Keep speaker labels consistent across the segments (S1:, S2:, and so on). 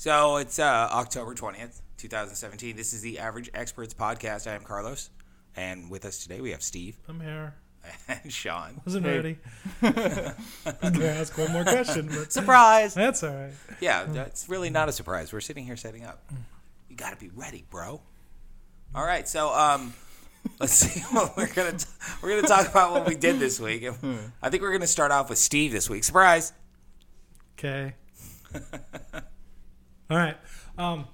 S1: So it's uh, October 20th, 2017. This is the Average Experts Podcast. I am Carlos. And with us today, we have Steve
S2: I'm here.
S1: and Sean.
S2: Wasn't ready. I was gonna ask one more question, but
S1: Surprise!
S2: that's all right.
S1: Yeah, that's really not a surprise. We're sitting here setting up. You got to be ready, bro. All right, so um, let's see what we're gonna t- we're gonna talk about what we did this week. I think we're gonna start off with Steve this week. Surprise!
S2: Okay. all right. Um,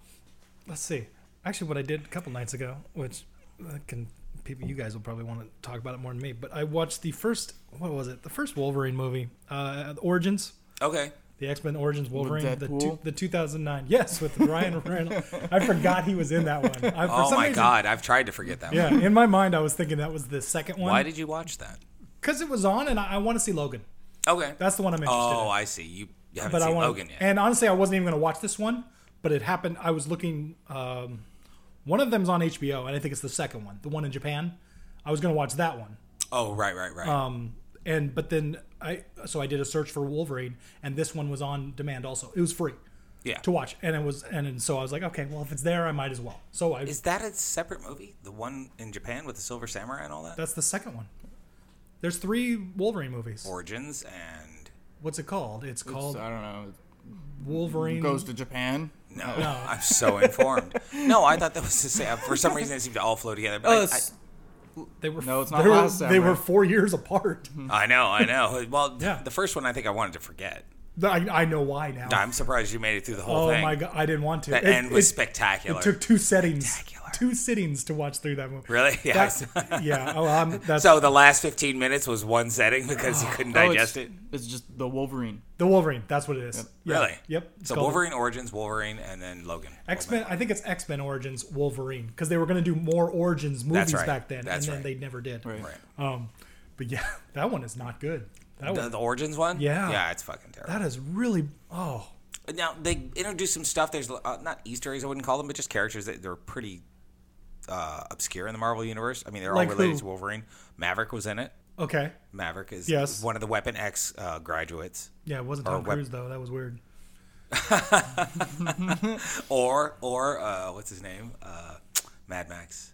S2: let's see. Actually, what I did a couple nights ago, which uh, can people, you guys will probably want to talk about it more than me, but I watched the first. What was it? The first Wolverine movie, uh, Origins.
S1: Okay,
S2: The X Men Origins Wolverine, the, two,
S3: Deadpool?
S2: the 2009, yes, with Ryan Reynolds. I forgot he was in that one. I, for
S1: Oh
S2: some
S1: my
S2: reason-
S1: god, I've tried to forget that
S2: Yeah,
S1: one.
S2: in my mind, I was thinking that was the second
S1: Why
S2: one
S1: did you watch that?
S2: because it was on, and I, I want to see Logan.
S1: Okay.
S2: That's the one I'm interested in.
S1: oh, I see. You, you haven't
S2: but I
S1: seen
S2: want
S1: Logan yet.
S2: And honestly, I wasn't even going to watch this one, but it happened. I was looking. Um, one of them's on HBO, and I think it's the second one, the one in Japan. I was going to watch that one,
S1: oh, right, right, right.
S2: um, and but then I so I did a search for Wolverine, and this one was on demand. Also, it was free
S1: yeah.
S2: to watch, and it was and, and so I was like, okay, well if it's there, I might as well. So I
S1: Is that a separate movie? The one in Japan with the Silver Samurai and all that?
S2: that's the second one. There's three Wolverine movies.
S1: Origins and.
S2: What's it called? It's called
S3: It's- uh, I don't know.
S2: Wolverine.
S3: It goes to Japan.
S1: No, I'm so informed. No, I thought that was the same. For some reason, it seemed to all flow together.
S2: Oh,
S1: But I-
S2: they were
S3: No, it's not
S2: they were-
S3: Last
S2: they
S3: Samurai.
S2: were four years apart.
S1: I, I know, I know. Well, th-
S2: Yeah.
S1: the first one I think I wanted to forget.
S2: I, I know why now.
S1: I'm surprised you made it through the whole
S2: Oh
S1: thing.
S2: my god, I didn't want to.
S1: That
S2: It-
S1: end was
S2: it-
S1: spectacular.
S2: It took two settings,
S1: Spectacular.
S2: two sittings to watch through that movie.
S1: Really? Yeah.
S2: That's, yeah. Oh, I'm, that's
S1: so the last 15 minutes was one setting because you couldn't
S3: Oh,
S1: digest
S3: it's,
S1: it?
S3: It's just the Wolverine.
S2: the Wolverine. That's what it is. Yeah.
S1: Really?
S2: Yep. it's
S1: So
S2: called
S1: Wolverine Origins, Wolverine, and then Logan.
S2: X Men. I think it's X Men Origins Wolverine because they were going to do more Origins movies
S1: right.
S2: back then,
S1: That's
S2: and
S1: right.
S2: then they never did.
S3: Right.
S1: Right.
S2: Um, but yeah, that one is not good. That
S1: The,
S2: one.
S1: the Origins one?
S2: Yeah.
S1: Yeah, it's fucking terrible.
S2: That is really. Oh,
S1: Now they introduced some stuff. There's uh, not Easter eggs, I wouldn't call them, but just characters that they're pretty uh, obscure in the Marvel universe. I mean, they're
S2: Like
S1: all related
S2: who?
S1: to Wolverine. Maverick was in it.
S2: okay.
S1: Maverick is
S2: Yes.
S1: one of the Weapon X uh, graduates,
S2: Yeah, it wasn't
S1: Or
S2: Tom
S1: web-
S2: Cruise though. That was weird.
S1: or or uh, what's his name, uh, Mad Max.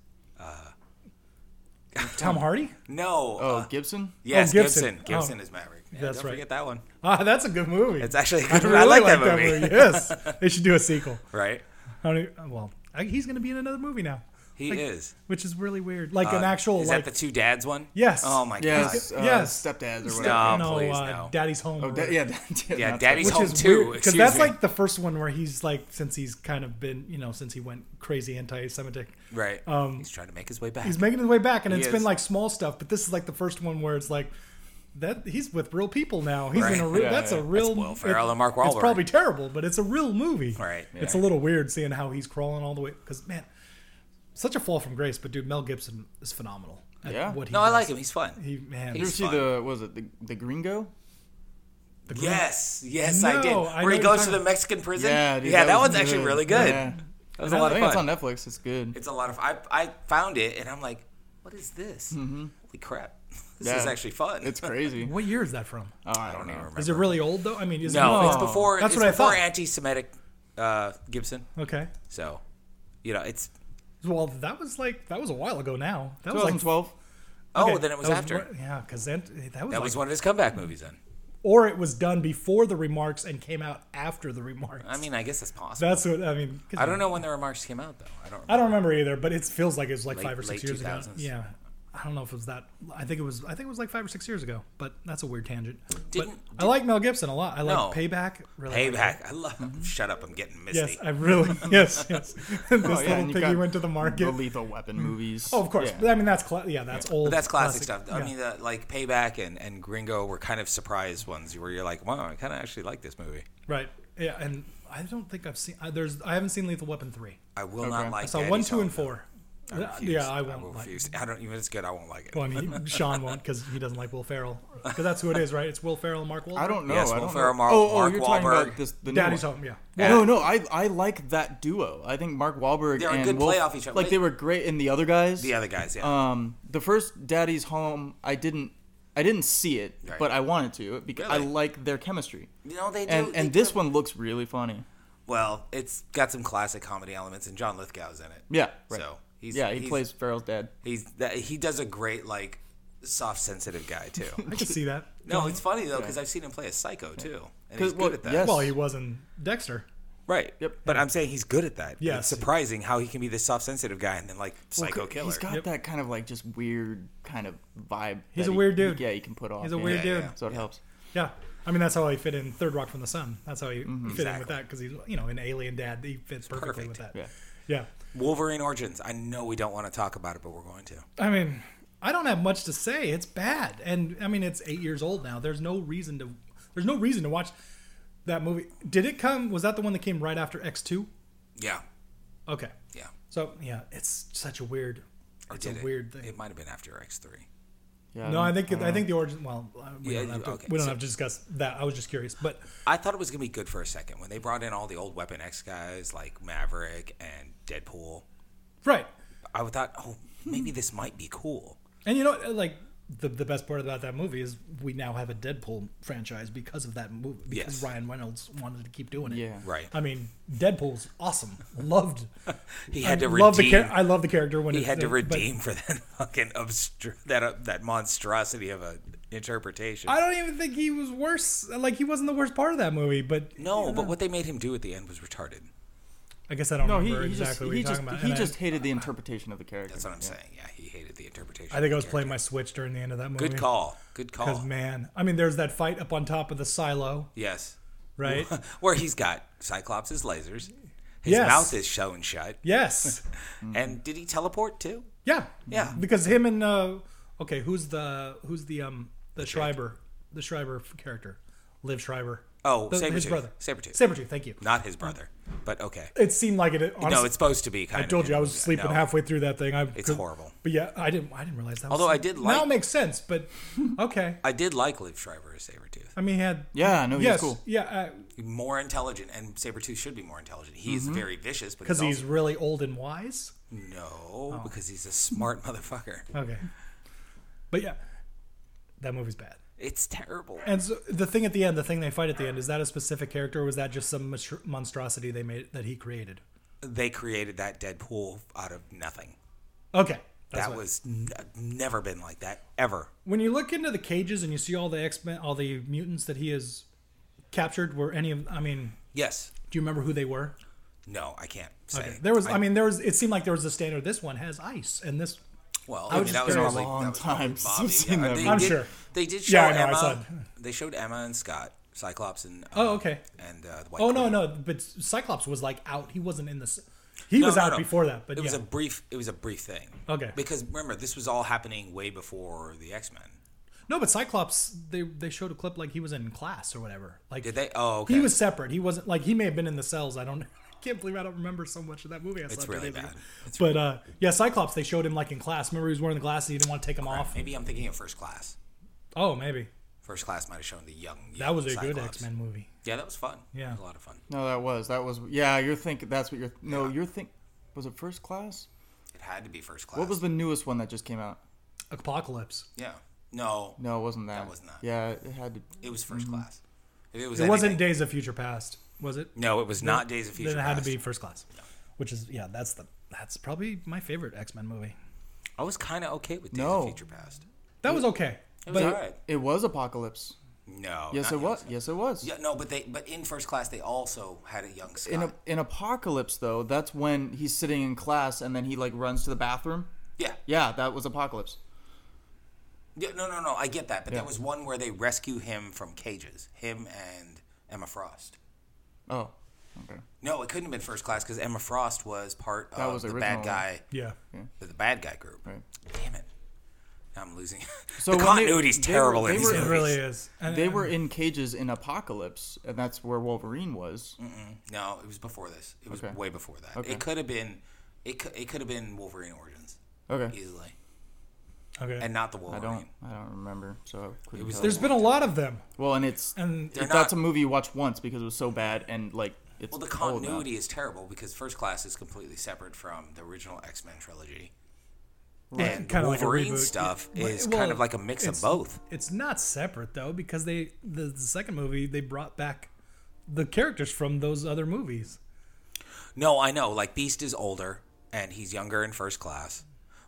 S2: Tom Hardy.
S1: No,
S3: Oh,
S1: uh,
S3: Gibson.
S1: yes,
S2: Gibson.
S1: Gibson. Gibson,
S2: Oh.
S1: is Maverick. Yeah,
S2: That's
S1: don't
S2: right.
S1: forget that one,
S2: Ah, that's a good movie.
S1: It's actually a
S2: I
S1: good movie.
S2: really
S1: I like that movie.
S2: Yes, they should do a sequel.
S1: right?
S2: How do you- well, I, he's going to be in another movie now.
S1: He
S2: Like,
S1: is
S2: which is really weird. Like
S1: Uh,
S2: an actual
S1: Is
S2: like
S1: that the two dads one?
S2: Yes.
S1: Oh my god.
S3: Yes. Uh,
S2: Yes.
S3: Stepdads or whatever.
S1: Stop. Oh,
S2: no,
S1: please,
S2: uh,
S1: no.
S2: Daddy's Home.
S3: Oh,
S2: or-
S3: da- yeah. da-
S1: Yeah,
S3: that's
S1: Daddy's
S2: which
S1: Home
S2: is
S1: too.
S2: weird because
S1: Excuse
S2: that's
S1: me.
S2: like the first one where he's like since he's kind of been you know since he went crazy anti-Semitic.
S1: right.
S2: um,
S1: he's trying to make his way back.
S2: He's making his way back, and
S1: He
S2: it's
S1: is.
S2: been like small stuff, but this is like the first one where it's like that he's with real people now. He's in
S1: Right.
S2: a real.
S3: Yeah,
S2: that's
S3: yeah.
S2: a real.
S1: Will Ferrell
S2: it-
S1: and Mark
S2: It's
S1: Wahlberg.
S2: probably terrible, but it's a real movie.
S1: Right,
S2: It's a
S1: yeah.
S2: little weird seeing how he's crawling all the way because man, such a fall from grace. But dude, Mel Gibson is phenomenal. at
S3: Yeah.
S2: What he
S1: no, I
S2: does.
S1: like him. He's fun.
S2: He man.
S3: You ever
S1: He's
S3: see
S1: fine.
S3: the what was it the, the Gringo?
S2: the grin-
S1: Yes, yes, I did.
S2: No, I
S1: Where he
S2: know what
S1: goes
S2: you're
S1: to the Mexican prison.
S3: Yeah, dude,
S1: yeah, that,
S3: that was
S1: one's actually
S3: good.
S1: really good.
S3: Yeah.
S1: That was a lot
S3: I
S1: of
S3: think it's
S1: fun.
S3: on Netflix. It's good.
S1: It's a lot of. I I found it and I'm like, what is this? Holy crap! This is
S3: Mm-hmm. Yeah.
S1: actually fun.
S3: It's crazy.
S2: What year is that from?
S3: Oh, I
S1: I
S3: don't
S1: don't
S3: know.
S1: even remember.
S2: Is it really old though? I mean, is
S1: no,
S2: it,
S1: it's before.
S2: That's
S1: it's
S2: what I
S1: before
S2: thought.
S1: anti-Semitic uh, Gibson.
S2: Okay.
S1: So, you know, it's.
S2: Well, that was like that was a while ago now. That was like
S3: 2012.
S1: Oh,
S2: okay,
S1: then it was
S2: that
S1: after.
S2: more- yeah, because that, that was
S1: that
S2: like,
S1: was one of his comeback movies. Then.
S2: or it was done before the remarks and came out after the remarks.
S1: I mean, I guess that's possible.
S2: that's what I mean. 'cause
S1: I don't know when the remarks came out though. I don't. Remember.
S2: I don't remember either, but it feels like it was like
S1: Late-
S2: five or six
S1: late
S2: years
S1: 2000s.
S2: ago. Yeah, I don't know if it was that. I think it was. I think it was like five or six years ago. But that's a weird tangent. But
S1: Didn't-
S2: I like Mel Gibson a lot. I like
S1: No.
S2: Payback. Really like it.
S1: Payback. I love. Shut up! I'm getting misty.
S2: Mm-hmm. Yes, I really. Yes, yes. this
S3: Oh, yeah,
S2: little
S3: and you've
S2: piggy
S3: got
S2: went to the market.
S3: The Lethal Weapon movies.
S2: oh, of course.
S3: Yeah.
S2: But I mean, that's cla- yeah, that's old.
S1: But that's classic, stuff. I
S2: yeah.
S1: mean, the, like Payback and, and Gringo were kind of surprise ones where you're like, wow, I kind of actually like this movie.
S2: Right. Yeah, and I don't think I've seen. I, there's. I haven't seen Lethal Weapon three.
S1: I will
S3: Okay.
S1: not like.
S2: I saw
S1: Daddy's
S2: one, two, and
S1: Home.
S2: four. Uh,
S1: I refuse.
S2: yeah, I
S1: will
S2: won't. like,
S1: refuse. I don't even. It's good. I won't like it.
S2: well, I mean, Sean won't because he doesn't like Will Ferrell. Because that's who it is, right? It's Will Ferrell and Mark Wahlberg.
S3: I don't know.
S1: Yes,
S3: I
S1: Will
S3: don't know.
S1: Ferrell, Mar-
S3: oh, oh,
S1: Mark
S3: you're talking
S1: Wahlberg.
S3: about this, the new
S2: Daddy's
S3: one.
S2: home. Yeah.
S1: Yeah.
S3: No, no, I I like that duo. I think Mark Wahlberg
S1: They're a
S3: and
S1: good
S3: Will,
S1: play off each other.
S3: Like they were great in the other guys.
S1: The other guys, yeah.
S3: Um, the first Daddy's Home, I didn't, I didn't see it,
S1: Right.
S3: but I wanted to because I
S1: Really?
S3: like their chemistry.
S1: No, they do-
S3: And
S1: they
S3: and
S1: do.
S3: this one looks really funny.
S1: Well, it's got some classic comedy elements, and John Lithgow's in it.
S3: Yeah, right.
S1: So he's
S3: yeah, he
S1: he's-
S3: plays Farrell's dad.
S1: He's that, he does a great like soft sensitive guy too.
S2: I can see that.
S1: no, it's funny though because I've seen him play a psycho too, and he's
S3: 'Cause,
S1: good
S3: well,
S1: at that.
S3: yes.
S2: Well, he was in Dexter.
S1: Right.
S3: Yep.
S1: But I'm saying he's good at that.
S2: Yes.
S1: It's surprising how he can be this soft sensitive guy and then like psycho killer.
S3: He's got
S2: Yep.
S3: that kind of like just weird kind of vibe.
S2: He's a
S3: that he-
S2: weird dude.
S3: Yeah, he can put off.
S2: He's a
S3: yeah.
S2: weird
S1: Yeah,
S2: dude.
S1: yeah.
S3: So it helps.
S2: Yeah. I mean, that's how he fit in Third Rock from the Sun. That's how he fit in
S1: Exactly.
S2: with that because he's, you know, an alien dad. He fits perfectly with that.
S1: perfect.
S3: Yeah.
S2: Yeah.
S1: Wolverine Origins. I know we don't want to talk about it, but we're going to.
S2: I mean, I don't have much to say. It's bad, and I mean, it's eight years old now. There's no reason to. There's no reason to watch that movie. Did it come? Was that the one that came right after X two?
S1: Yeah.
S2: Okay.
S1: Yeah.
S2: So yeah, it's such a weird.
S1: Or
S2: it's a
S1: did it?
S2: weird thing.
S1: It might have been after X3.
S3: Yeah,
S2: no,
S3: don't-
S2: I think
S3: don't
S2: I
S3: know.
S2: think the origin. Well, uh, we
S1: Yeah,
S2: don't, have to,
S1: okay,
S2: we don't
S1: so-
S2: have to discuss that. I was just curious, but
S1: I thought it was going to be good for a second when they brought in all the old Weapon X guys like Maverick and Deadpool.
S2: right.
S1: I thought, oh, maybe this might be cool.
S2: And you know, what, like the the best part about that movie is we now have a Deadpool franchise because of that movie.
S1: Yes.
S2: Because Ryan Reynolds wanted to keep doing it.
S3: Yeah.
S1: Right.
S2: I mean, Deadpool's awesome. Loved.
S1: He had to
S2: I love the
S1: redeem.
S2: char- I love the character when
S1: he
S2: it-
S1: had to
S2: the- but
S1: redeem for that fucking obstru- that uh, that monstrosity of a interpretation.
S2: I don't even think he was worse. Like he wasn't the worst part of that movie, but
S1: no, but what they made him do at the end was retarded.
S2: I guess I don't
S3: No, he,
S2: remember
S3: he
S2: exactly what
S3: just he
S2: you're
S3: just
S2: talking about.
S3: he
S2: and I-
S3: just hated the interpretation of the character.
S1: That's what I'm
S3: yeah.
S1: saying. Yeah, he hated the interpretation.
S2: I, think I
S1: of
S2: was
S1: the
S2: playing
S1: character.
S2: my Switch during the end of that movie.
S1: Good call. Good call.
S2: Because man, I mean, there's that fight up on top of the silo,
S1: yes.
S2: right?
S1: Where he's got Cyclops' lasers. His
S2: Yes. Mm-hmm.
S1: mouth is shown shut.
S2: yes.
S1: And did he teleport too?
S2: Yeah.
S1: Yeah.
S2: Because him and uh, okay, who's the who's the um the Schreiber the Schreiber character, Liv Schreiber.
S1: Oh,
S2: The-
S1: Sabretooth.
S2: his brother
S1: Sabretooth.
S2: Sabretooth. Thank you.
S1: Not his brother, but okay.
S2: It seemed like it. Honestly,
S1: no, it's supposed to be kind
S2: I told you I was sleeping
S1: no.
S2: halfway through that thing. I
S1: It's
S2: could-
S1: horrible.
S2: But yeah, I didn't. I didn't realize that.
S1: Although
S2: was,
S1: I did
S2: now
S1: like-
S2: it makes sense. But okay,
S1: I did like Liv Shriver as Sabretooth.
S2: I mean, he had
S3: Yeah, no, he's
S2: yes,
S3: cool.
S2: yeah, uh,
S1: More intelligent, and Sabretooth should be more intelligent. He is very vicious, but
S2: because
S1: he's,
S2: Mm-hmm. he's Oh. really old and wise.
S1: also, no, because he's a smart motherfucker.
S2: Okay, but yeah, that movie's bad.
S1: It's terrible.
S2: And so the thing at the end, the thing they fight at the end, is that a specific character, or was that just some monstr- monstrosity they made that he created?
S1: They created that Deadpool out of nothing.
S2: Okay, that's
S1: That
S2: what-
S1: was n- uh, never been like that ever.
S2: when you look into the cages and you see all the X Men, all the mutants that he has captured. Were any of? I mean,
S1: Yes.
S2: do you remember who they were?
S1: No, I can't say.
S2: Okay. There was, I, mean, there was. It seemed like there was a standard. This one has ice, and this.
S1: Well, I, mean,
S2: just
S1: that was
S2: curious.
S1: probably that
S3: It's been a long
S1: was probably
S3: time since
S1: Bobby.
S3: I've seen
S1: Yeah,
S3: that
S1: they
S3: movie.
S2: I'm
S1: did-
S2: sure.
S1: they did show
S2: Yeah, I know, I
S1: Emma.
S2: saw it.
S1: They showed Emma and Scott, Cyclops and uh,
S2: Oh, okay.
S1: and uh, the White.
S2: Oh no,
S1: Queen.
S2: no, but Cyclops was like out. He wasn't in this. He
S1: No,
S2: was
S1: no,
S2: out
S1: no.
S2: before that. But
S1: it was
S2: yeah,
S1: a brief. It was a brief thing.
S2: Okay.
S1: Because remember, this was all happening way before the X Men.
S2: no, but Cyclops. They they showed a clip like he was in class or whatever. Like
S1: Did they? Oh, okay.
S2: he was separate. He wasn't like he may have been in the cells. I don't. I can't believe I don't remember so much of that movie. I saw
S1: It's really
S2: two days ago.
S1: bad. It's
S2: But uh, yeah, Cyclops. They showed him like in class. Remember, he was wearing the glasses. He didn't want to take them off.
S1: maybe I'm thinking of First Class.
S2: Oh, maybe
S1: First Class might have shown the young.
S2: that
S1: young
S2: was a
S1: Cyclops.
S2: good X Men movie.
S1: Yeah, that was fun.
S2: Yeah.
S1: It was a lot of fun.
S3: No, that was that was yeah. You're thinking that's what you're no. You're think was it first class?
S1: It had to be First Class.
S3: What was the newest one that just came out?
S2: Apocalypse.
S1: Yeah. No,
S3: No, it wasn't that.
S1: was not.
S3: Yeah, it had to.
S1: it was 1st
S3: Mm-hmm.
S1: Class. If it was.
S2: It wasn't
S1: anything-
S2: Days of Future Past, was it?
S1: No, it was not Days of Future
S2: Then it had to
S1: Past.
S2: be First Class, which is yeah. That's the that's probably my favorite X Men movie.
S1: I was kind of okay with Days
S3: No.
S1: of Future Past.
S2: That was okay.
S1: It was
S3: it,
S1: all right.
S3: it was apocalypse.
S1: No.
S3: Yes,
S1: not
S3: it
S1: young
S3: was.
S1: Scott.
S3: Yes, it was.
S1: Yeah, no, but they but in first class they also had a young Scott.
S3: In a, in apocalypse though, that's when he's sitting in class and then he like runs to the bathroom.
S1: yeah.
S3: Yeah, that was apocalypse.
S1: yeah. No, no, no. I get that, but there was one where they rescue him from cages. Him and Emma Frost.
S3: Oh, okay.
S1: No, it couldn't have been first class because Emma Frost was part of
S3: was
S1: the
S3: original,
S1: bad
S3: right?
S1: guy.
S2: Yeah.
S1: The bad guy group.
S3: Right.
S1: Damn it. Now I'm losing.
S3: So
S1: the
S3: when they-
S1: continuity's
S3: they were-
S1: terrible
S3: they
S1: in
S3: were-
S1: these
S2: It
S1: movies.
S2: really is. And,
S3: They were in cages in apocalypse, and that's where Wolverine was.
S1: Mm. No, it was before this. It was
S3: Okay.
S1: way before that.
S3: Okay.
S1: It could have been. It could, it could have been Wolverine Origins
S3: Okay.
S1: easily,
S2: okay.
S1: and not the
S3: I
S1: Wolverine.
S3: don't. I don't remember. So I couldn't
S1: was-
S3: tell.
S2: There's been a lot of them,
S3: well, and it's
S2: and
S3: if
S1: not-
S3: that's a movie you watch once because it was so bad and like it's
S1: Well, the
S3: all about-
S1: continuity is terrible because First Class is completely separate from the original X Men trilogy. And
S2: kinda like a
S1: Wolverine
S2: reboot.
S1: stuff
S2: But-
S1: is
S2: well,
S1: kind of like a mix of
S2: it's-
S1: both.
S2: It's not separate though, because they the, the second movie they brought back the characters from those other movies.
S1: No, I know. Like Beast is older and he's younger in first class.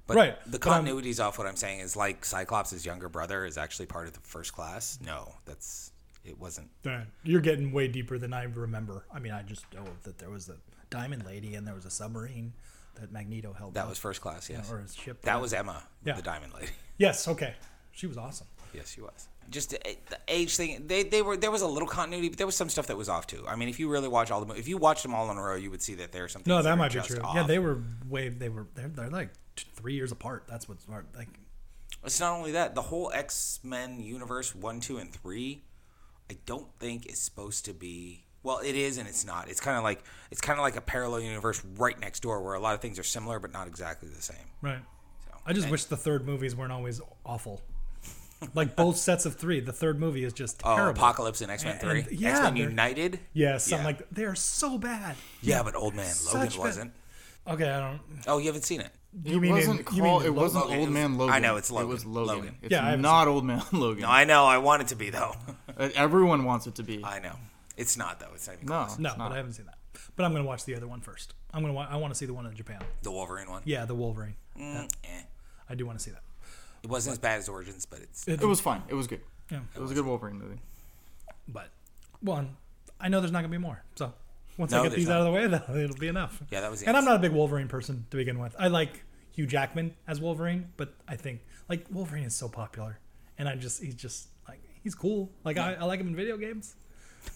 S1: But
S2: Right,
S1: the
S2: but, um,
S1: continuity's off what I'm saying is like Cyclops' younger brother is actually part of the first class. No, that's it wasn't
S2: Darn, You're getting way deeper than I remember. I mean, I just know that there was a Diamond Lady and there was a submarine that Magneto held.
S1: that
S2: up,
S1: was first class, yes.
S2: or his ship.
S1: that was Emma,
S2: Yeah.
S1: the diamond lady.
S2: yes. Okay, she was awesome.
S1: Yes, she was. Just the the age thing. They they were there was a little continuity, but there was some stuff that was off too. I mean, if you really watch all the mo- if you watched them all in a row, you would see that there's something.
S2: No, that might be true. Yeah, they were way. They were. They're, they're like t- three years apart. That's what's smart. Like,
S1: It's not only that the whole X Men universe one, two, and three. I don't think is supposed to be. Well, it is and it's not. It's kind of like it's kind of like a parallel universe right next door where a lot of things are similar but not exactly the same.
S2: right.
S1: So, Oh,
S2: I just
S1: and-
S2: wish the third movies weren't always awful. Like both sets of three. The third movie is just
S1: oh,
S2: terrible.
S1: Apocalypse and X Men
S2: And-
S1: three,
S2: and- yeah,
S1: X Men
S2: they're-
S1: United.
S2: Yeah, something
S1: Yeah.
S2: like they are so bad.
S1: Yeah, but old man
S2: Such
S1: Logan
S2: bad-
S1: wasn't.
S2: Okay, I don't.
S1: Oh, you haven't seen it.
S2: You mean
S3: it
S2: in-
S3: wasn't
S2: you mean
S3: called-
S2: in
S3: it wasn't
S1: Logan?
S3: Old Man Logan.
S1: I know, it's
S3: It was
S1: Logan.
S3: Logan.
S1: Logan.
S3: It's
S2: Yeah, I haven't
S3: not Old Man Logan.
S1: No, I know. I want it to be though.
S3: Uh, Everyone wants it to be.
S1: I know. It's not though. It's not even
S3: no,
S1: close.
S2: No,
S3: it's
S2: but
S3: not.
S2: I haven't seen that. But I'm gonna watch the other one first. I'm gonna. Wa- I want to see the one in Japan.
S1: The Wolverine one.
S2: Yeah, the Wolverine. That-
S1: Eh.
S2: I do want to see that.
S1: It wasn't as bad as Origins, but it's
S3: it was fine. It was good.
S2: Yeah,
S3: It was a good Wolverine movie.
S2: but one, I know there's not gonna be more. So once
S1: No,
S2: I get
S1: there's
S2: these out of the way, then it'll be enough.
S1: Yeah, that was the
S2: And I'm
S1: answer.
S2: not a big Wolverine person to begin with. I like Hugh Jackman as Wolverine, but I think like Wolverine is so popular, and I just he's just like he's cool. Like I, I like him in video games.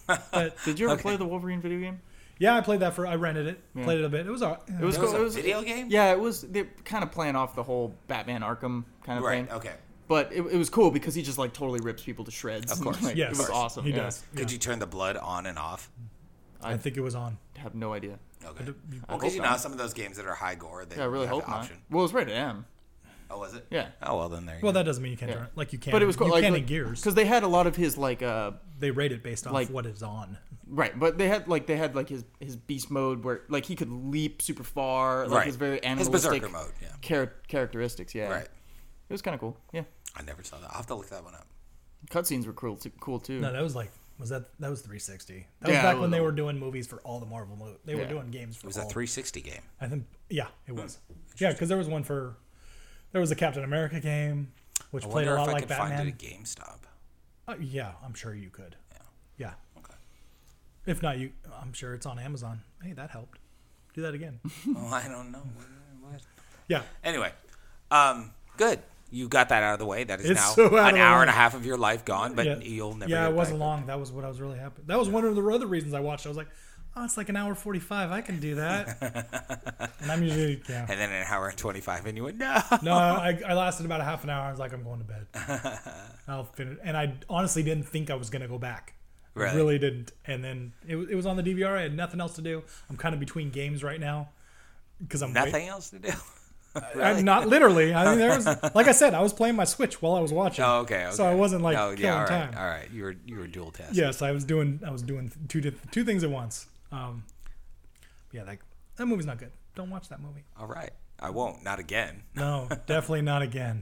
S2: But
S3: Did you ever play the Wolverine video game?
S2: yeah, I played that for I rented it, played it a bit. It was all.
S3: It was,
S1: There was
S3: cool.
S1: a
S3: it was
S1: video game?
S3: Yeah, it was they kind of playing off the whole Batman Arkham kind of
S1: right.
S3: thing.
S1: Okay.
S3: But it, it was cool because he just like totally rips people to shreds. Of
S1: course.
S2: Yes,
S3: it was awesome.
S2: He
S3: yeah.
S2: does.
S1: Could
S2: Yeah.
S1: you turn the blood on and off?
S2: Mm. I think it was on.
S3: I have no idea.
S1: Okay.
S3: I
S1: Well, because
S3: hope
S1: you
S3: not.
S1: know some of those games that are high gore, they
S3: Yeah, I really
S1: have
S3: hope
S1: the option.
S3: not. Well, it's rated M.
S1: Oh, was it?
S3: Yeah.
S1: Oh well, then there. You
S2: Well,
S1: go.
S2: that doesn't mean you can't
S3: Yeah.
S2: turn it. Like you can.
S3: But it was cool.
S2: You
S3: like,
S2: can
S3: like,
S2: in Gears.
S3: because they had a lot of his like uh
S2: They rate it based off
S3: like-
S2: what is on.
S3: right, but they had like they had like his his beast mode where like he could leap super far, like
S1: Right.
S3: his very
S1: His
S3: animalistic
S1: berserker mode. Yeah.
S3: char- characteristics. Yeah,
S1: Right.
S3: It was kind of cool. Yeah,
S1: I never saw that. I'll have to look that one up.
S3: cutscenes were cool too. Cool too.
S2: No, that was like was that that was 360. That was
S3: Yeah,
S2: back
S3: it
S2: when
S3: was
S2: they
S3: a-
S2: were doing movies for all the Marvel movies. They were
S3: Yeah.
S2: doing games
S1: It
S2: for
S1: was Hmm. a
S2: all.
S1: 360 game.
S2: I think yeah, it was. Yeah, because there was one for there was a Captain America game which
S1: I
S2: played
S1: wonder
S2: a lot
S1: if I
S2: like
S1: could
S2: Batman.
S1: find it at GameStop.
S2: Uh, yeah, I'm sure you could.
S1: Yeah.
S2: Yeah.
S1: Okay.
S2: If not, you I'm sure it's on Amazon. Hey, that helped. Do that again.
S1: well, I don't know. What- what-
S2: yeah.
S1: Anyway, um, good. You got that out of the way. That is
S2: It's
S1: now
S2: so out of
S1: an
S2: the
S1: hour
S2: way.
S1: and a half of your life gone, but
S2: yeah.
S1: you'll never.
S2: Yeah,
S1: get
S2: it wasn't
S1: back.
S2: long. That was what I was really happy. That was one of the other reasons I watched. I was like, oh, it's like an hour 45. I can do that. and I'm usually, yeah.
S1: And then an hour and twenty-five, and you went no.
S2: No, I, I lasted about a half an hour. I was like, I'm going to bed. I'll finish. And I honestly didn't think I was going to go back. I
S1: Really?
S2: really didn't. And then it, wa- it was on the DVR. I had nothing else to do. I'm kind of between games right now because I'm wait-
S1: Nothing else to do.
S2: I'm not literally. I mean, there was like I said, I was playing my Switch while I was watching.
S1: Oh, okay, okay.
S2: So I wasn't like
S1: oh,
S2: killing
S1: yeah, all right,
S2: time.
S1: all right. You were you were dual test.
S2: Yes, I was doing I was doing two di- two things at once. Um, yeah, like that movie's not good. Don't watch that movie.
S1: All right, I won't. Not again.
S2: No, definitely not again.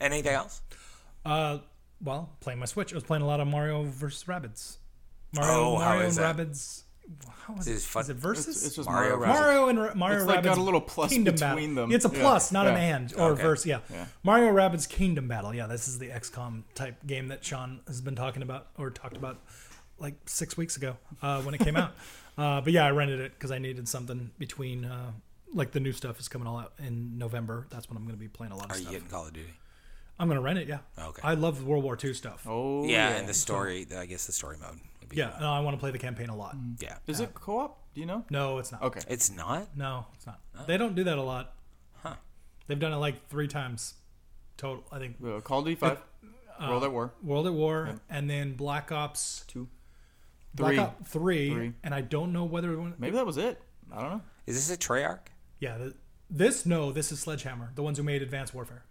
S1: Anything else?
S2: Uh, well, playing my Switch. I was playing a lot of Mario versus Rabbids. Mario,
S1: Oh, how
S2: Mario
S1: is
S2: and
S1: that?
S2: Rabbids. How is
S1: This is
S2: it?
S1: fun-
S2: Is it versus?
S3: it's, it's just
S1: Mario
S3: Mario.
S1: Rabbit.
S3: Rabbit.
S2: Mario and Ra- Mario
S3: It's
S2: Rabbids
S3: like got a little plus
S2: Kingdom Battle.
S3: between them.
S2: It's a
S3: Yeah,
S2: plus, not an
S3: yeah.
S2: and or
S1: Okay.
S2: verse. Yeah.
S3: Yeah.
S2: Mario Rabbids Kingdom Battle. Yeah, this is the XCOM type game that Sean has been talking about or talked about like six weeks ago uh, when it came out. Uh, but yeah, I rented it because I needed something between. Uh, like the new stuff is coming all out in November. That's when I'm going to be playing a lot of
S1: Are you
S2: stuff.
S1: getting Call of Duty?
S2: I'm going to rent it. Yeah.
S1: Okay.
S2: I love World War II stuff.
S3: Oh
S1: yeah, and the story. I guess the story mode. would be-
S2: Yeah, no, I want to play the campaign a lot.
S1: yeah.
S3: Is it co-op? Do you know?
S2: No, it's not.
S3: Mm. Okay.
S1: It's not.
S2: No, it's not. They don't do that a lot.
S1: Huh.
S2: They've done it like three times total. I think
S3: Uh, Call of Duty Five.
S2: Uh,
S3: World at War
S2: World at War and then Black Ops
S3: Two.
S2: Black
S3: Three.
S2: Ops three,
S3: Three.
S2: and I don't know whether one,
S3: Maybe that was it. I don't know.
S1: Is this a Treyarch?
S2: yeah th- this no this is Sledgehammer, the ones who made Advanced Warfare.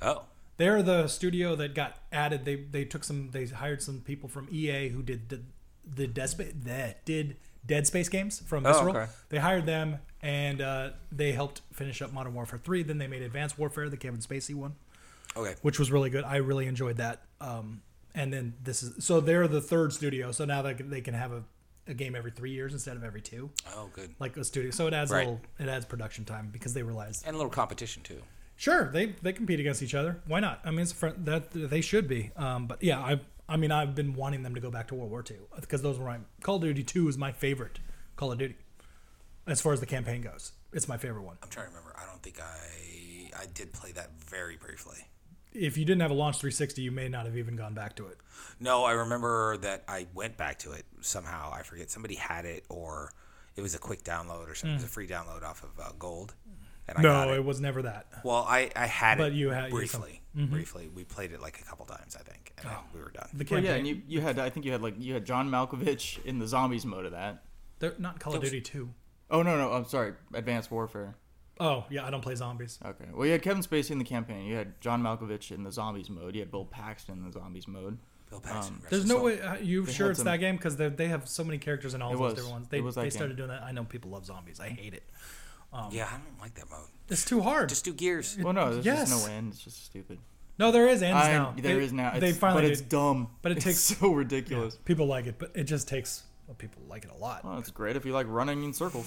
S1: Oh,
S2: They're the studio that got added. They they took some they hired some people from EA who did the the Dead Space that did Dead Space games from
S1: Oh,
S2: Visceral.
S1: okay.
S2: They hired them and uh, they helped finish up Modern Warfare three. Then they made Advanced Warfare, the Kevin Spacey one,
S1: okay.
S2: which was really good. I really enjoyed that. Um, and then this is so they're the third studio. So now they can, they can have a, a game every three years instead of every two,
S1: Oh, good.
S2: like a studio. So it adds
S1: Right.
S2: a little it adds production time because they realize
S1: And a little competition too.
S2: Sure, they they compete against each other. Why not? I mean, it's a front that they should be. Um, but yeah, I I mean, I've been wanting them to go back to World War II because those were my Call of Duty Two is my favorite Call of Duty, as far as the campaign goes. It's my favorite one.
S1: I'm trying to remember. I don't think I I did play that very briefly.
S2: If you didn't have a launch 360, you may not have even gone back to it.
S1: No, I remember that I went back to it somehow. I forget somebody had it or it was a quick download or something. It was a free download off of uh, Gold, and I got
S2: Hmm. no,
S1: it.
S2: it. was never that.
S1: Well, I I had
S2: But
S1: it
S2: you had- you
S1: briefly. Briefly, we played it like a couple times, I think, and then we were done.
S2: Oh. The
S3: Well,
S2: campaign,
S3: yeah, and you, you had I think you had like you had John Malkovich in the zombies mode of that.
S2: they're not Call of Duty Two.
S3: Oh no no I'm sorry, Advanced Warfare.
S2: Oh yeah, I don't play zombies.
S3: Okay, well you had Kevin Spacey in the campaign. You had John Malkovich in the zombies mode. You had Bill Paxton in the zombies mode.
S1: Bill Paxton. rest
S2: There's
S1: his
S2: no
S1: soul.
S2: way. Are you sure
S3: had
S2: it's
S3: some-
S2: that game? Because they have so many characters in all
S3: It
S2: those
S3: was.
S2: different ones. They,
S3: It was that
S2: they
S3: game.
S2: started doing that. I know people love zombies. I hate it.
S1: Yeah, I don't like that mode.
S2: It's too hard.
S1: Just do gears.
S3: Well no, there's
S2: Yes.
S3: just no end. It's just stupid.
S2: No, there is ends
S3: I,
S2: now.
S3: there
S2: It-
S3: is now. It's,
S2: they finally
S3: but it's
S2: did.
S3: dumb.
S2: but it
S3: It's
S2: takes-
S3: so ridiculous.
S2: people like it, but it just takes well, people like it a lot.
S3: Well, it's great if you like running in circles.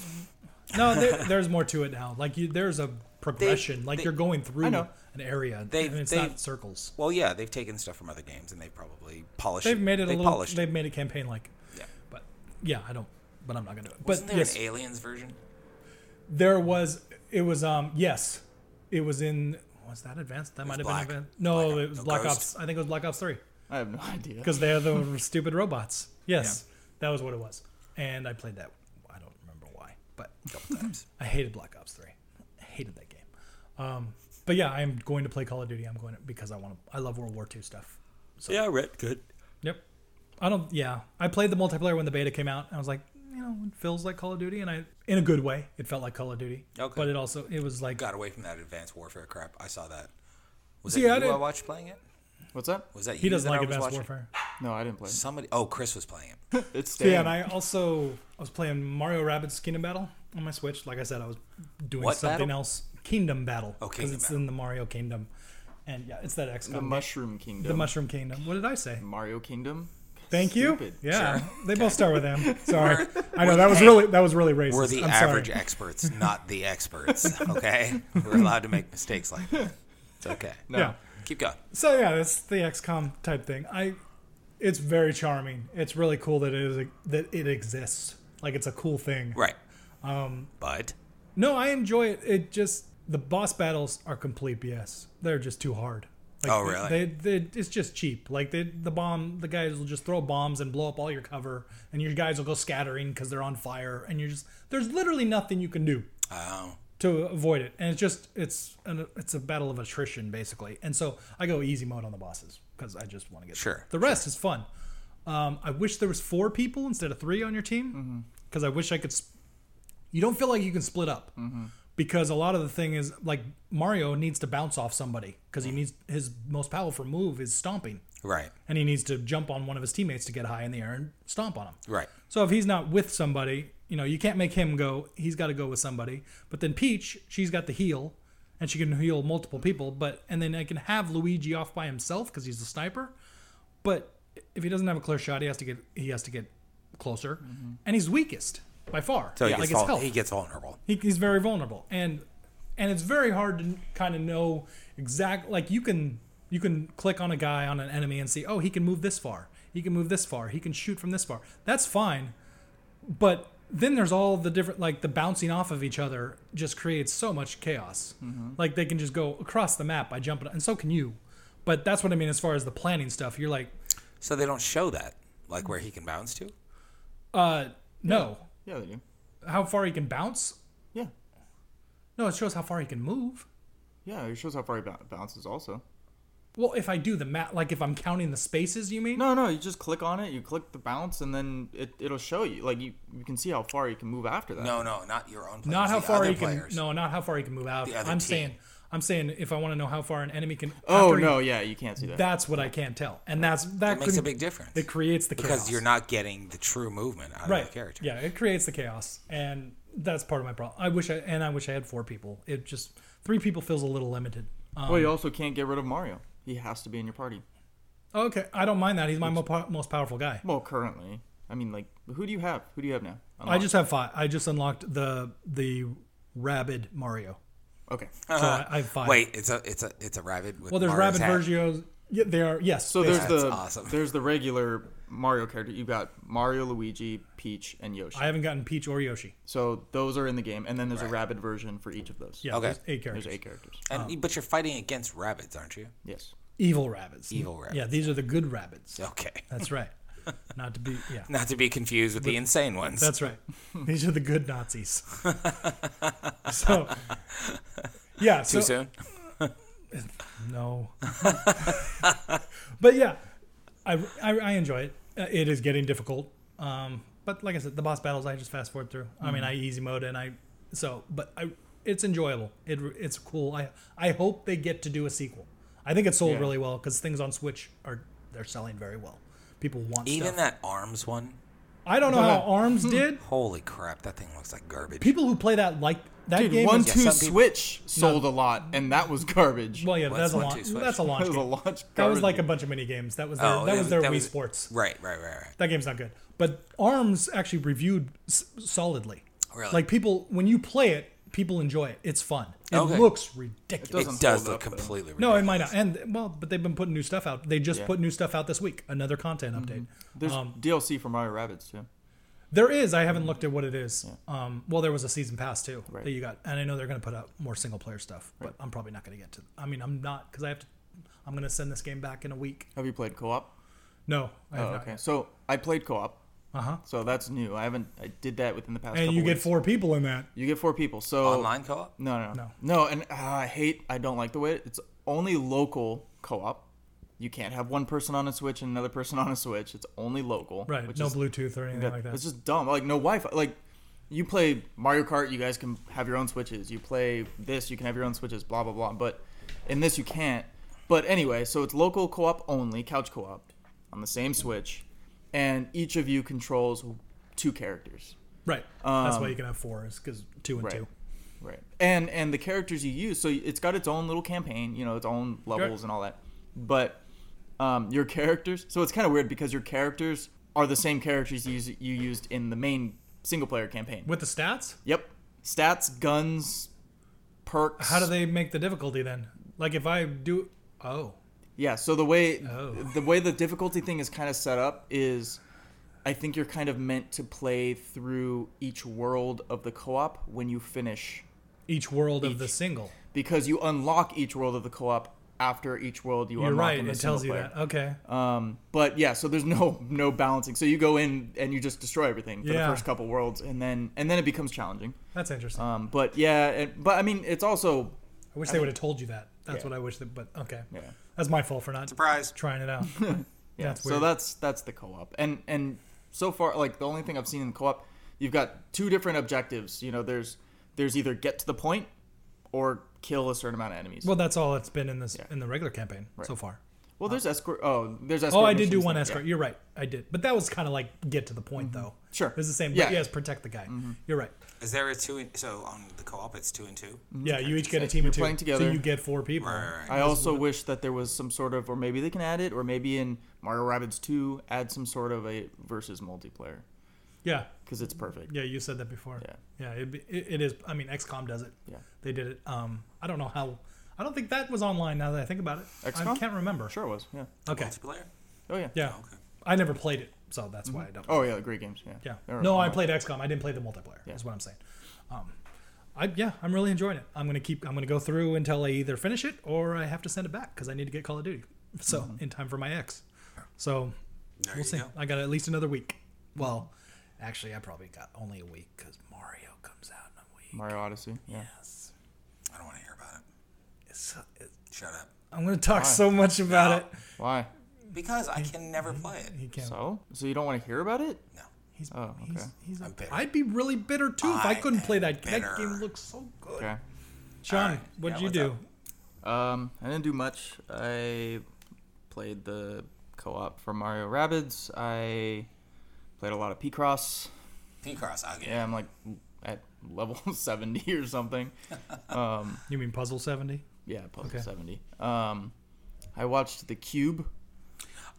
S2: No, there, there's more to it now. Like you, there's a progression. like
S1: they-
S2: you're going through
S3: I know.
S2: an area.
S1: They-
S2: and it's
S1: they-
S2: not circles.
S1: Well, yeah, they've taken stuff from other games and they've probably polished.
S2: They've made it
S1: they
S2: a little.
S1: polished. it.
S2: They've made it campaign like.
S1: Yeah.
S2: But yeah, I don't. But I'm not gonna do it.
S1: Wasn't
S2: but
S1: there
S2: yes,
S1: an Aliens version?
S2: there was. It was. Um. Yes, it was in. Was that advanced? That might have
S1: Black.
S2: been advanced. No,
S1: Black Ops-
S2: it was
S1: no,
S2: Black
S1: Ghost.
S2: Ops. I think it was Black Ops Three.
S3: I have no idea.
S2: because they're the stupid robots. Yes, that was what it was. And I played that. I don't remember why, but
S1: A couple times.
S2: I hated Black Ops Three. I hated that game. Um, but yeah, I'm going to play Call of Duty. I'm going to, because I want to. I love World War II stuff.
S1: Yeah, Red, good.
S2: Yep. I don't. Yeah, I played the multiplayer when the beta came out. And I was like, you know, it feels like Call of Duty, and I in a good way. It felt like Call of Duty.
S1: Okay.
S2: But it also it was like
S1: Got away from that Advanced Warfare crap. I saw that. Was it
S2: See, I
S1: you I
S2: didn't-
S1: watched playing it?
S3: What's that?
S1: Was that you
S2: he doesn't
S1: that I
S2: like
S1: was
S2: Advanced
S1: watching?
S2: Warfare.
S3: No, I didn't play. it.
S1: Somebody. Oh, Chris was playing it.
S3: It's
S2: Yeah,
S3: staying.
S2: and I also I was playing Mario Rabbids Kingdom Battle on my Switch. Like I said, I was doing
S1: What
S2: something
S1: battle?
S2: else. Kingdom Battle.
S1: Oh,
S2: Because
S1: Kingdom
S2: it's
S1: Battle.
S2: in the Mario Kingdom. And yeah, it's that XCOM.
S3: the
S2: game.
S3: Mushroom Kingdom.
S2: The Mushroom Kingdom. What did I say?
S3: Mario Kingdom.
S2: Thank
S3: Stupid.
S2: you. Yeah, they both start with M. Sorry,
S1: We're-
S2: I know that was
S1: hey,
S2: really that was really racist.
S1: We're the
S2: I'm
S1: average
S2: sorry.
S1: experts, not the experts. Okay, we're allowed to make mistakes like that. It's okay.
S3: No.
S2: Yeah.
S1: Keep going.
S2: So yeah, that's the XCOM type thing. I, it's very charming. It's really cool that it is a, that it exists. Like it's a cool thing.
S1: Right. Um. But
S2: No, I enjoy it. It just the boss battles are complete BS. They're just too hard. Like,
S1: Oh, really?
S2: They, they, it's just cheap. Like they, the bomb, the guys will just throw bombs and blow up all your cover, and your guys will go scattering because they're on fire, and you're just there's literally nothing you can do
S1: oh,
S2: to avoid it, and it's just it's an, it's a battle of attrition basically. And so I go easy mode on the bosses because I just want to get
S1: Sure,
S2: The rest is fun. Um, I wish there was four people instead of three on your team because I wish I could. Sp- you don't feel like you can split up because a lot of the thing is like Mario needs to bounce off somebody because he needs his most powerful move is stomping
S1: right.
S2: and he needs to jump on one of his teammates to get high in the air and stomp on him.
S1: Right.
S2: So if he's not with somebody, you know, you can't make him go. He's got to go with somebody. But then Peach, she's got the heal, and she can heal multiple people. But and then I can have Luigi off by himself because he's a sniper. But if he doesn't have a clear shot, he has to get he has to get closer, and he's weakest by far.
S1: Mm-hmm. So he, gets
S2: his
S1: vul-
S2: health.
S1: he gets vulnerable.
S2: He, he's very vulnerable, and and it's very hard to kind of know exact. Like you can you can click on a guy on an enemy and see, oh, he can move this far. He can move this far. He can shoot from this far. That's fine, but then there's all the different like the bouncing off of each other just creates so much chaos. Like they can just go across the map by jumping, and so can you. But that's what I mean as far as the planning stuff. You're like,
S1: So they don't show that, like where he can bounce to.
S2: uh, no,
S3: Yeah, they do.
S2: how far he can bounce?
S3: Yeah.
S2: No, it shows how far he can move.
S3: Yeah, it shows how far he bou- bounces also.
S2: Well, if I do the math, like if I'm counting the spaces, you mean?
S3: No, no, you just click on it, you click the bounce, and then it, it'll show you. Like, you, you can see how far you can move after that.
S1: No, no, not your own. Players,
S2: not how
S1: the
S2: far
S1: other
S2: he can.
S1: players.
S2: No, not how far he can move out.
S1: The
S2: I'm
S1: other team.
S2: saying, I'm saying, if I want to know how far an enemy can.
S3: Oh,
S2: after he-
S3: no, yeah, you can't see that.
S2: that's what I can't tell, and that's that
S1: It makes a
S2: couldn't-
S1: big difference
S2: It creates the
S1: because
S2: chaos.
S1: you're not getting the true movement out
S2: right.
S1: of the character.
S2: Yeah, it creates the chaos, and that's part of my problem. I wish I and I wish I had four people. It just three people feels a little limited. Um,
S3: well, you also can't get rid of Mario. He has to be in your party.
S2: Oh, okay, I don't mind that. He's my mo- po- most powerful guy.
S3: Well, currently, I mean, like, who do you have? Who do you have now?
S2: I just have five. I just unlocked the the rabid Mario.
S3: okay.
S2: So
S1: Uh-huh.
S2: I, I have five.
S1: Wait, it's a it's a it's a rabbit. With
S2: Well, Oh,
S1: Mario's
S2: there's rabid
S1: hat.
S2: Vergios. Yeah, they are. Yes.
S3: So there's
S1: That's
S3: the
S1: awesome.
S3: there's the regular Mario character. You got Mario, Luigi, Peach, and Yoshi.
S2: I haven't gotten Peach or Yoshi.
S3: so those are in the game, and then there's a rabid version for each of those.
S2: Yeah.
S1: Okay.
S2: There's eight characters.
S3: There's eight characters.
S1: And, but you're fighting against rabbits, aren't you?
S3: Yes.
S2: Evil rabbits.
S1: Evil
S2: Yeah,
S1: rabbits,
S2: these are the good rabbits.
S1: Okay.
S2: That's right. Not to be. Yeah.
S1: Not to be confused with the insane ones.
S2: That's right. These are the good Nazis. so, yeah.
S1: too
S2: So,
S1: soon.
S2: No. but yeah, I, I, I enjoy it. Uh, It is getting difficult. Um, but like I said, the boss battles I just fast forward through. I
S3: Mm-hmm.
S2: mean, I easy mode and I so, but I it's enjoyable. It it's cool. I I hope they get to do a sequel. I think it sold
S3: Yeah.
S2: really well because things on Switch are they're selling very well. People want
S1: Even
S2: stuff.
S1: that arms one.
S2: I don't know how
S3: Hmm.
S2: Arms did.
S1: Holy crap! That thing looks like garbage.
S2: People who play that like that
S3: Dude,
S2: game.
S3: one
S2: is-
S1: Yeah,
S3: two
S1: some people-
S3: switch sold a lot, and that was garbage.
S2: well, yeah,
S1: What's
S2: that's a
S1: one,
S2: launch.
S1: two, switch?
S2: That's a launch.
S3: that was a
S2: game.
S3: launch. Garbage.
S2: That was like a bunch of mini games. That was their,
S1: Oh,
S2: that
S1: that
S2: was
S1: was-
S2: their
S1: that
S2: Wii
S1: was-
S2: Sports.
S1: Right, right, right, right.
S2: that game's not good. But Arms actually reviewed s- solidly.
S1: Really?
S2: Like people, when you play it, people enjoy it. It's fun. It
S1: Okay.
S2: looks ridiculous.
S1: It
S3: doesn't
S1: does
S3: hold
S1: look
S3: up, though.
S1: completely.
S2: no, it
S1: ridiculous.
S2: might not. And well, but they've been putting new stuff out. They just
S3: Yeah. Mm-hmm.
S2: put new stuff out this week. Another content update.
S3: There's
S2: Um,
S3: DLC for Mario Rabbids too.
S2: There is. I haven't looked at what it is. Um, well, there was a season pass too that you got, and I know they're going to put out more single player stuff. But I'm probably not going to get to. I mean, I'm not because I have to. I'm going to send this game back in a week.
S3: Have you played co-op?
S2: No, I
S3: Oh,
S2: have not.
S3: okay. So I played co-op.
S2: Uh huh.
S3: So that's new. I haven't. I did that within the past.
S2: And
S3: couple
S2: you get
S3: weeks.
S2: four people in that.
S3: You get four people. So
S1: Online co-op.
S3: No, no,
S2: No.
S3: no. No, and uh, I hate. I don't like the way it's only local co-op. You can't have one person on a Switch and another person on a Switch. It's only local.
S2: Right.
S3: which
S2: no
S3: is-
S2: Bluetooth or anything
S3: that-
S2: like that.
S3: It's just dumb. Like no Wi-Fi. Like you play Mario Kart, you guys can have your own switches. You play this, you can have your own switches. Blah blah blah. But in this, you can't. But anyway, so it's local co-op only, couch co-op, on the same Switch, and each of you controls two characters.
S2: Right. That's why you can have four is because two and
S3: Right.
S2: two.
S3: Right. And and the characters you use, so it's got its own little campaign, you know, its own levels and all that. But um, your characters, so it's kind of weird because your characters are the same characters you, use- you used in the main single player campaign.
S2: With the stats,
S3: Yep. Stats, guns, perks.
S2: how do they make the difficulty then? Like if I do, oh,
S3: Yeah, so the way
S2: Oh.
S3: the way the difficulty thing is kind of set up is I think you're kind of meant to play through each world of the co-op when you finish
S2: each world of the single.
S3: because you unlock each world of the co-op after each world you
S2: You're
S3: unlock
S2: right.
S3: in the
S2: It tells you
S3: single
S2: that. Okay.
S3: player. Um, but yeah, so there's no no balancing. So you go in and you just destroy everything for
S2: Yeah.
S3: the first couple worlds, and then and then it becomes challenging.
S2: That's interesting.
S3: Um, but yeah, and, but I mean, it's also
S2: I wish they would have told you that. That's
S3: yeah.
S2: what I wish that, but okay.
S3: yeah, yeah.
S2: That's my fault for not
S1: Surprise.
S2: trying it out. That's
S3: so
S2: weird.
S3: that's that's the co-op, and and so far, like the only thing I've seen in co-op, you've got two different objectives. You know, there's there's either get to the point or kill a certain amount of enemies.
S2: well, that's all it's been in this
S3: Yeah.
S2: in the regular campaign so far.
S3: Well, there's escort. Oh, there's escort.
S2: uh, Oh, I did do
S3: missions
S2: one
S3: now, yeah. Mm-hmm.
S2: escort. You're right. I did, but that was kind of like get to the point though.
S3: Sure.
S2: It was the same.
S3: Yeah. Mm-hmm.
S2: Yes, protect the guy. You're right.
S1: Is there a two? In, so on the co-op, it's two uh, and 2
S2: Yeah, you each get a team
S3: You're
S2: of two,
S3: playing
S2: so
S3: together.
S2: you get four people.
S1: Right, right, right.
S3: I also wish that there was some sort of, or maybe they can add it, or maybe in Mario Rabbids 2, add some sort of a versus multiplayer
S2: Yeah,
S3: because it's perfect.
S2: Yeah, you said that before.
S3: Yeah.
S2: Yeah, it'd be, it, it is. I mean, XCOM does it.
S3: Yeah.
S2: They did it. Um, I don't know how. I don't think that was online. Now that I think about it, I
S3: XCOM?
S2: can't remember.
S3: Sure was. Yeah.
S2: Okay.
S1: Multiplayer.
S3: Oh yeah.
S2: Uh, Yeah.
S1: okay.
S2: I never played it, so that's why I don't.
S3: Oh yeah. Great games. Yeah.
S2: Yeah.
S3: They're-
S2: No, I
S3: oh,
S2: played XCOM. I didn't play the multiplayer.
S3: Yeah.
S2: Is what I'm saying. Um, I yeah, I'm really enjoying it. I'm gonna keep. I'm gonna go through until I either finish it or I have to send it back because I need to get Call of Duty. So
S3: Mm-hmm.
S2: in time for my X. So
S1: There you
S2: we'll see.
S1: go.
S2: I got at least another week.
S3: Mm-hmm.
S2: Well, actually, I probably got only a week because Mario comes out in a week.
S3: Mario Odyssey. Yeah.
S1: I don't want to hear about it.
S2: It's, uh, it's
S1: Shut up.
S2: I'm going to talk so much about it.
S3: Why?
S1: Because I can never play it.
S2: He can't.
S3: So? So you don't want to hear about it?
S1: No.
S2: He's,
S3: Oh,
S2: he's,
S3: okay.
S2: he's a,
S1: bitter.
S2: I'd be really bitter too if I
S1: I
S2: couldn't play
S1: am
S2: that. That
S1: bitter.
S2: game looks so good.
S3: Okay.
S2: Sean,
S1: All right.
S2: what'd
S1: Yeah,
S2: you do?
S1: what's
S3: Um, I didn't do much. I played the co-op for Mario Rabbids. I played a lot of P-Cross.
S1: P cross. I'll get
S3: Yeah, I'm like at level 70 or something. Um,
S2: You mean Puzzle 70?
S3: yeah, puzzle
S2: Okay.
S3: 70. Um, I watched The Cube.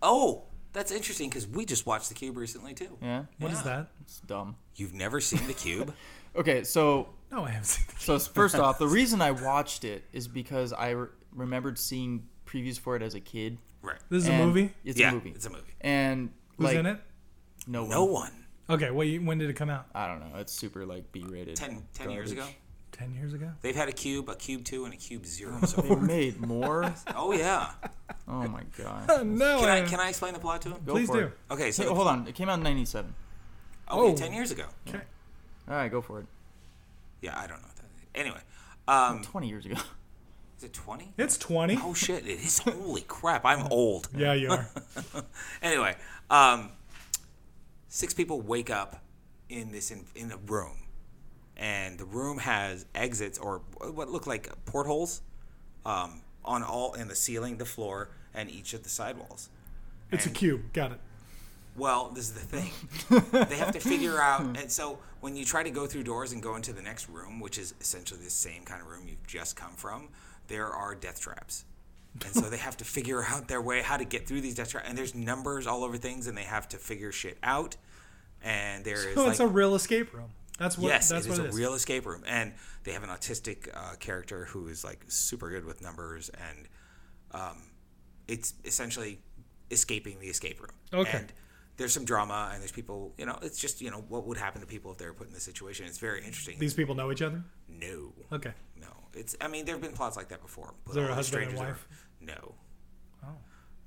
S1: Oh, that's interesting because we just watched The Cube recently too.
S3: Yeah,
S2: What is
S1: Yeah.
S2: that?
S3: it's dumb.
S1: You've never seen The Cube?
S3: Okay, so
S2: No, I haven't seen that.
S3: so first off, the reason I watched it is because I re- remembered seeing previews for it as a kid.
S1: right.
S2: This is a
S3: And
S2: movie.
S3: It's
S1: yeah,
S3: a movie.
S1: It's a movie.
S3: and
S2: Who's
S3: like,
S2: in it?
S3: No,
S1: No
S3: one.
S1: one.
S2: Okay, wait, when did it come out?
S3: I don't know. It's super like B-rated.
S1: Ten, ten years ago,
S3: garbage.
S2: Ten years ago.
S1: they've had a cube, a cube two, and a cube zero. So
S3: They made more.
S1: oh yeah.
S3: Oh my god.
S2: Uh, No,
S1: Can
S2: I,
S1: I can I explain the plot to him?
S3: Go
S2: please
S3: for
S2: do.
S3: It.
S1: Okay, so
S3: Hey, hold on. It came out in '97.
S1: oh, yeah,
S2: Oh.
S1: ten years ago.
S2: Okay.
S3: All right, go for it.
S1: Yeah, I don't know what that. Is. Anyway, um,
S3: 20 years ago.
S1: is it twenty?
S2: It's twenty.
S1: Oh shit! It is. Holy crap! I'm old.
S2: Yeah, you are.
S1: Anyway, um, six people wake up in this in, in a room, and the room has exits or what look like portholes um, on all in the ceiling, the floor, and each of the sidewalls.
S2: It's a cube. Got it.
S1: Well, this is the thing. they have to figure out. And so when you try to go through doors and go into the next room, which is essentially the same kind of room you've just come from, there are death traps. And so they have to figure out their way how to get through these death traps. And there's numbers all over things, and they have to figure shit out. And there is
S2: No,
S1: like,
S2: Oh, it's a real escape room. That's what.
S1: yes,
S2: that's
S1: it is
S2: what
S1: a real escape room, and they have an autistic uh, character who is like super good with numbers, and um, it's essentially escaping the escape room.
S2: Okay.
S1: And there's some drama, and there's people. You know, it's just you know what would happen to people if they were put in this situation. It's very interesting.
S2: These people know each other.
S1: no,
S2: Okay.
S1: no, it's. I mean, there have been plots like that before. Is
S2: Uh, there a husband and wife?
S1: no.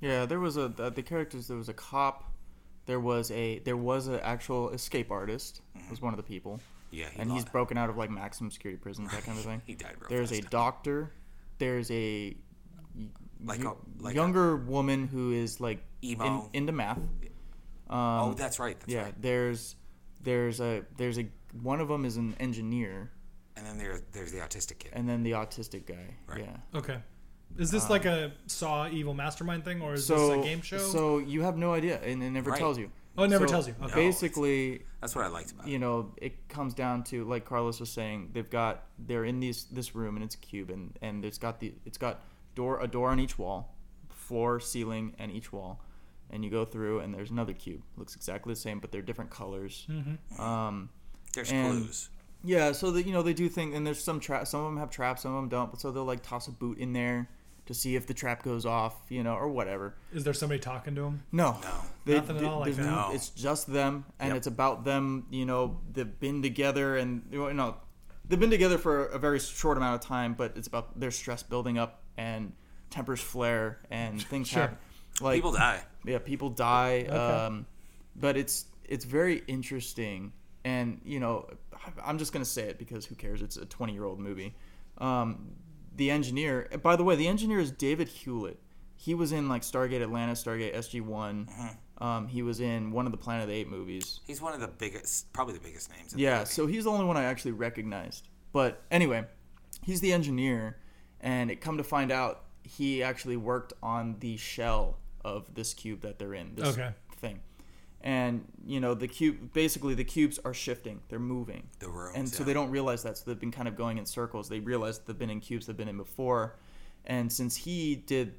S3: Yeah, there was a uh, the, the characters. There was a cop. There was a there was an actual escape artist. Was one of the people,
S1: Mm-hmm. Yeah, he
S3: and he's
S1: li-
S3: broken out of like maximum security prisons, that kind of thing.
S1: he died real
S3: There's a
S1: fast.
S3: doctor. There's a
S1: like a like a-
S3: younger woman who is like
S1: Emo.
S3: In, into math.
S1: oh, that's right. That's
S3: Yeah,
S1: right.
S3: there's there's a there's a one of them is an engineer,
S1: And then there there's the autistic kid.
S3: and then the autistic guy.
S1: Right.
S3: Yeah.
S2: Okay. Is
S1: Uh,
S2: this like a Saw Evil Mastermind thing, or is
S3: So
S2: this a game show?
S3: So you have no idea, and it never
S1: Right.
S3: tells you.
S2: Oh, it never
S3: So
S2: tells you. Okay.
S1: No.
S3: Basically,
S1: That's what I liked about. it.
S3: you know, it comes down to like Carlos was saying, they've got they're in these this room and it's a cube and and it's got the it's got door a door on each wall, floor, ceiling, and each wall, and you go through and there's another cube. Looks exactly the same, but they're different colors.
S2: Hmm.
S3: Um,
S1: There's
S3: and-
S1: clues.
S3: yeah, so that you know they do think, and there's some trap. Some of them have traps, some of them don't. But so they'll like toss a boot in there to see if the trap goes off, you know, or whatever.
S2: Is there somebody talking to him?
S3: No,
S1: No.
S3: They-
S2: Nothing at all like
S3: there's
S2: that.
S1: No.
S3: It's just them, and
S1: Yep.
S3: it's about them. You know, they've been together, and you know, they've been together for a very short amount of time. But it's about their stress building up, and tempers flare, and things
S2: Sure.
S3: happen. Like
S1: People die.
S3: yeah, people die. Um, but it's it's very interesting, and you know, I- I'm just gonna say it because who cares? It's a 20 year old movie. Um, the engineer, by the way, the engineer is David Hewlett. He was in like Stargate Atlanta, Stargate SG One. Um, he was in one of the Planet of the Eight movies.
S1: He's one of the biggest, probably the biggest names. in the
S3: Yeah,
S1: movie.
S3: so he's the only one I actually recognized. But anyway, he's the engineer, and it come to find out he actually worked on the shell of this cube that they're in. This
S2: Okay.
S3: thing. And you know the cube. Basically, the cubes are shifting; they're moving.
S1: The rooms,
S3: and so
S1: yeah.
S3: they don't realize that. So they've been kind of going in circles. They realize that they've been in cubes they've been in before. And since he did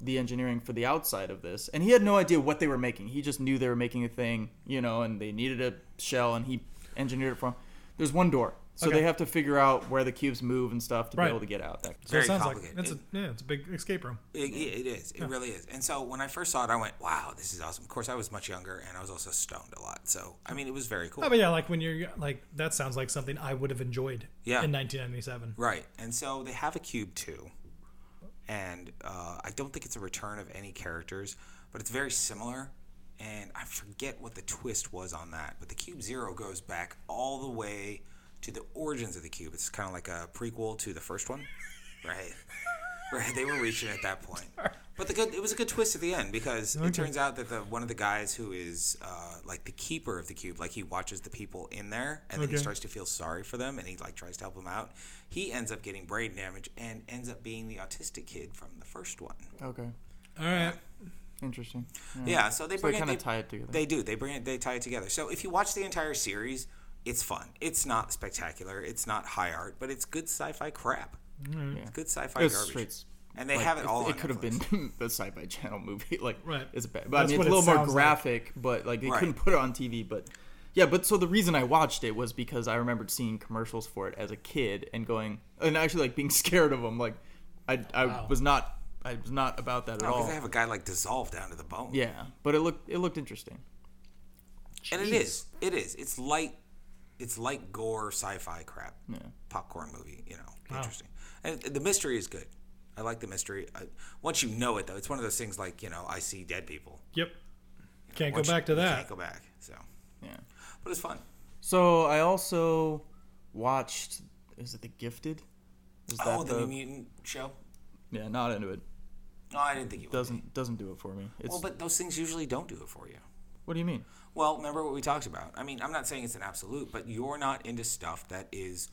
S3: the engineering for the outside of this, and he had no idea what they were making. He just knew they were making a thing, you know, and they needed a shell, and he engineered it from. There's one door, so
S2: Okay.
S3: they have to figure out where the cubes move and stuff to
S2: Right.
S3: be able to get out. That-
S2: So it
S1: Very
S2: sounds
S1: complicated.
S2: like it's a yeah, it's a big escape room.
S1: It, it is. It really is. And so when I first saw it, I went, "Wow, this is awesome." Of course, I was much younger, and I was also stoned a lot. So I mean, it was very cool.
S2: Oh, but yeah, like when you're like that sounds like something I would have enjoyed.
S1: Yeah.
S2: In 1997.
S1: Right. And so they have a cube too. And uh, I don't think it's a return of any characters, but it's very similar. And I forget what the twist was on that, but the Cube Zero goes back all the way to the origins of the Cube. It's kind of like a prequel to the first one, right? Right. They were reaching at that point, but the good it was a good twist at the end because it turns out that the one of the guys who is uh, like the keeper of the cube, like he watches the people in there, and then he
S2: Okay.
S1: starts to feel sorry for them, and he like tries to help them out. He ends up getting brain damage and ends up being the autistic kid from the first one.
S3: Okay,
S2: All right.
S3: interesting.
S1: Yeah, so they
S3: So they
S1: bring
S3: kind
S1: it.
S3: of
S1: They,
S3: tie it together.
S1: they do. They bring it. They tie it together. So if you watch the entire series, it's fun. It's not spectacular. It's not high art, but it's good sci-fi crap. It's good sci-fi
S3: it's
S1: garbage.
S3: straight,
S1: And they
S3: like,
S1: have it
S3: if-
S1: all.
S3: It could have been the Sci-Fi Channel movie, like
S2: Right.
S3: It's bad, but
S2: That's
S3: I mean,
S2: what it
S3: it's a little more
S2: sounds like.
S3: graphic. But like, they
S1: Right.
S3: couldn't put it on TV. But yeah, but so the reason I watched it was because I remembered seeing commercials for it as a kid and going, and actually like being scared of them. Like, I I
S2: Wow.
S3: was not I was not about that at
S1: Because
S3: all.
S1: they have a guy like dissolved down to the bone.
S3: Oh. Yeah, but it looked it looked interesting.
S1: and it is. It is. It's light. It's light gore sci-fi crap. Popcorn movie. You know, interesting. And the mystery is good. I like the mystery. I, once you know it, though, it's one of those things like you know, I see dead people.
S2: Yep. Can't go
S1: Once you-
S2: back to
S1: you
S2: that.
S1: Can't go back. So,
S3: Yeah.
S1: but it's fun.
S3: So I also watched. Is it The Gifted? Is
S1: Oh, the, New Mutant show.
S3: yeah, not into it.
S1: No, I didn't think you would.
S3: Doesn't doesn't do it for me. It's
S1: Well, but those things usually don't do it for you.
S3: what do you mean?
S1: Well, remember what we talked about. I mean, I'm not saying it's an absolute, but you're not into stuff that is.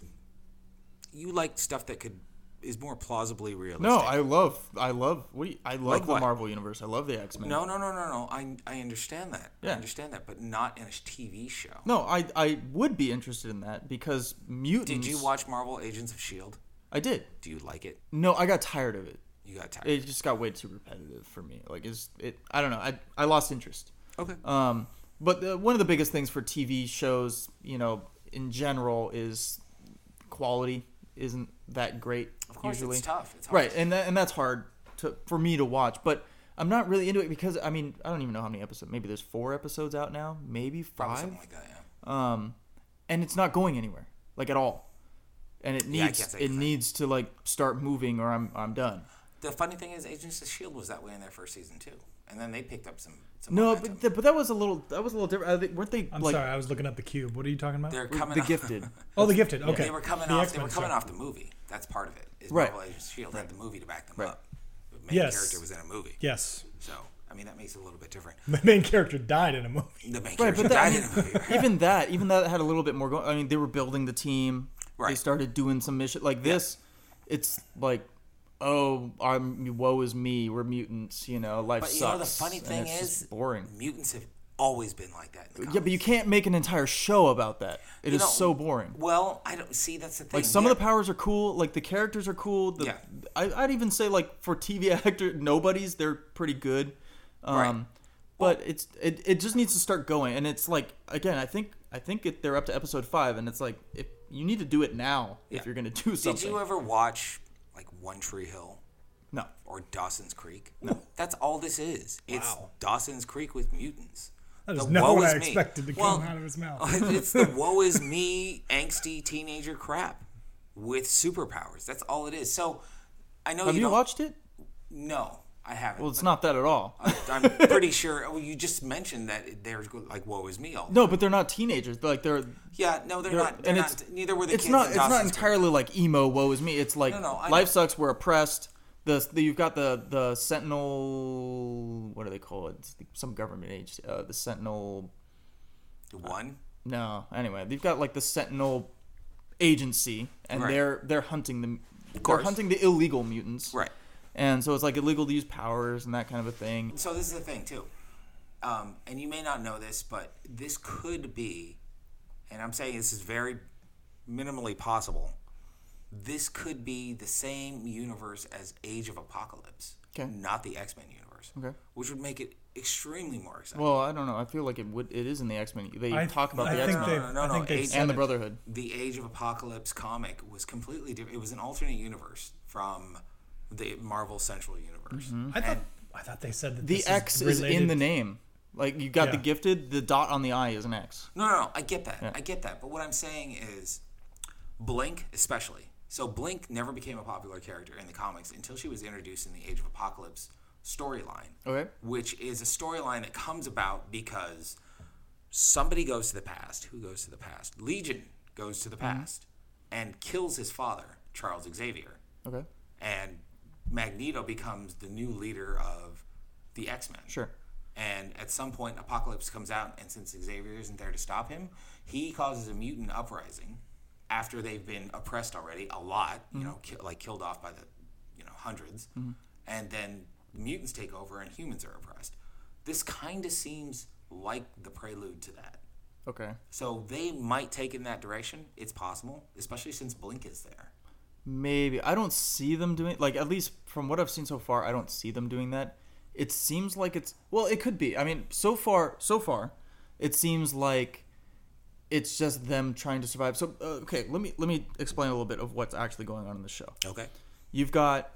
S1: You like stuff that could is more plausibly realistic.
S3: No, I love I love what do you, I love
S1: Like
S3: the
S1: what?
S3: Marvel universe. I love the X Men.
S1: no, no, no, no, no. I I understand that. I
S3: Yeah. Mm-hmm.
S1: understand that, but not in a TV show.
S3: No, I I would be interested in that because mutants.
S1: Did you watch Marvel Agents of Shield?
S3: I did.
S1: E Do you like it?
S3: No, I got tired of it.
S1: You got tired.
S3: It just got way too repetitive for me. Like is it? I don't know. I I lost interest.
S1: okay.
S3: Um, but the, one of the biggest things for TV shows, you know, in general, is quality isn't that great.
S1: Of course,
S3: usually.
S1: it's tough. It's hard.
S3: Right, and that, and that's hard to, for me to watch, but I'm not really into it because I mean I don't even know how many episodes. Maybe there's four episodes out now, maybe
S1: Probably
S3: five.
S1: something like that. Yeah.
S3: Um, and it's not going anywhere, like at all. And it
S1: Yeah, I
S3: needs
S1: can't say
S3: it
S1: that.
S3: needs to like start moving, or I'm I'm done.
S1: The funny thing is, Agents of Shield E was that way in their first season too, and then they picked up some. some
S3: No,
S1: momentum.
S3: but th- but that was a little that was a little different. I think, weren't they
S2: I'm
S3: like
S2: sorry, I was looking up the cube. What are you talking about?
S1: they're
S3: the
S1: coming. off-
S3: gifted?
S2: oh, the gifted. Okay.
S1: They were coming
S2: The
S1: off.
S2: X-Men
S1: they were coming
S2: stuff.
S1: off the movie. That's part of it. Is
S3: Right.
S1: Marvel Agents of Shield E had the movie to back them
S3: Right.
S1: up. The main
S2: Yes.
S1: character was in a movie.
S2: Yes.
S1: So I mean that makes it a little bit different.
S2: The main character died in a movie.
S1: The main
S3: Right,
S1: character
S3: but
S1: died
S3: that, I
S1: in a movie.
S3: mean, even that, even that had a little bit more going. I mean, they were building the team. They
S1: Right.
S3: started doing some mission like this. It's like, oh, I'm woe is me. We're mutants. You know, life
S1: But
S3: sucks.
S1: you know the funny
S3: and
S1: thing
S3: it's just
S1: is
S3: boring.
S1: Mutants have always been like that. In the
S3: Yeah, but you can't make an entire show about that. It
S1: You
S3: is
S1: know,
S3: so boring.
S1: Well, I don't see. That's the thing.
S3: Like some
S1: Yeah.
S3: of the powers are cool. Like the characters are cool. The,
S1: Yeah.
S3: I, I'd even say like for TV actor, nobodies they're pretty good. Um,
S1: Right.
S3: But it's it, it just needs to start going, and it's like again, I think I think it, they're up to episode five, and it's like if you need to do it now
S1: Yeah.
S3: if you're gonna do
S1: Did
S3: something.
S1: you ever watch like One Tree Hill
S3: no,
S1: or Dawson's Creek? No. That's all this is. It's Dawson's Creek with mutants.
S2: That is
S1: The
S2: not
S1: woe
S2: what I
S1: is me.
S2: expected to
S1: Well,
S2: come out of his mouth.
S1: it's the woe is me angsty teenager crap with superpowers. That's all it is. So I know
S3: have
S1: you,
S3: you
S1: don't,
S3: watched it?
S1: No, I haven't.
S3: Well, it's not that at all.
S1: I'm pretty sure. Well, you just mentioned that they're like woe is me all.
S3: No, but they're not teenagers. They're like they're.
S1: Yeah, no, they're,
S3: they're-
S1: not. They're
S3: and
S1: not.
S3: it's-
S1: neither were the
S3: it's
S1: kids.
S3: not
S1: in
S3: it's not
S1: Dawson's Creek.
S3: entirely like emo woe is me it's like
S1: No, no, I
S3: life
S1: know.
S3: sucks we're oppressed the the- you've got the the sentinel what do they call it It's the- some government agency uh, the sentinel
S1: One.
S3: no anyway you've got like the sentinel agency and
S1: Right.
S3: they're they're hunting the they're
S1: course.
S3: hunting the illegal mutants
S1: Right.
S3: and so it's like illegal to use powers and that kind of a thing
S1: So this is the thing too, um, and you may not know this, but this could be, and I'm saying this is very minimally possible. This could be the same universe as Age of Apocalypse,
S3: Okay.
S1: not the X Men universe,
S3: Okay.
S1: which would make it extremely more exciting.
S3: well i don't know i feel like it would it is in the x-men they
S2: I
S3: talk about
S2: I
S3: the
S2: think
S3: x-men
S2: they-
S1: No, no, no,
S2: I
S1: no,
S2: think they
S1: eight-
S2: said
S3: and the
S2: it.
S3: brotherhood
S1: the Age of Apocalypse comic was completely different. It was an alternate universe from the Marvel Central universe.
S3: Mm-hmm.
S2: I thought I thought they said that
S3: the
S2: this
S3: x
S2: is,
S3: is in the
S2: related-
S3: name like you got the
S2: Yeah.
S3: gifted the dot on the i is an x
S1: No, no, no. I get that. I get that. But what I'm saying is, Blink, especially. So Blink never became a popular character in the comics until she was introduced in the Age of Apocalypse storyline,
S3: Okay.
S1: which is a storyline that comes about because somebody goes to the past. Who goes to the past? Legion goes to the past and kills his father, Charles Xavier,
S3: Okay.
S1: and Magneto becomes the new leader of the X Men.
S3: Sure.
S1: And at some point, Apocalypse comes out, and since Xavier isn't there to stop him, he causes a mutant uprising after they've been oppressed already a lot, you know, ki- like killed off by the, you know, 100s And then mutants take over and humans are oppressed. This kind of seems like the prelude to that.
S3: Okay.
S1: So they might take it in that direction. It's possible, especially since Blink is there.
S3: Maybe I don't see them doing like at least from what I've seen so far, I don't see them doing that. It seems like it's well, it could be. I mean, so far, so far, it seems like it's just them trying to survive. So uh, okay, let me let me explain a little bit of what's actually going on in the show.
S1: Okay.
S3: You've got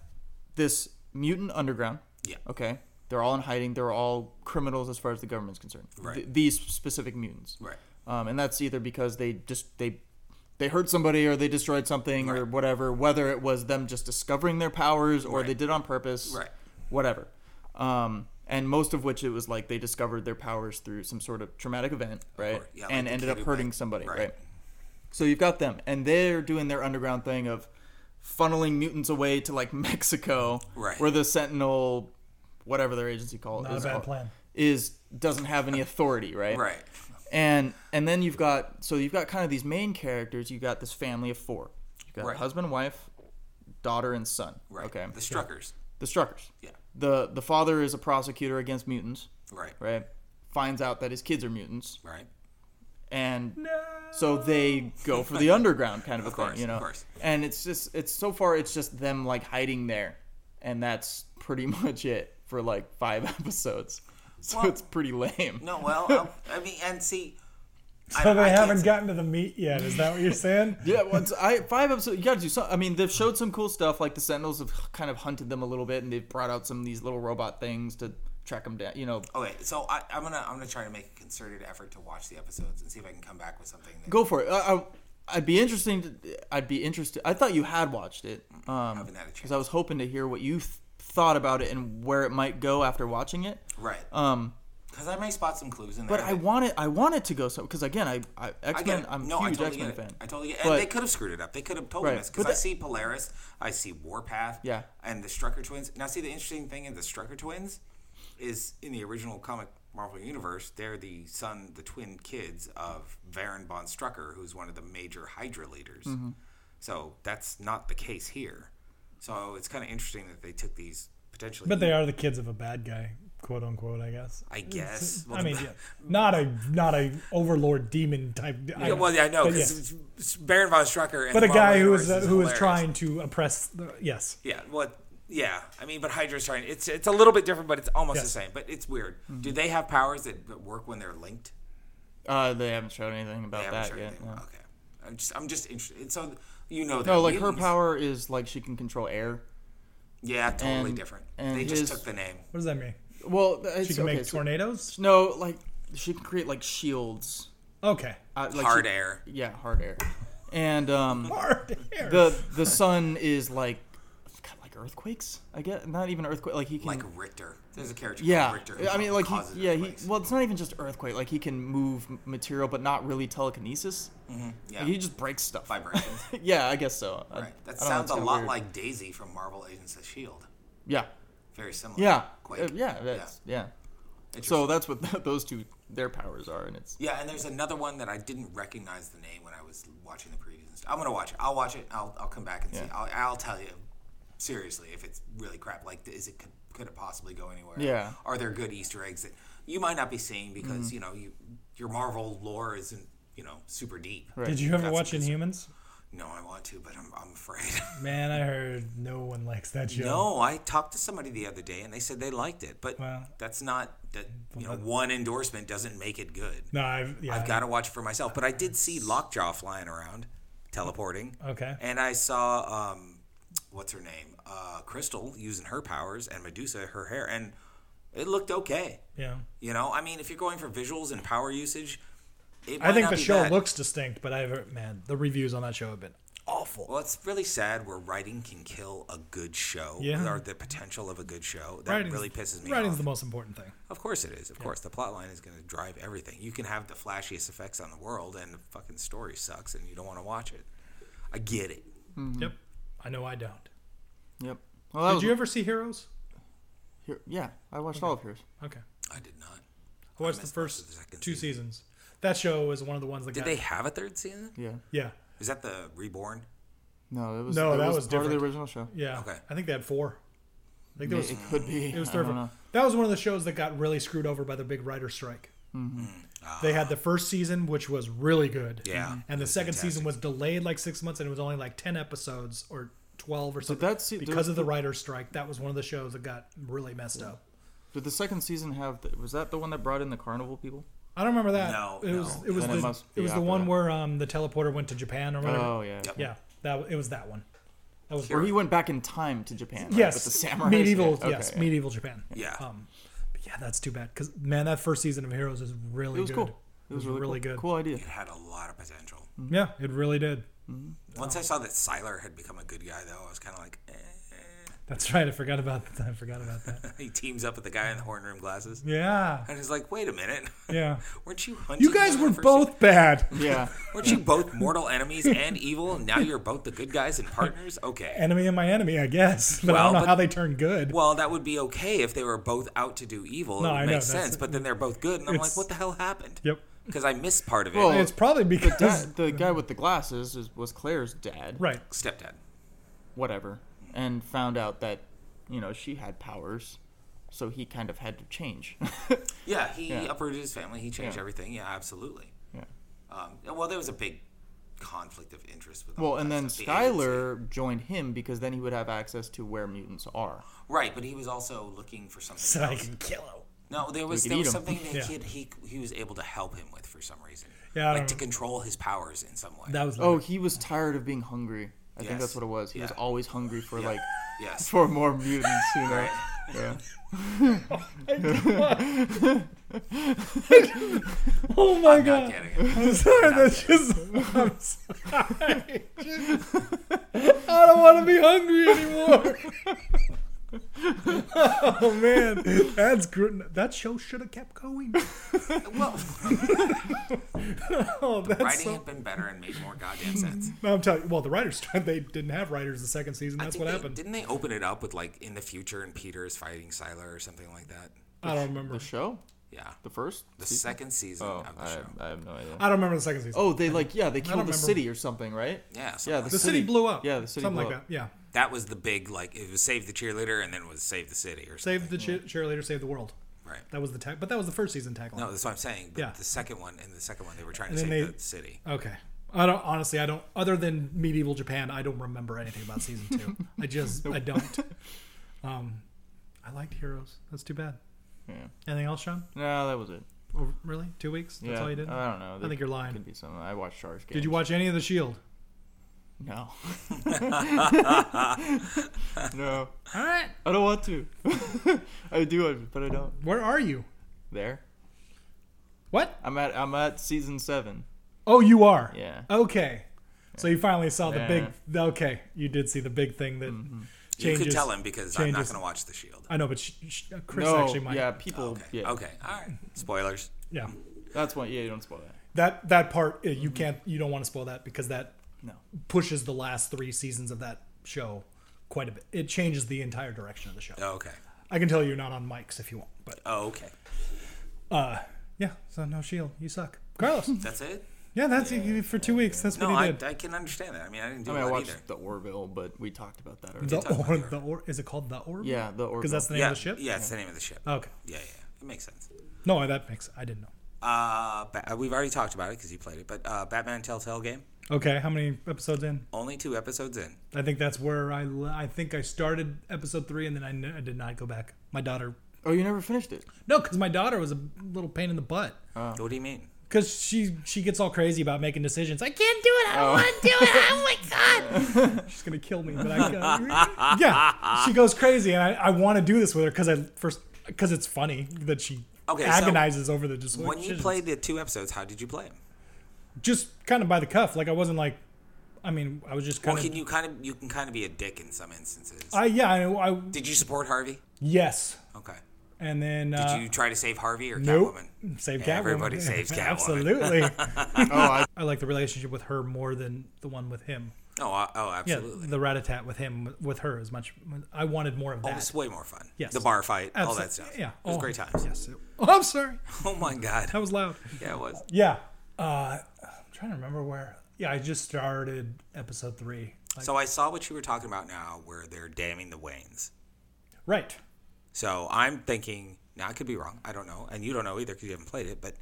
S3: this mutant underground.
S1: Yeah.
S3: Okay. They're all in hiding. They're all criminals as far as the government's concerned.
S1: Right.
S3: Th- these specific mutants.
S1: Right.
S3: Um, and that's either because they just they they hurt somebody or they destroyed something or
S1: Right.
S3: whatever. Whether it was them just discovering their powers or
S1: Right.
S3: they did it on purpose.
S1: Right.
S3: Whatever. Um, and most of which it was like they discovered their powers through some sort of traumatic event, right?
S1: course. Yeah, like
S3: and
S1: the
S3: ended
S1: kid
S3: up
S1: who
S3: hurting
S1: went-
S3: somebody,
S1: right.
S3: right. So you've got them, and they're doing their underground thing of funneling mutants away to like Mexico,
S1: Right.
S3: where the Sentinel, whatever their agency called,
S2: Not a
S3: is
S2: bad
S3: called-
S2: plan.
S3: is doesn't have any authority, right?
S1: Right.
S3: and and then you've got so you've got kind of these main characters. You've got this family of four. You've got
S1: Right.
S3: husband, wife, daughter, and son.
S1: Right.
S3: Okay.
S1: The Struckers.
S3: The Struckers.
S1: Yeah.
S3: The the father is a prosecutor against mutants.
S1: Right.
S3: Right. Finds out that his kids are mutants,
S1: Right.
S3: and so they go for the underground kind of,
S1: Of
S3: a thing,
S1: course,
S3: you know.
S1: of course.
S3: And it's just it's so far it's just them like hiding there, and that's pretty much it for like five episodes. So
S1: Well-
S3: it's pretty lame.
S1: No, well, um, I mean, and see, I-
S4: So they
S1: I can't
S4: haven't
S1: say-
S4: gotten to the meat yet. Is that what you're saying?
S3: Yeah, once I five episodes, you gotta do something. I mean, they've showed some cool stuff. Like the Sentinels have kind of hunted them a little bit, and they've brought out some of these little robot things to track them down. You know,
S1: okay, so I, I'm gonna I'm gonna try to make a concerted effort to watch the episodes and see if I can come back with something. That
S3: go for it. I, I, I'd be interesting. To, I'd be interested. I thought you had watched it
S1: I
S3: because
S1: haven't had a chance.
S3: I was hoping to hear what you th- thought about it and where it might go after watching it.
S1: right,
S3: Um,
S1: because I may spot some clues in there.
S3: but I
S1: that-
S3: want it. I want it to go so because again, I, I X
S1: I get
S3: Men.
S1: it.
S3: I'm
S1: no,
S3: a
S1: I
S3: huge
S1: totally
S3: X Men
S1: get it.
S3: fan.
S1: I totally get it.
S3: But-
S1: and they could have screwed it up. They could have told
S3: Right.
S1: us
S3: But
S1: because I
S3: that-
S1: see Polaris, I see Warpath,
S3: Yeah.
S1: and the Strucker twins. Now, see the interesting thing in the Strucker twins is in the original comic Marvel universe, they're the son, the twin kids of Varen von Strucker, who's one of the major Hydra leaders.
S3: Mm-hmm.
S1: So that's not the case here. So it's kind of interesting that they took these potentially.
S4: But they are the kids of a bad guy, quote unquote. I guess.
S1: I guess. Well,
S4: I mean,
S1: the-
S4: yeah, not a not a overlord demon type. I-
S1: Yeah, well, yeah, I know
S4: but yes.
S1: because Baron von Strucker and
S4: but a
S1: the
S4: guy
S1: Marvel
S4: who is
S1: universe
S4: who is
S1: hilarious.
S4: trying to oppress. The, yes,
S1: Yeah, well, yeah. I mean, but Hydra's trying. It's it's a little bit different, but it's almost
S4: Yes.
S1: the same. But it's weird.
S3: Mm-hmm.
S1: Do they have powers that, that work when they're linked?
S3: Uh, they haven't shown anything
S1: I
S3: about
S1: haven't
S3: that
S1: sure
S3: yet.
S1: anything.
S3: yeah.
S1: Okay. I'm just I'm just interested. And so you know that
S3: No, like her
S1: mutants-
S3: power is like she can control air.
S1: Yeah, totally
S3: and-
S1: different.
S3: and
S1: they
S3: his-
S1: just took the name.
S4: what does that mean?
S3: Well, it's,
S4: She can
S3: okay,
S4: make
S3: so-
S4: tornadoes.
S3: No, like she can create like shields.
S4: Okay,
S3: Uh, like
S1: Hard
S3: she-
S1: air.
S3: Yeah, hard air. And um,
S4: hard air.
S3: the the sun is like kind of like earthquakes. I guess not even earthquake. Like he can.
S1: Like Richter. There's a character
S3: yeah,
S1: called Richter. who
S3: I mean, like
S1: causes
S3: he, yeah, he.
S1: earthquakes.
S3: Well, it's not even just earthquake. Like he can move m- material, but not really telekinesis.
S1: Mm-hmm, yeah.
S3: Like, he just breaks stuff.
S1: vibrations.
S3: yeah, I guess so. I-
S1: right.
S3: I
S1: That
S3: don't know,
S1: sounds
S3: it's
S1: a
S3: kinda
S1: lot
S3: weird.
S1: like Daisy from Marvel Agents of Shield.
S3: Yeah,
S1: E Very similar.
S3: yeah,
S1: Quake.
S3: Uh, yeah, that's, yeah. So
S1: Interesting.
S3: that's what those two their powers are, and it's
S1: Yeah, and there's another one that I didn't recognize the name when I was watching the previews. And stuff. I'm gonna watch it. I'll watch it. I'll, I'll come back and see.
S3: Yeah.
S1: I'll, I'll tell you seriously if it's really crap. Like, is it could, could it possibly go anywhere?
S3: Yeah. Mm-hmm.
S1: Are there good Easter eggs that you might not be seeing because you know you your Marvel lore isn't you know super deep.
S3: Right.
S4: Did you ever
S1: That's
S4: watch
S1: amazing.
S4: Inhumans?
S1: No, I want to, but I'm I'm afraid.
S4: Man, I heard no one likes that show.
S1: no, I talked to somebody the other day and they said they liked it, but
S4: Well-
S1: that's not that you know one endorsement doesn't make it good.
S4: no, I've yeah,
S1: I've got to watch it for myself. But I did see Lockjaw flying around, teleporting.
S4: Okay.
S1: And I saw um, what's her name, uh, Crystal, using her powers, and Medusa her hair, and it looked okay.
S4: Yeah,
S1: You know, I mean, if you're going for visuals and power usage, it might
S4: I think
S1: not
S4: the
S1: be
S4: show
S1: bad.
S4: looks distinct, but I've heard, man, the reviews on that show have been awful.
S1: Well, it's really sad where writing can kill a good show,
S4: Yeah.
S1: or the potential of a good show. That
S4: Writing's-
S1: really pisses me
S4: Writing's
S1: off.
S4: the most important thing.
S1: Of course it is. Of course, the plot line is going to drive everything. You can have the flashiest effects on the world, and the fucking story sucks, and you don't want to watch it. I get it.
S3: Mm.
S4: Yep, I know I don't.
S3: yep. Well, that
S4: Did
S3: was,
S2: you ever see Heroes?
S3: here- yeah, I watched all of yours.
S4: Okay,
S1: I did not.
S4: I watched the
S1: missed most
S4: first
S1: of the second
S4: two
S1: season.
S4: seasons. That show is one of the ones that
S1: Did
S4: got
S1: they have a third season?
S3: Yeah.
S4: yeah
S1: Is that the Reborn?
S3: No, it was
S4: No,
S3: it
S4: that was
S3: part of
S4: different.
S3: the original show.
S4: yeah.
S1: Okay.
S4: I think they had four. I think there was
S3: it could be.
S4: It was
S3: I don't
S4: terrible.
S3: know.
S1: Mm-hmm.
S4: That was one of the shows that got really screwed over by the big writer strike.
S2: They had the first season, which was really good.
S1: Ah. Yeah. Mhm.
S2: And the second season was delayed like six months, and it was only like ten episodes or twelve or something.
S3: that se-
S2: because
S3: there-
S2: of the writer's strike, that was one of the shows that got really messed up.
S3: Did the second season have? The, was that the one that brought in the carnival people?
S2: I don't remember that.
S1: No,
S2: it
S1: no.
S2: was it was
S3: Then it
S2: the,
S3: must
S2: it
S3: be
S2: was the
S3: after
S2: one
S3: that.
S2: where um the teleporter went to Japan or whatever.
S3: Oh yeah.
S1: Yep.
S2: Yeah, that it was that one. That was
S3: Where he went back in time to Japan. right?
S2: yes,
S3: With the samurai.
S2: medieval. yes, medieval Japan.
S1: Yeah.
S2: Um, but yeah, that's too bad because man, that first season of Heroes is really
S3: It was
S2: good.
S3: cool. It was really, cool.
S2: good.
S3: Cool idea.
S1: It had a lot of potential.
S2: Yeah, it really did.
S1: Once
S2: Oh.
S1: I saw that Siler had become a good guy, though, I was kind of like, eh.
S2: That's right. I forgot about that. I forgot about that.
S1: he teams up with the guy in the horn room glasses.
S2: Yeah.
S1: And he's like, wait a minute.
S2: Yeah.
S1: Weren't you hunting?
S2: You guys
S1: them
S2: were
S1: for some-
S2: both bad.
S3: Yeah.
S1: Weren't you both mortal enemies and evil? And now you're both the good guys and partners? Okay.
S2: Enemy and my enemy, I guess. But I
S1: Well,
S2: don't know
S1: but-
S2: how they turned good.
S1: Well, that would be okay if they were both out to do evil.
S2: No,
S1: it would
S2: I know,
S1: make
S2: that's-
S1: sense. But then they're both good. And I'm like,
S2: It's-
S1: what the hell happened?
S2: yep.
S1: Because I missed part of it.
S3: Well,
S2: It's probably
S3: The,
S2: because
S3: dad, the guy with the glasses is, was Claire's dad.
S2: right.
S1: Stepdad.
S3: Whatever. And found out that, you know, she had powers, so he kind of had to change.
S1: Yeah, he
S3: Yeah.
S1: uprooted his family. He changed
S3: Yeah.
S1: everything. Yeah, absolutely.
S3: yeah.
S1: Um, well, there was a big conflict of interest with. all
S3: Well, and
S1: that
S3: then
S1: stuff. The agency.
S3: Skylar joined him because then he would have access to where mutants are.
S1: Right, but he was also looking for something.
S2: So I
S1: else.
S2: can kill him.
S1: No, there was
S3: could
S1: there
S3: eat
S1: was
S3: him.
S1: something that
S2: Yeah.
S1: he, had- he he was able to help him with for some reason.
S2: Yeah, I
S1: like
S2: don't
S1: to
S2: know.
S1: control his powers in some way.
S2: That was
S3: Oh, he was tired of being hungry. I think
S1: Yes.
S3: that's what it was. He was
S1: Yeah.
S3: always hungry for like
S1: yes,
S3: for more mutants, you know.
S1: Right.
S3: Yeah.
S2: oh my
S1: not
S2: god.
S1: getting it.
S2: I'm sorry. That's just. I'm sorry. I don't want to be hungry anymore. oh man, that's gr- that show should have kept going.
S1: Well,
S2: Oh, that's
S1: writing
S2: so
S1: had been better and made more goddamn sense.
S2: No, I'm telling you. Well, the writers they didn't have writers the second season.
S1: I
S2: That's
S1: think
S2: what
S1: they-
S2: happened.
S1: Didn't they open it up with like in the future and Peter is fighting Siler or something like that?
S2: I don't remember.
S3: The show?
S1: Yeah,
S3: The first?
S1: the
S3: season?
S1: second season
S3: Oh,
S1: of the
S3: I,
S1: show.
S3: I have no idea.
S2: I don't remember the second season.
S3: Oh, they like yeah, they killed the
S2: remember.
S3: city or something, right?
S1: Yeah, something
S3: Yeah,
S1: like
S2: the city, blew up.
S3: Yeah, the city
S2: something
S3: blew
S2: like
S3: up.
S2: that. Yeah,
S1: that was the big like it was save the cheerleader and then it was save the city or something.
S2: save the cheer- cheerleader, save the world.
S1: Right.
S2: That was the tag, but that was the first season tagline.
S1: No, that's what I'm saying. But
S2: Yeah.
S1: the second one and the second one they were trying to save
S2: then they-
S1: the city.
S2: Okay. I don't honestly. I don't. Other than medieval Japan, I don't remember anything about season two. I just I don't. Um, I liked Heroes. That's too bad.
S3: Yeah.
S2: Anything else, Sean?
S3: No, that was it.
S2: Oh, really? Two weeks? That's
S3: yeah, uh,
S2: all you did?
S3: I don't know.
S2: think you're lying.
S3: Could be something. I watched Sharks Game.
S2: did you watch any of the Shield?
S3: No. no.
S2: All right.
S3: I don't want to. I do, but I don't.
S2: Where are you?
S3: There.
S2: What?
S3: I'm at. I'm at season seven.
S2: Oh, you are.
S3: Yeah.
S2: Okay. So you finally saw the
S3: Yeah. Mm-hmm.
S2: big. Okay, you did see the big thing that changes.
S1: you could tell him because I'm not
S2: changes.
S1: going to watch the Shield.
S2: I know, but sh- sh- Chris
S3: no.
S2: actually might.
S3: yeah. People.
S1: Okay.
S3: Yeah.
S1: Okay. All right. Spoilers.
S2: yeah.
S3: That's why. Yeah. You don't spoil that.
S2: That that part uh, you can't. You don't want to spoil that because that
S3: No.
S2: pushes the last three seasons of that show quite a bit. It changes the entire direction of the show.
S1: Okay.
S2: I can tell you're not on mics if you want, but
S1: Oh, okay.
S2: uh, yeah. So no shield. You suck, Carlos.
S1: That's it.
S2: yeah, that's for two weeks. That's what
S1: No,
S2: he
S1: I,
S2: did.
S1: I can understand that. I mean, I didn't do
S3: I mean, I
S1: that
S3: watched
S1: either.
S3: the Orville, but we talked about that already.
S2: the
S1: talk about
S2: or,
S1: the
S2: the or is it called the orb?
S3: yeah. The Orville.
S2: because that's the name
S1: yeah,
S2: of the ship. Oh.
S1: yeah, it's the name of the ship.
S2: Okay.
S1: Yeah, yeah, it makes sense.
S2: No, that makes. I didn't know.
S1: Uh, ba- we've already talked about it because you played it, but uh, Batman Telltale game
S2: Okay, how many episodes in?
S1: only two episodes in.
S2: I think that's where I le- I think I started episode three, and then I, n- I did not go back. My daughter,
S3: oh, you never finished it.
S2: no, because my daughter was a little pain in the butt
S1: What do you mean?
S2: because she she gets all crazy about making decisions. I can't do it. I don't want to do it. Oh my god, she's gonna kill me. But I yeah, she goes crazy, and I, I want to do this with her because I first because it's funny that she
S1: Okay, so
S2: agonizes over the decisions.
S1: When you played the two episodes, how did you play them?
S2: just kind of by the cuff, like I wasn't like, I mean, I was just
S1: Well,
S2: kind
S1: can
S2: of.
S1: you kind of you can kind of be a dick in some instances.
S2: I yeah I, I
S1: did you support Harvey?
S2: yes,
S1: Okay.
S2: and then
S1: Did
S2: uh,
S1: you try to save Harvey or
S2: Nope.
S1: Catwoman?
S2: Save Catwoman.
S1: Everybody saves Catwoman.
S2: Absolutely.
S3: Oh, I,
S2: I like the relationship with her more than the one with him.
S1: Oh, uh, oh,
S2: Yeah,
S1: absolutely.
S2: the rat-a-tat with him, with her, as much. I wanted more of
S1: Oh,
S2: that.
S1: it was way more fun.
S2: Yes.
S1: The bar fight, all
S2: Absol-
S1: that stuff.
S2: Yeah.
S1: It was
S2: Oh,
S1: great times.
S2: Yes. it- oh, I'm sorry.
S1: Oh my god.
S2: That was loud.
S1: Yeah, it was.
S2: Yeah. Uh, I'm trying to remember where. Yeah, I just started episode three. Like,
S1: So I saw what you were talking about now where they're damming the Waynes.
S2: right.
S1: So I'm thinking, now I could be wrong. I don't know. And you don't know either because you haven't played it, but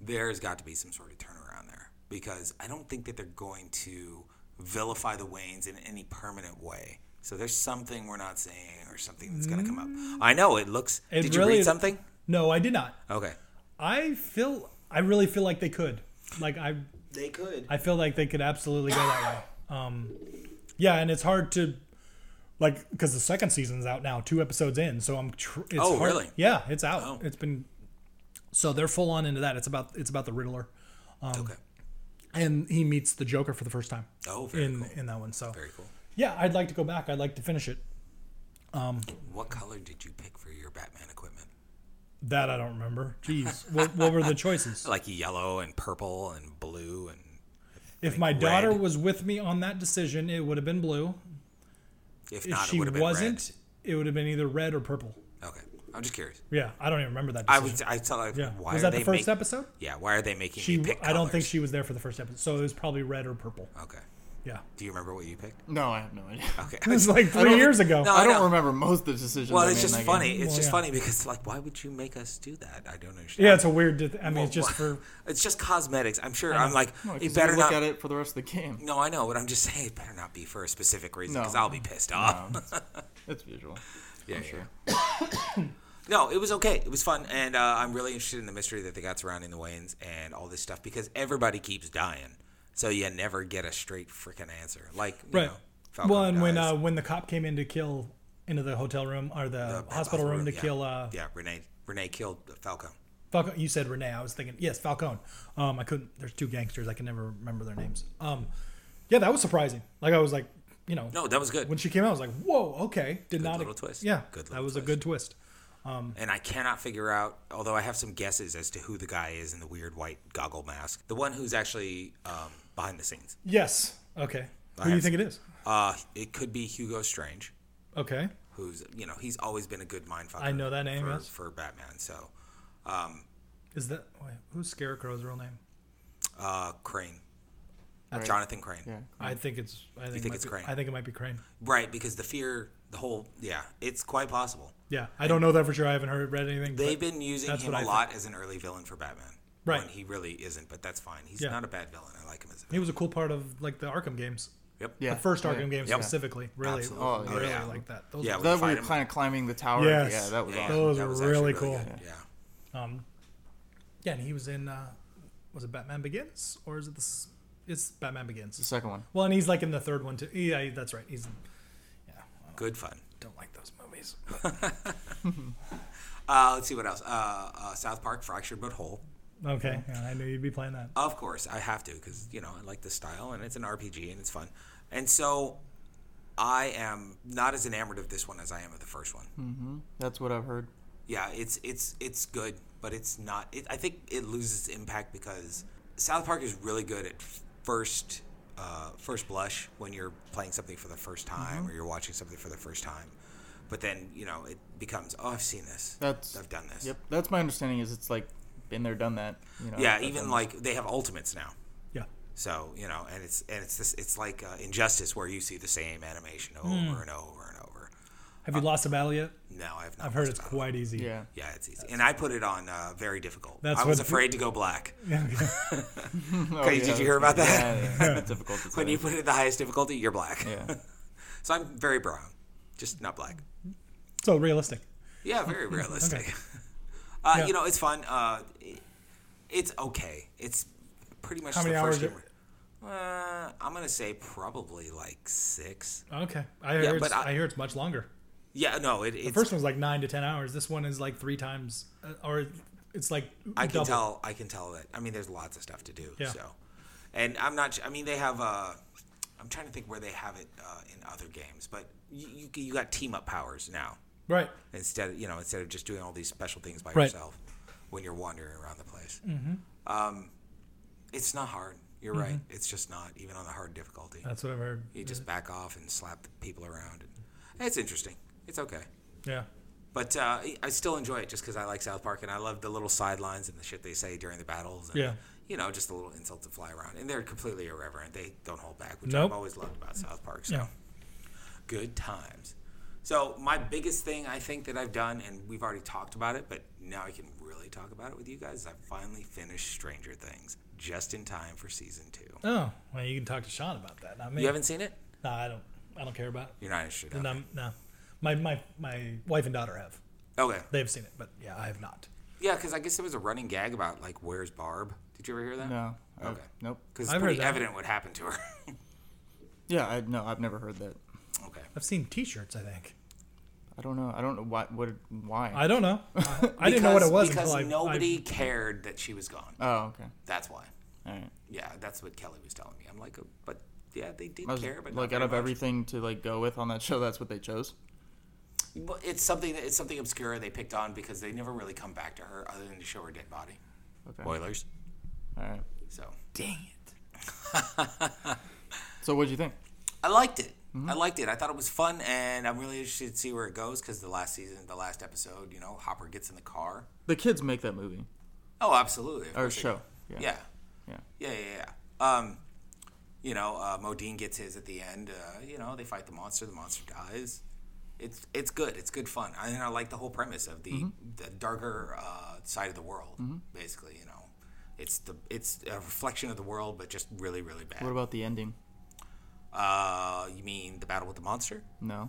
S1: there's got to be some sort of turnaround there because I don't think that they're going to vilify the Waynes in any permanent way. So there's something we're not seeing or something that's going to come up. I know it looks.
S2: Mm. It
S1: did you
S2: really-
S1: read something?
S2: No, I did not.
S1: Okay.
S2: I feel I really feel like they could. Like I
S1: They could.
S2: I feel like they could absolutely go that way. Um yeah, and it's hard to like because the second season's out now, two episodes in. So I'm tr- it's
S1: Oh,
S2: hard-
S1: really?
S2: Yeah, it's out.
S1: Oh.
S2: It's been so they're full on into that. It's about it's about the Riddler, Um,
S1: okay.
S2: and he meets the Joker for the first time
S1: Oh, very
S2: in
S1: cool.
S2: in that one. So
S1: Very cool.
S2: yeah, I'd like to go back. I'd like to finish it.
S1: What color did you pick for your Batman equipment?
S2: That I don't remember. Jeez, what, what were the choices?
S1: Like yellow and purple and blue and
S2: If my daughter
S1: red.
S2: was with me on that decision, it would have been blue.
S1: if,
S2: If
S1: not,
S2: she
S1: it would have been
S2: wasn't, it would have been either red or purple.
S1: red. Okay. I'm just curious.
S2: Yeah, I don't even remember that.
S1: I
S2: Decision.
S1: was. I thought. Like,
S2: Yeah,
S1: Why
S2: was
S1: are
S2: that the
S1: they
S2: first
S1: make-
S2: episode?
S1: Yeah. Why are they making
S2: She,
S1: me pick?
S2: I don't think
S1: colors?
S2: she was there for the first episode, so it was probably red or purple.
S1: Okay.
S2: Yeah,
S1: Do you remember what you picked?
S3: No, I have no idea.
S1: Okay.
S2: it was like three
S3: don't-
S2: years ago.
S1: No,
S3: I don't
S1: know.
S3: remember most of the decisions.
S1: Well,
S3: I
S1: it's
S3: made in
S1: just
S3: that
S1: funny.
S3: game.
S1: It's
S2: Well,
S1: just
S2: yeah.
S1: funny because like, why would you make us do that? I don't understand.
S2: yeah, it's a weird. di- I mean, it's just
S1: Well,
S2: for
S1: It's just cosmetics. I'm sure. I'm like,
S3: No, 'cause
S1: it
S3: you
S1: better
S3: better look
S1: not.
S3: at it for the rest of the game.
S1: No, I know, but I'm just saying it better not be for a specific reason
S3: No.
S1: because I'll be pissed off.
S3: Um, it's, it's visual.
S1: yeah,
S3: I'm
S1: yeah,
S3: sure.
S1: No, it was okay. It was fun, and uh, I'm really interested in the mystery that they got surrounding the Waynes and all this stuff because everybody keeps dying, so you never get a straight freaking answer. Like, you
S2: right.
S1: know, Falcon
S2: Well, and when
S1: dies,
S2: uh, when the cop came in to kill into the hotel room or the,
S1: the
S2: hospital room to
S1: yeah.
S2: kill uh,
S1: yeah, Renee, Renee killed Falcon.
S2: Falcone. You said Renee. I was thinking yes, Falcone. Um, I couldn't. There's two gangsters. I can never remember their names. Um, yeah, that was surprising. Like I was like, you know,
S1: No, that was good.
S2: when she came out, I was like, whoa, okay. Did not
S1: little twist.
S2: Yeah,
S1: Good
S2: that
S1: little
S2: was a
S1: twist.
S2: good twist.
S1: and I cannot figure out. Although I have some guesses as to who the guy is in the weird white goggle mask, the one who's actually um, behind the scenes.
S2: Yes. Okay. Who do you
S1: have
S2: think it is?
S1: Uh, it could be Hugo Strange,
S2: Okay.
S1: who's you know he's always been a good mindfucker.
S2: I know that name,
S1: for,
S2: yes.
S1: for Batman. So
S2: Is that wait, who's Scarecrow's real name?
S1: uh, Crane, Jonathan Crane,
S3: Yeah.
S2: I think it's. I think,
S1: Hmm. think
S2: it might
S1: it's
S2: be-
S1: Crane?
S2: I think it might be Crane.
S1: right? Because the fear, the whole yeah, it's quite possible.
S2: Yeah, I don't know that for sure. I haven't heard read anything.
S1: They've
S2: but
S1: been using
S2: that's
S1: him
S2: what I
S1: a
S2: think.
S1: lot as an early villain for Batman.
S2: Right.
S1: When he really isn't, but that's fine. He's
S2: Yeah.
S1: not a bad villain. I like him as a
S2: He
S1: villain.
S2: was a cool part of like the Arkham games,
S1: Yep.
S3: Yeah. Oh,
S2: the first
S3: yeah.
S2: Arkham games
S1: Yep.
S2: specifically. Really,
S1: Absolutely.
S3: Oh,
S2: I really
S1: yeah.
S2: like that. Those
S1: Yeah,
S2: were-
S1: we
S3: That
S1: fight
S3: we were
S1: him.
S3: kind of climbing the tower.
S2: Yes.
S3: Yeah, that was
S1: Yeah,
S3: awesome.
S2: Those
S1: that
S2: were
S1: was actually
S2: really cool.
S1: good. Yeah.
S2: Um, yeah, and he was in. Uh, was it Batman Begins or is it this? It's Batman
S3: The
S2: Begins.
S3: second one.
S2: Well, and he's like in the third one too. Yeah, that's right. He's
S1: Good fun.
S2: don't like those movies.
S1: Uh, let's see what else. Uh, uh, South Park, Fractured But Whole.
S2: Okay, yeah, I knew you'd be playing that.
S1: Of course, I have to because you know I like the style and it's an RPG and it's fun. And so, I am not as enamored of this one as I am of the first one.
S3: That's what I've heard.
S1: Yeah, it's it's it's good, but it's not. It, I think it loses impact because South Park is really good at first uh, first blush when you're playing something for the first time or you're watching something for the first time. But then you know it becomes oh I've seen this.
S3: That's-
S1: I've done this.
S3: Yep. That's my understanding. Is it's like been there, done that. You know.
S1: Yeah,
S3: I've done
S1: even
S3: this.
S1: like they have ultimates now.
S2: Yeah,
S1: So you know, and it's and it's this it's like uh, Injustice where you see the same animation over
S2: Hmm.
S1: and over and over.
S2: have you lost a battle yet?
S1: No, I've not.
S2: I've heard
S1: watched
S2: it's
S1: that.
S2: quite easy.
S3: Yeah.
S1: Uh, Yeah, it's easy, and I put it on uh, very difficult.
S2: That's
S1: I was
S2: what-
S1: afraid to go black.
S2: Yeah, okay.
S3: Oh,
S1: Okay,
S3: yeah,
S1: did
S3: that's
S1: you hear about
S3: good.
S1: that?
S3: Yeah, yeah, yeah. It's difficult to
S1: When
S3: say.
S1: you put it at the highest difficulty, you're black.
S3: Yeah.
S1: So I'm very brown, just not black.
S2: so realistic.
S1: Yeah, very realistic. Uh,
S2: Yeah.
S1: You know, it's fun. Uh, it- it's okay. It's pretty much
S2: How
S1: the
S2: many
S1: first
S2: hours
S1: game. Uh, I'm gonna say probably like six.
S2: Okay, I hear it's,
S1: but I-
S2: I, hear it's much longer.
S1: Yeah, no, it,
S2: The
S1: it's
S2: first one's like nine to ten hours. This one is like three times, uh, or it's like
S1: I can
S2: double.
S1: tell. I can tell that. I mean, there's lots of stuff to do.
S2: Yeah.
S1: So, and I'm not. I mean, they have. Uh, I'm trying to think where they have it uh, in other games, but you, you you got team up powers now
S2: Right.
S1: instead. Of, you know, instead of just doing all these special things by
S2: Right. Mm-hmm.
S1: yourself when you're wandering around the place. Um, it's not hard. You're right. It's just not even on the hard difficulty.
S2: That's what I've heard.
S1: you just back off and slap the people around. And it's interesting. It's okay.
S2: Yeah.
S1: But uh, I still enjoy it just because I like South Park and I love the little sidelines and the shit they say during the battles. And,
S2: Yeah.
S1: You know, just the little insults that fly around. And they're completely irreverent. They don't hold back, which
S2: Nope.
S1: I've always loved about South Park. So
S2: Yeah.
S1: good times. So my biggest thing I think that I've done, and we've already talked about it, but now I can really talk about it with you guys. Is I finally finished Stranger Things just in time for season two.
S2: Oh, well, you can talk to Sean about that. Not me.
S1: You haven't seen it?
S2: no, I don't. I don't care about it.
S1: You're not interested.
S2: And
S1: Okay.
S2: I'm, no, my my my wife and daughter have.
S1: okay.
S2: They have seen it, but yeah, I have not.
S1: Yeah, because I guess there was a running gag about like, "Where's Barb?" Did you ever hear that?
S3: No. I-
S1: Okay.
S3: nope.
S1: Because it's
S2: I've heard
S1: pretty
S2: that.
S1: evident what happened to her.
S3: Yeah, I no, I've never heard that.
S1: okay.
S2: I've seen T-shirts. I think.
S3: I don't know. I don't know why. What? Why?
S2: I don't know. I, I didn't know what it was
S1: because
S2: until I. Uh.
S1: nobody cared that she was gone.
S3: oh, okay.
S1: That's why.
S3: All right.
S1: Yeah, that's what Kelly was telling me. I'm like, "Oh, but yeah, they did
S3: I was,
S1: care, but
S3: like
S1: not
S3: out
S1: very
S3: of
S1: much.
S3: everything to like go with on that show, that's what they chose.
S1: Well, it's something that it's something obscure they picked on because they never really come back to her other than to show her dead body.
S3: Okay.
S1: Boilers.
S3: All right.
S1: So
S3: So what'd you think?
S1: I liked it.
S3: Mm-hmm.
S1: I liked it. I thought it was fun, and I'm really interested to see where it goes because the last season, the last episode, you know, Hopper gets in the car.
S3: The kids make that movie
S1: Oh, absolutely. Of
S3: or
S1: course they
S3: show.
S1: do.
S3: Yeah.
S1: Yeah.
S3: Yeah.
S1: Yeah. Yeah. Yeah. Um, you know, uh, Modine gets his at the end. Uh, you know, they fight the monster. The monster dies. It's it's good. It's good fun. I, and I like the whole premise of the the darker uh, side of the world. Basically, you know, it's the it's a reflection of the world, but just really really bad.
S3: What about the ending?
S1: uh, you mean the battle with the monster?
S3: No.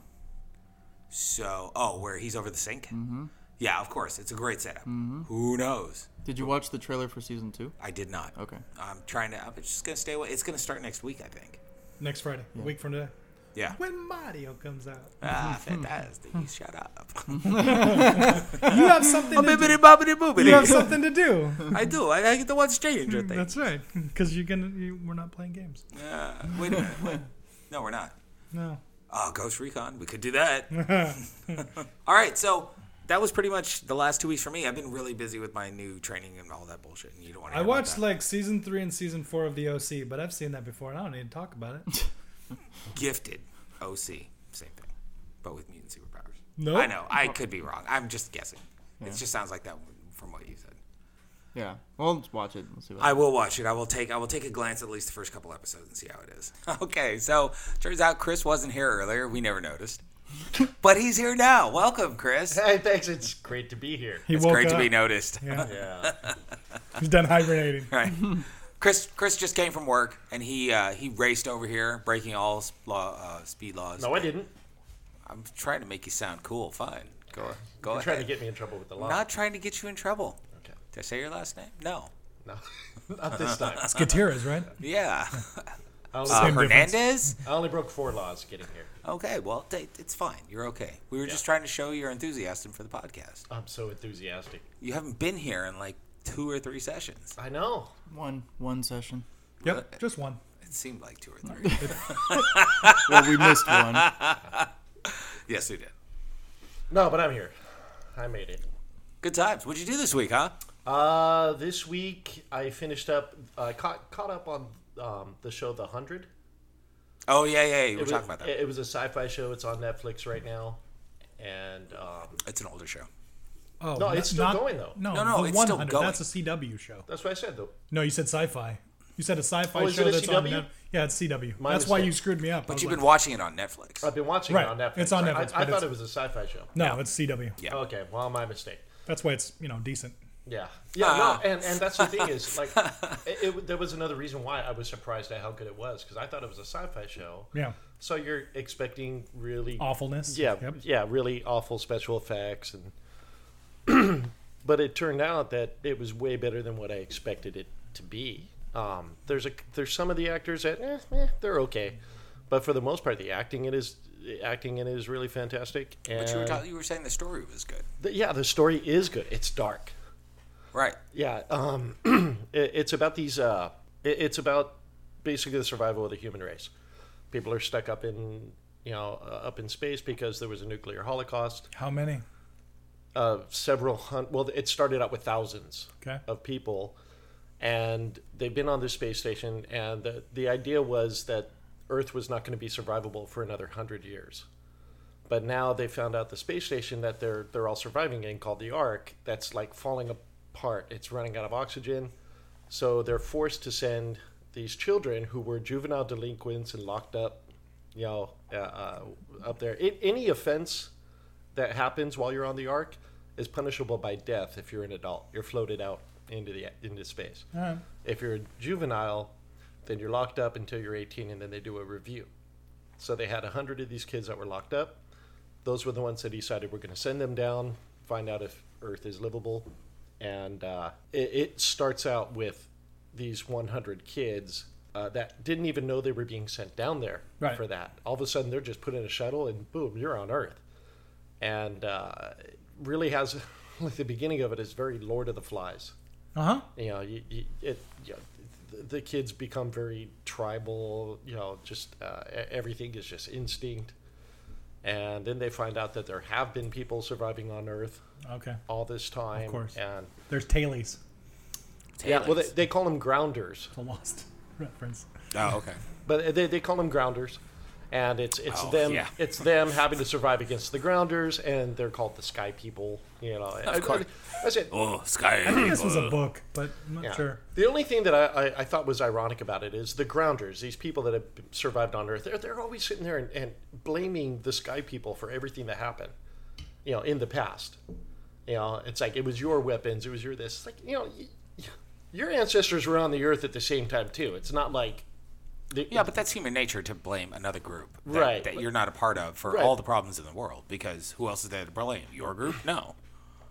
S1: So, oh, where he's over the sink? Mm-hmm. Yeah, of course. It's a great setup. Who knows?
S3: Did you watch the trailer for season two?
S1: I did not.
S3: Okay.
S1: I'm trying to. I'm just gonna stay away. It's gonna start next week, I think.
S2: next Friday, a week from today,
S1: Yeah.
S2: when Mario comes out,
S1: Ah, fantastic. You shut up.
S2: you have something. to do.
S1: Bibbidi bobbidi boobity.
S2: You have something to do.
S1: I do. I, I get to watch Stranger Things.
S2: That's right, because you're gonna. You, we're not playing games.
S1: Uh, wait a minute. What? No, we're not.
S2: No.
S1: Oh, Ghost Recon. We could do that. all right. So that was pretty much the last two weeks for me. I've been really busy with my new training and all that bullshit. And you don't want to.
S2: I watched like season three and season four of the OC, but I've seen that before, and I don't need to talk about it.
S1: Gifted, OC, same thing, but with mutant superpowers.
S2: Nope.
S1: I know. I could be wrong. I'm just guessing. It just sounds like that from what you said.
S3: Yeah. Well, let's watch it. Let's see what.
S1: I will watch it. I will take I will take a glance at least the first couple episodes and see how it is. Okay, so turns out Chris wasn't here earlier. We never noticed. but he's here now. Welcome, Chris.
S5: Hey, thanks. It's great to be here.
S2: He
S5: Yeah.
S1: It's
S2: woke
S1: great to
S2: up.
S1: be noticed.
S2: He's done hibernating.
S1: right. Chris Chris just came from work and he uh, he raced over here breaking all s- law, uh, speed laws.
S5: No, I didn't.
S1: I'm trying to make you sound cool. Fine. Go go
S5: You're
S1: ahead.
S5: trying to get me in trouble with the law.
S1: Not trying to get you in trouble.
S5: okay.
S1: Did I say your last name? No.
S5: No, not this time.
S2: Gutierrez, right?
S1: Yeah.
S5: I only,
S1: Uh,
S2: Same difference.
S1: Hernandez?
S5: I only broke four laws getting here.
S1: Okay, well, t- it's fine. You're okay. We were just
S5: Yeah.
S1: trying to show your enthusiasm for the podcast.
S5: I'm so enthusiastic.
S1: You haven't been here in like two or three sessions.
S5: I know.
S3: One one session.
S2: Yep, just one.
S1: It seemed like two or three.
S3: Well, we missed one.
S1: yes, we did.
S5: No, but I'm here. I made it.
S1: Good times. What'd you do this week, huh?
S5: Uh, this week I finished up. I caught caught up on um, the show The Hundred.
S1: Oh yeah, yeah. You
S5: It
S1: were
S5: was,
S1: talking about that.
S5: It, it was a sci-fi show. It's on Netflix right now, and um,
S1: it's an older show.
S2: Oh,
S5: No,
S2: n-
S5: it's still going, though.
S2: No,
S1: No, no,
S2: the
S1: it's still
S2: 100,
S1: going.
S2: That's a CW show.
S5: that's what I said. Though
S2: No, you said sci-fi. You said a sci-fi
S5: Oh, is
S2: show
S5: it a
S2: that's on.
S5: CW?
S2: Net- yeah, it's CW.
S5: My
S2: that's why
S5: mistake.
S2: you screwed me up. I
S1: But
S2: was
S1: you've
S2: like,
S1: been watching it on Netflix.
S5: I've been watching
S2: Right.
S5: it on Netflix.
S2: It's on Netflix,
S5: I- I,
S2: but
S5: thought
S2: it's-
S5: it was a sci-fi show.
S2: No, it's CW.
S1: Yeah.
S5: Okay. Well, my mistake.
S2: That's why it's you know decent.
S5: Yeah, yeah,
S1: Ah.
S5: no, and, and that's the thing is like, it, it, there was another reason why I was surprised at how good it was because I thought it was a sci-fi show.
S2: Yeah,
S5: So you're expecting really,
S2: awfulness.
S5: yeah,
S2: Yep.
S5: yeah, really awful special effects, and but it turned out that it was way better than what I expected it to be. Um, there's a there's some of the actors that eh, eh, they're okay, but for the most part, the acting it is the acting in it is really fantastic. And
S1: but you were ta- you were saying the story was good,
S5: the- yeah, the story is good. It's dark.
S1: right?
S5: Yeah, um, it, it's about these. Uh, it, it's about basically the survival of the human race. People are stuck up in you know uh, up in space because there was a nuclear holocaust.
S2: How many?
S5: Uh, several hun- well, it started out with thousands
S2: Okay.
S5: of people, and they've been on this space station. And the the idea was that Earth was not going to be survivable for another hundred years. But now they found out the space station that they're they're all surviving in called the Ark that's like falling apart. It's running out of oxygen, so they're forced to send these children who were juvenile delinquents and locked up you know, uh, uh, up there. It, any offense that happens while you're on the ark is punishable by death if you're an adult. You're floated out into the into space. If you're a juvenile, then you're locked up until you're 18, and then they do a review. So they had 100 of these kids that were locked up. Those were the ones that decided we're going to send them down, find out if Earth is livable. And uh, it, it starts out with these 100 kids uh, that didn't even know they were being sent down there
S2: Right.
S5: for that. All of a sudden, they're just put in a shuttle, and boom, you're on Earth. And uh, it really has, like, the beginning of it is very Lord of the Flies
S2: Uh huh.
S5: you know, you, you, it, you know, the, the kids become very tribal, you know, just uh, e- everything is just instinct. And then they find out that there have been people surviving on Earth
S2: Okay.
S5: all this time.
S2: course.
S5: And
S2: There's tailies.
S5: yeah, well, they, they call them grounders,
S2: It's a lost reference.
S1: Oh, okay.
S5: but they, they call them grounders. And it's it's
S1: Oh,
S5: them
S1: yeah.
S5: it's them having to survive against the grounders, and they're called the Sky People. You know, I- I-
S1: course.
S5: that's it.
S1: Oh, sky.
S2: I think this was a book, but I'm not
S5: Yeah.
S2: sure.
S5: The only thing that I, I, I thought was ironic about it is the grounders, these people that have survived on Earth, they're, they're always sitting there and, and blaming the sky people for everything that happened, you know, in the past. You know, it's like it was your weapons, it was your this. It's like, you know, y- your ancestors were on the Earth at the same time, too. It's not like. The,
S1: Yeah, but that's human nature to blame another group that,
S5: Right.
S1: that you're not a part of for
S5: Right.
S1: all the problems in the world because who else is there to blame? Your group? No.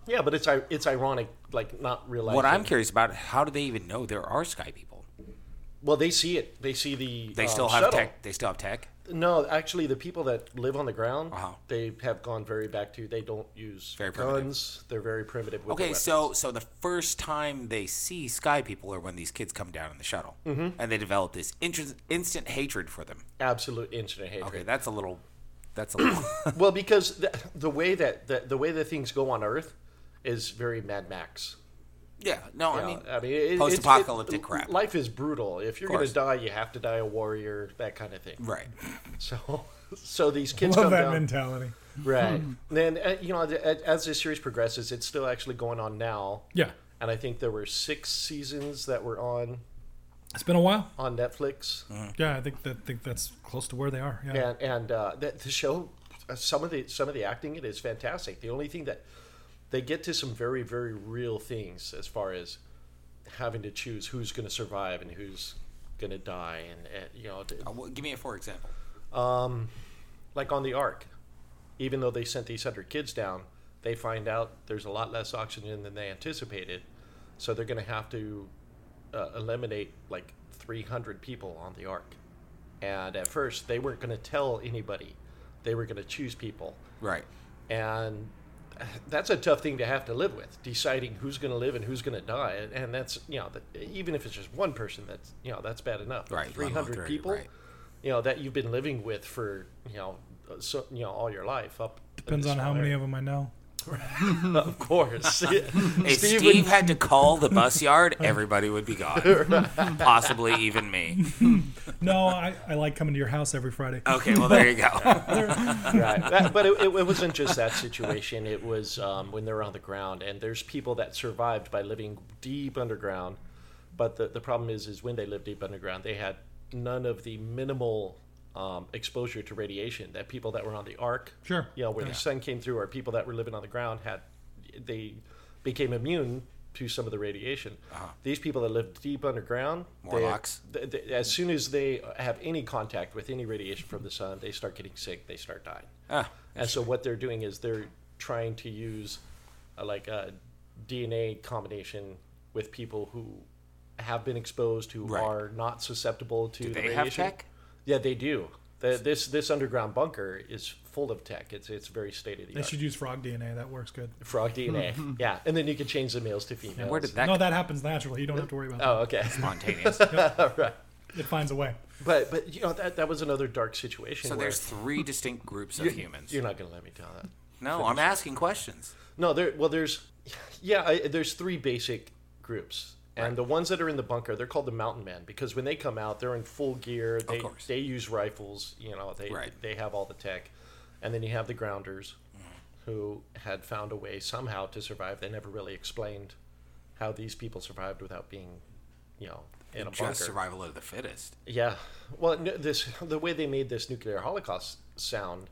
S5: yeah, but it's i- it's ironic, like not realizing.
S1: What I'm curious about, how do they even know there are sky people?
S5: well, they see it. They see the.
S1: They
S5: um,
S1: still have
S5: shuttle.
S1: tech. They still have tech.
S5: No, actually, the people that live on the ground,
S1: Uh-huh.
S5: they have gone very back to they don't use
S1: Very primitive.
S5: guns. They're very primitive. With their
S1: Okay,
S5: weapons.
S1: so so the first time they see sky people are when these kids come down in the shuttle, mm-hmm. and they develop this inter- instant hatred for them.
S5: absolute instant hatred.
S1: Okay, that's a little. That's a little.
S5: Well, because the, the way that the, the way that things go on Earth is very Mad Max.
S1: yeah. No,
S5: Yeah,
S1: I mean,
S5: I mean, it- it's- it-
S1: post-apocalyptic crap.
S5: Life is brutal. If you're going
S1: course. Mm.
S5: to die, you have to die a warrior. That kind of thing.
S1: right.
S5: So, so these kids
S2: Love
S5: come
S2: that
S5: down.
S2: mentality.
S5: Right. then uh, you know, the- a- as this series progresses, it's still actually going on now.
S2: Yeah.
S5: And I think there were six seasons that were on
S2: It's been a while.
S5: on Netflix,
S1: Mm.
S2: Yeah, I think that think that's close to where they are. Yeah.
S5: and and uh, the, the show, uh, some of the some of the acting in it is fantastic. The only thing that they get to some very very real things as far as having to choose who's going to survive and who's going to die, and, and you know,
S1: Uh, well, give me a for example.
S5: like on the Ark, even though they sent these hundred kids down, they find out there's a lot less oxygen than they anticipated, so they're going to have to uh, eliminate like 300 people on the Ark. And at first, they weren't going to tell anybody; they were going to choose people,
S1: Right.
S5: and that's a tough thing to have to live with, deciding who's going to live and who's going to die. And that's you know, that, even if it's just one person, that's you know, that's bad enough.
S1: Right,
S5: three
S1: one
S5: hundred
S1: on three,
S5: people,
S1: right.
S5: you know, that you've been living with for you know, so you know, all your life up.
S2: Depends on how many of them I know.
S5: them. Of course,
S1: If
S5: Steve
S1: Steve,
S5: would-
S1: had to call the bus yard, everybody would be gone. Possibly even me.
S2: No, I, I like coming to your house every Friday.
S1: Okay, well there you go.
S5: right. That- but it, it, it wasn't just that situation. It was um, when they're on the ground, and there's people that survived by living deep underground. But the, the problem is, is when they lived deep underground, they had none of the minimal um, exposure to radiation that people that were on the ark,
S2: Sure.
S5: you know, where the sun came through, or people that were living on the ground had, they became immune to some of the radiation. These people that lived deep underground, they-
S1: Morlocks.
S5: th- th- as soon as they have any contact with any radiation from the sun, they start getting sick. They start dying.
S1: Ah,
S5: and so what they're doing is they're trying to use uh, like a DNA combination with people who have been exposed who
S1: Right.
S5: are not susceptible to the
S1: they have
S5: radiation.
S1: tech?
S5: Yeah, they do. The, this this underground bunker is full of tech. It's it's very state of the
S2: They
S5: art.
S2: should use frog DNA. That works good.
S5: Frog DNA. yeah, and then you can change the males to females.
S1: Where did that
S2: No,
S1: come
S2: that happens naturally. You don't have to worry about
S5: Oh, okay.
S1: spontaneous?
S2: that. It finds a way.
S5: But but you know that that was another dark situation.
S1: So
S5: where
S1: there's three distinct groups of humans.
S5: you're not going to let me tell that.
S1: no, I'm asking questions.
S5: No, there. Well, there's, yeah, I, there's three basic groups, and the ones that are in the bunker, they're called the Mountain Men because when they come out, they're in full gear. They
S1: course.
S5: they use rifles. You know, they
S1: Right.
S5: they have all the tech, and then you have the Grounders, who had found a way somehow to survive. They never really explained how these people survived without being, you know, in a bunker.
S1: Just survival of the fittest.
S5: Yeah. Well, n- this the way they made this nuclear holocaust sound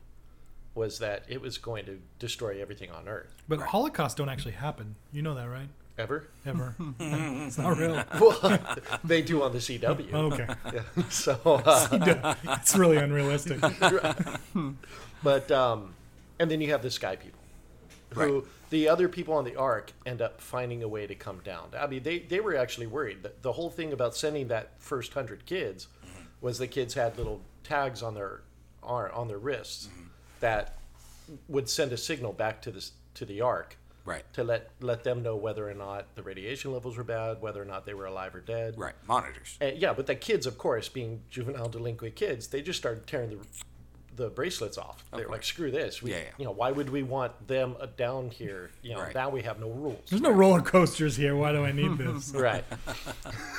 S5: was that it was going to destroy everything on Earth
S4: But Holocausts don't actually happen. You know that, right?
S5: ever.
S4: Ever. it's not real.
S5: Well, they do on the CW.
S2: Oh.
S4: Okay.
S5: Yeah. So, uh,
S4: It's really unrealistic.
S5: but um, and then you have the sky people, who
S1: Right.
S5: the other people on the Ark end up finding a way to come down. I mean, they they were actually worried. The, the whole thing about sending that first hundred kids was the kids had little tags on their ar- on their wrists that would send a signal back to this to the Ark.
S1: Right.
S5: to let let them know whether or not the radiation levels were bad, whether or not they were alive or dead.
S1: Right. Monitors.
S5: And, yeah, but the kids, of course, being juvenile delinquent kids, they just started tearing the the bracelets off. They're like, screw this. We,
S1: Yeah, yeah.
S5: You know, why would we want them uh, down here? You know,
S1: Right.
S5: now we have no rules.
S4: There's no roller coasters here. Why do I need this?
S5: right.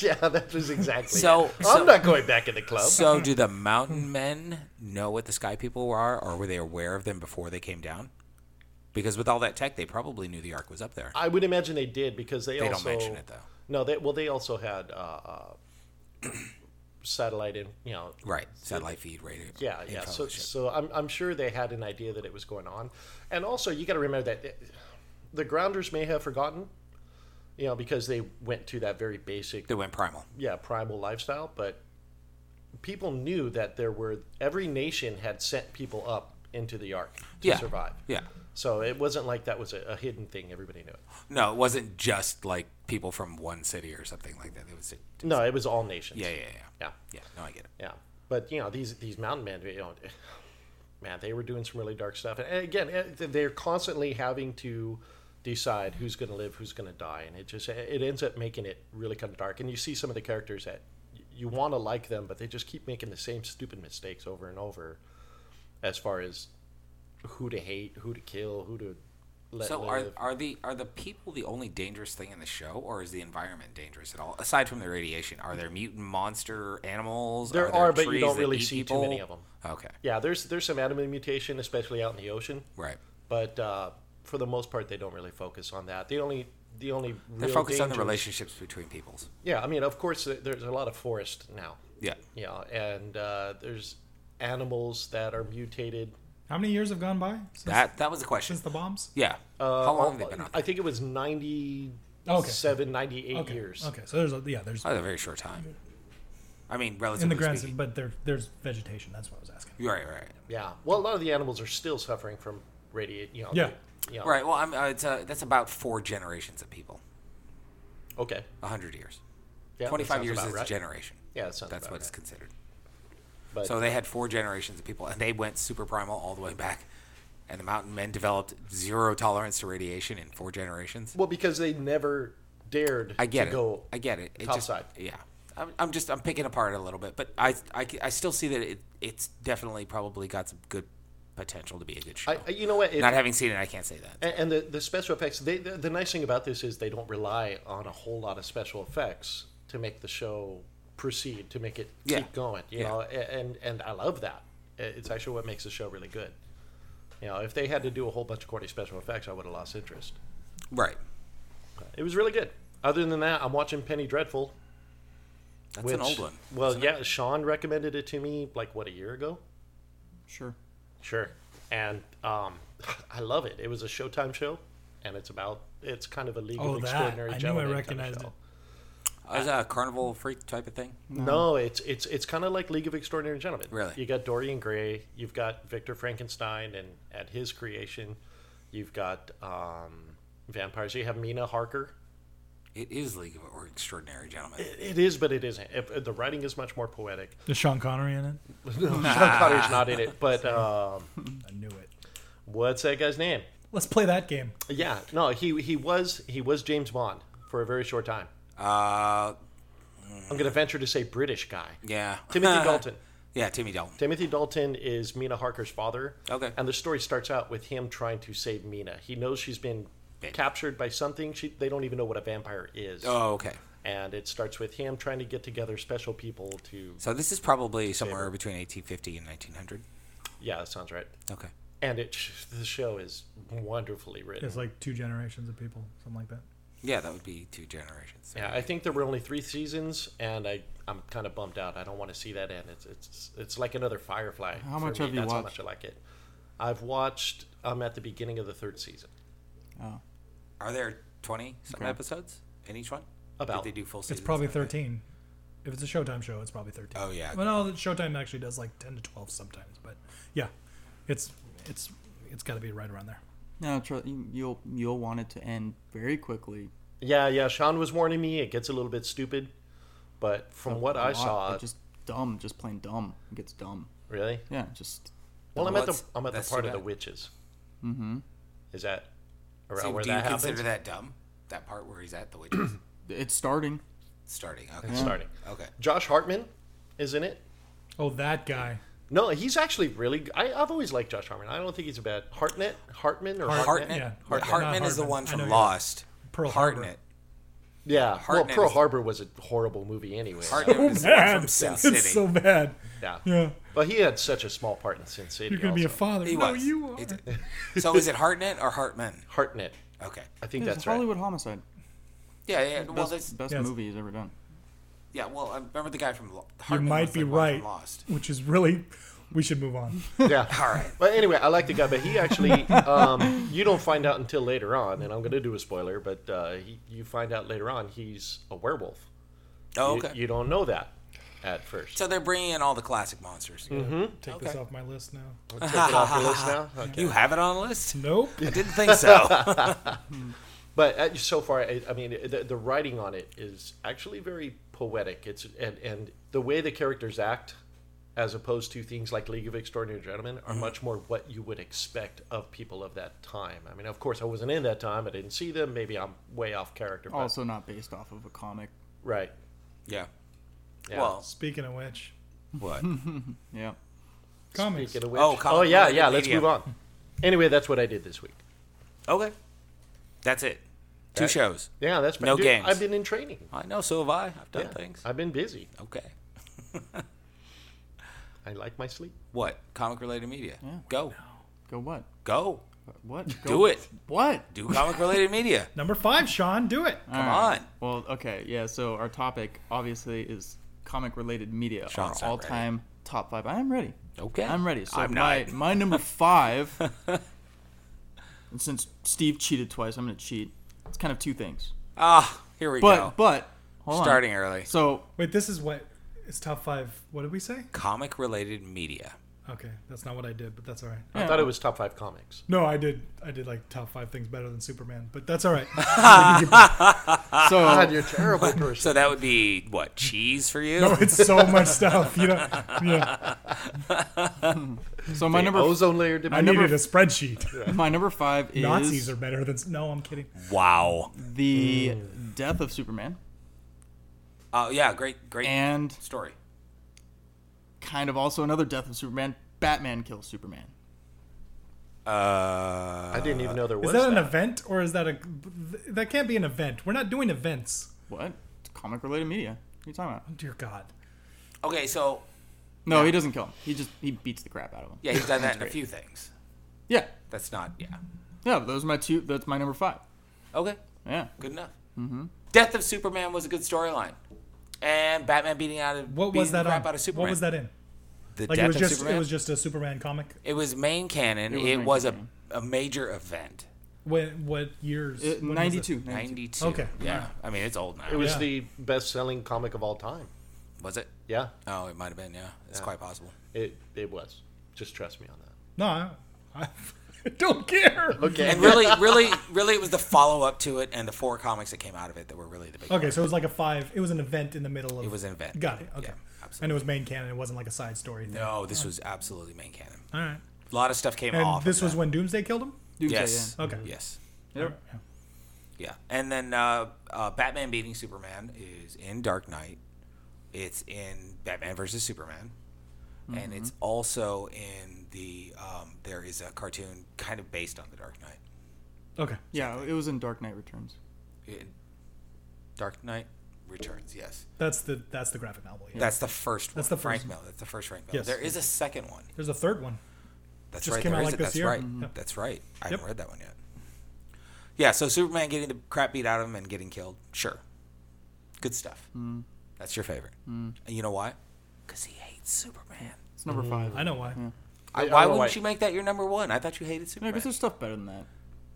S5: yeah, that was exactly.
S1: So-
S5: it.
S1: so-
S5: I'm not going back in the club.
S1: So, do the mountain men know what the sky people are, or were they aware of them before they came down? Because with all that tech, they probably knew the Ark was up there.
S5: I would imagine they did because they,
S1: They don't
S5: also
S1: mention it, though.
S5: No, they well they also had uh, uh, satellite in you know
S1: right. Satellite feed, radio.
S5: Yeah, yeah.
S1: info
S5: So,
S1: shit.
S5: so I'm, I'm sure they had an idea that it was going on, and also you got to remember that eh, the grounders may have forgotten, you know, because they went to that very basic,
S1: they went primal.
S5: yeah, primal lifestyle. But people knew that there were every nation had sent people up into the ark to
S1: Yeah.
S5: survive.
S1: Yeah.
S5: So it wasn't like that was a, a hidden thing; everybody knew it.
S1: No, it wasn't just like people from one city or something like that. It was.
S5: No, it was all nations.
S1: Yeah, yeah, yeah.
S5: yeah.
S1: Yeah. No, I get it.
S5: Yeah, but you know these these mountain men, you know, man, they were doing some really dark stuff. And again, eh, they're constantly having to decide who's going to live, who's going to die, and it just eh, it ends up making it really kind of dark. And you see some of the characters that y- you want to like them, but they just keep making the same stupid mistakes over and over, as far as who to hate, who to kill, who to let
S1: So are
S5: live.
S1: are the are the people the only dangerous thing in the show, or is the environment dangerous at all? Aside from the radiation, are there mutant monster animals?
S5: There
S1: there
S5: are, but you
S1: trees
S5: don't
S1: that
S5: really
S1: eat
S5: see too many
S1: people? Okay,
S5: yeah, there's there's some animal mutation, especially out in the ocean.
S1: right.
S5: but uh, for the most part, they don't really focus on that. The only the only
S1: They're
S5: real
S1: focused on the
S5: danger-
S1: relationships between peoples.
S5: Yeah, I mean, of course, th- there's a lot of forest now.
S1: Yeah,
S5: Yeah, and uh, there's animals that are mutated.
S4: How many years have gone by since,
S1: that that was the question.
S4: since the bombs?
S1: Yeah,
S5: uh,
S1: how long have they been on?
S5: I think it was 97,
S4: Okay.
S5: 98
S4: Okay.
S5: years.
S4: Okay. So there's a, yeah, there's
S1: Oh, a very short time. I mean,
S4: in
S1: relatively
S4: the grand,
S1: speaking.
S4: but there there's vegetation. That's what I was asking.
S1: You're right, right,
S5: Yeah. Well, a lot of the animals are still suffering from radiate. You know,
S4: Yeah.
S5: the- you know,
S1: right. Well, I'm, uh, it's uh, that's about four generations of people.
S5: Okay.
S1: hundred years.
S5: Yeah, that
S1: Twenty-five
S5: sounds
S1: years
S5: about
S1: is
S5: right.
S1: a generation.
S5: Yeah, that sounds
S1: That's
S5: about
S1: what it's
S5: right.
S1: considered.
S5: But-
S1: so they had four generations of people, and they went super primal all the way back. And the mountain men developed zero tolerance to radiation in four generations.
S5: Well, because they never dared
S1: I get
S5: to
S1: it.
S5: go
S1: I get it. it just-
S5: topside.
S1: Yeah. I'm, I'm just I'm picking apart it a little bit, but I, I, I still see that it it's definitely probably got some good potential to be a good show.
S5: I, I- you know what? If-
S1: Not having seen it, I can't say that.
S5: And, and the, the special effects, they, the, the nice thing about this is they don't rely on a whole lot of special effects to make the show proceed, to make it
S1: Yeah.
S5: keep going. You
S1: Yeah.
S5: know, A- and and I love that. It- It's actually what makes the show really good. You know, if they had to do a whole bunch of corny special effects, I would have lost interest.
S1: Right.
S5: It was really good. Other than that, I'm watching Penny Dreadful.
S1: That's
S5: Which,
S1: an old one.
S5: Well, yeah, Sean recommended it to me like what a year ago.
S3: Sure.
S5: Sure. And um, I love it. It was a Showtime show, and it's about it's kind of a League
S4: Oh,
S5: of
S4: that.
S5: Extraordinary
S4: I knew I
S5: Gentlemen. kind of
S4: recognized
S5: show.
S4: it.
S1: Uh, Is that a carnival freak type of thing?
S5: No. it's it's it's kind of like League of Extraordinary Gentlemen.
S1: Really?
S5: You got Dorian Gray. You've got Victor Frankenstein, and at his creation, you've got um, vampires. You have Mina Harker.
S1: It is League of or Extraordinary Gentlemen.
S5: It is, but it isn't. If, the writing is much more poetic.
S4: Is Sean Connery in it?
S5: Sean Connery's not in it, but um,
S4: I knew it.
S5: what's that guy's name?
S4: Let's play that game.
S5: Yeah, no, he he was he was James Bond for a very short time.
S1: Uh,
S5: I'm going to venture to say British guy.
S1: yeah.
S5: Timothy Dalton.
S1: Yeah, Timmy Dalton.
S5: Timothy Dalton is Mina Harker's father.
S1: Okay.
S5: And the story starts out with him trying to save Mina. He knows she's been
S1: Bit.
S5: captured by something. She, they don't even know what a vampire is.
S1: Oh, okay.
S5: And it starts with him trying to get together special people to.
S1: So this is probably somewhere between 1850 and 1900.
S5: Yeah, that sounds right.
S1: Okay.
S5: And it the show is wonderfully written.
S4: It's like two generations of people, something like that.
S1: Yeah, that would be two generations.
S5: Yeah, I think there were only three seasons, and I I'm kind of bummed out. I don't want to see that end. It's it's it's like another Firefly.
S3: How
S5: for
S3: much
S5: me.
S3: have you
S5: That's how
S3: watched?
S5: much I like it. I've watched. I'm at the beginning of the third season.
S3: Oh.
S1: Are there twenty some
S3: Okay.
S1: episodes in each one?
S5: About.
S1: Did they do full seasons?
S2: It's probably
S1: Okay.
S2: 13. If it's a Showtime show, it's probably 13.
S1: Oh yeah.
S2: Well, no, the Showtime actually does like 10 to 12 sometimes, but yeah, it's it's it's got to be right around there.
S3: No, tr- you- you'll you'll want it to end very quickly.
S5: Yeah, yeah. Sean was warning me. It gets a little bit stupid, but from what I
S3: Lot,
S5: saw,
S3: but just dumb, just plain dumb. It gets dumb.
S5: really.
S3: Yeah, just
S5: Well, I'm at the
S1: that's-
S5: I'm at the
S1: that's too
S5: part of
S1: bad.
S5: the witches. Mm-hmm. Is that around
S1: So
S5: where
S1: do
S5: that
S1: you
S5: happens? Mm-hmm.
S1: consider that dumb? That part where he's at the witches
S3: it's starting.
S1: starting. Okay.
S5: Starting.
S1: Okay.
S5: Josh Hartman is in it.
S2: Oh, that guy.
S5: No, he's actually really. g- I, have always liked Josh Hartman. I don't think he's a bad Hartnett, Hartman, or Hartnett.
S1: Hartnett.
S2: yeah.
S1: Hartman
S2: Hartnett.
S1: Hartman
S2: Not
S1: is the
S2: Hartman.
S1: one
S2: I
S1: from
S2: know, yeah.
S1: Lost.
S2: Pearl Harbor.
S1: Hartnett.
S5: Yeah.
S1: Hartnett
S5: well, Pearl
S1: is-
S5: Harbor was a horrible movie anyway.
S1: Hartnett
S2: Oh,
S1: is the one
S2: bad.
S1: from Sin City.
S2: It's so bad.
S5: Yeah.
S2: Yeah.
S5: But he had such a small part in Sin City.
S2: You're going to be a
S5: also.
S2: father.
S1: he
S2: no,
S1: was.
S2: you are.
S1: He did. so is it Hartnett or Hartman?
S5: Hartnett.
S1: Okay.
S5: I think
S3: It's
S5: that's
S3: a
S5: right.
S3: Hollywood homicide.
S1: Yeah, yeah. Well,
S3: Best,
S1: that's,
S3: best
S2: Yes.
S3: movie he's ever done.
S1: yeah. Well, I remember the guy from Lo-
S2: You
S1: Hartman was
S2: might
S1: the
S2: be
S1: one from
S2: right,
S1: Lost.
S2: which is really, we should move on.
S5: Yeah.
S1: All right.
S5: But anyway, I like the guy, but he actually, um, you don't find out until later on, and I'm going to do a spoiler, but uh, he, you find out later on he's a werewolf.
S1: Oh,
S5: You-
S1: okay.
S5: You, don't know that at first.
S1: so they're bringing in all the classic monsters.
S5: Mm-hmm.
S2: Take this off my list now.
S5: Take it off your list now? Okay.
S1: You have it on a list?
S2: Nope.
S1: I didn't think so.
S5: But uh, so far, I, I mean, the, the writing on it is actually very poetic. It's and and the way the characters act, as opposed to things like League of Extraordinary Gentlemen,
S1: Mm-hmm.
S5: are much more what you would expect of people of that time. I mean, of course, I wasn't in that time. I didn't see them. Maybe I'm way off character. But,
S3: Also not based off of a comic.
S5: right.
S1: yeah.
S5: Yeah.
S1: Well,
S2: Speaking of which,
S1: what?
S3: Yeah.
S2: comics.
S5: Speaking of which-
S1: Oh, comic
S5: oh yeah,
S1: related
S5: yeah. Let's
S1: media.
S5: move on. Anyway, that's what I did this week.
S1: Okay. That's it. Two
S5: That-
S1: shows.
S5: Yeah, that's
S1: No
S5: dude,
S1: games.
S5: I've been in training.
S1: I know, so have I. I've done
S5: Yeah,
S1: things.
S5: I've been busy.
S1: Okay.
S5: I like my sleep.
S1: What? Comic related media. Go.
S3: Go what?
S1: Go.
S3: What? Go
S1: Do it.
S3: What?
S1: Do comic related media.
S2: Number five, Sean, do it.
S1: Come on.
S3: Well, okay, yeah. So our topic obviously is comic-related media.
S1: Sean's
S3: our
S1: not ready.
S3: all-time top five. I am ready.
S1: Okay.
S3: I'm ready. So
S1: I'm
S3: my
S1: not.
S3: my number five. and since Steve cheated twice, I'm gonna cheat. It's kind of two things.
S1: Ah, here we
S3: But
S1: go.
S3: but hold on.
S1: Starting early.
S3: So
S2: Wait, this is what it's top five. What did we say?
S1: Comic related media.
S2: Okay, that's not what I did, but that's all right.
S5: I thought it was top five comics.
S2: No, I did. I did like top five things better than Superman, but that's all right.
S1: Ah,
S3: so
S5: God, you're a terrible person.
S1: So that would be what? Cheese for you?
S2: Oh, it's so much stuff, you know. Yeah,
S3: so my number
S5: Ozone layer
S2: I
S5: depletion.
S2: needed
S3: never-
S2: a spreadsheet.
S3: my number five is
S2: Nazis are better than. No, I'm kidding.
S1: Wow.
S3: the
S2: Mm.
S3: death of Superman
S1: Oh, yeah. Great, great
S3: and
S1: story.
S3: kind of also another death of Superman. Batman kills Superman.
S1: Uh,
S5: I didn't even know there was
S2: Is that an
S5: that.
S2: event or is that a? That can't be an event. We're not doing events.
S3: What? It's comic-related media. What are you talking about?
S2: Dear God.
S1: okay, so
S3: No, he doesn't kill him. He just he beats the crap out of him.
S1: yeah, he's done that in a few things.
S3: Yeah.
S1: That's not, yeah.
S3: Yeah, those are my two. That's my number five.
S1: Okay,
S3: Yeah.
S1: good enough. Mm-hmm. Death of Superman was a good storyline, and Batman beating out of
S2: What
S1: beating
S2: was that
S1: the crap
S2: on?
S1: out of Superman.
S2: What was that in?
S1: The
S2: Like
S1: death
S2: it was
S1: of
S2: just
S1: Superman.
S2: it was just a Superman comic.
S1: main canon. It was,
S3: was main
S1: a
S3: canon.
S1: a major event.
S2: What what
S1: Uh,
S2: years?
S3: It-
S2: When was it?
S3: 92. 92.
S1: Ninety two.
S2: Okay.
S1: Yeah. I mean, it's old now.
S5: It was
S2: Yeah.
S5: the best-selling comic of all time.
S1: was it?
S5: Yeah,
S1: Oh, it might have been. Yeah, it's quite possible.
S5: it it was. Just trust me on that.
S2: No, I, I don't care.
S5: Okay.
S1: And really, really, really, it was the follow up to it and the four comics that came out of it that were really the big.
S2: Okay, so it was like a five. It was an event in the middle of.
S1: It was an event.
S2: Got it. Okay.
S1: Yeah,
S2: and
S1: absolutely.
S2: it was main canon. It wasn't like a side story. Thing.
S1: No, this was absolutely main canon.
S2: All right.
S1: A lot of stuff came
S2: And
S1: off.
S2: this
S1: of
S2: was
S1: that.
S2: when Doomsday killed him.
S3: Doomsday,
S1: Yes.
S2: Okay.
S1: Yes.
S3: yeah. Yep.
S1: Yeah, and then uh, uh, Batman beating Superman is in Dark Knight. It's in Batman versus Superman, and
S2: Mm-hmm.
S1: it's also in the. Um, there is a cartoon kind of based on the Dark Knight.
S2: Okay.
S3: Yeah, it was in Dark Knight Returns.
S1: It, Dark Knight Returns. Yes,
S2: That's the that's the graphic novel. Yeah.
S1: that's the first. One.
S2: That's the
S1: Frank
S2: first.
S1: Miller. That's the first Frank Miller.
S2: Yes.
S1: There is a second one.
S2: There's a third one.
S1: That's
S2: Just
S1: right.
S2: came
S1: there
S2: out
S1: is
S2: like
S1: it.
S2: this
S1: That's
S2: year.
S1: right.
S2: Mhm.
S1: That's right. I haven't
S2: Yep.
S1: read that one yet. Yeah, so Superman getting the crap beat out of him and getting killed. Sure. Good stuff.
S2: Mm.
S1: That's your favorite. And you know why? Because he hates Superman.
S3: It's number five.
S2: Mm. I know why.
S1: I,
S5: I don't
S1: why
S5: know
S1: wouldn't
S5: why-
S1: you make that your number one? I thought you hated
S3: Yeah,
S1: Superman.
S3: because there's stuff better than that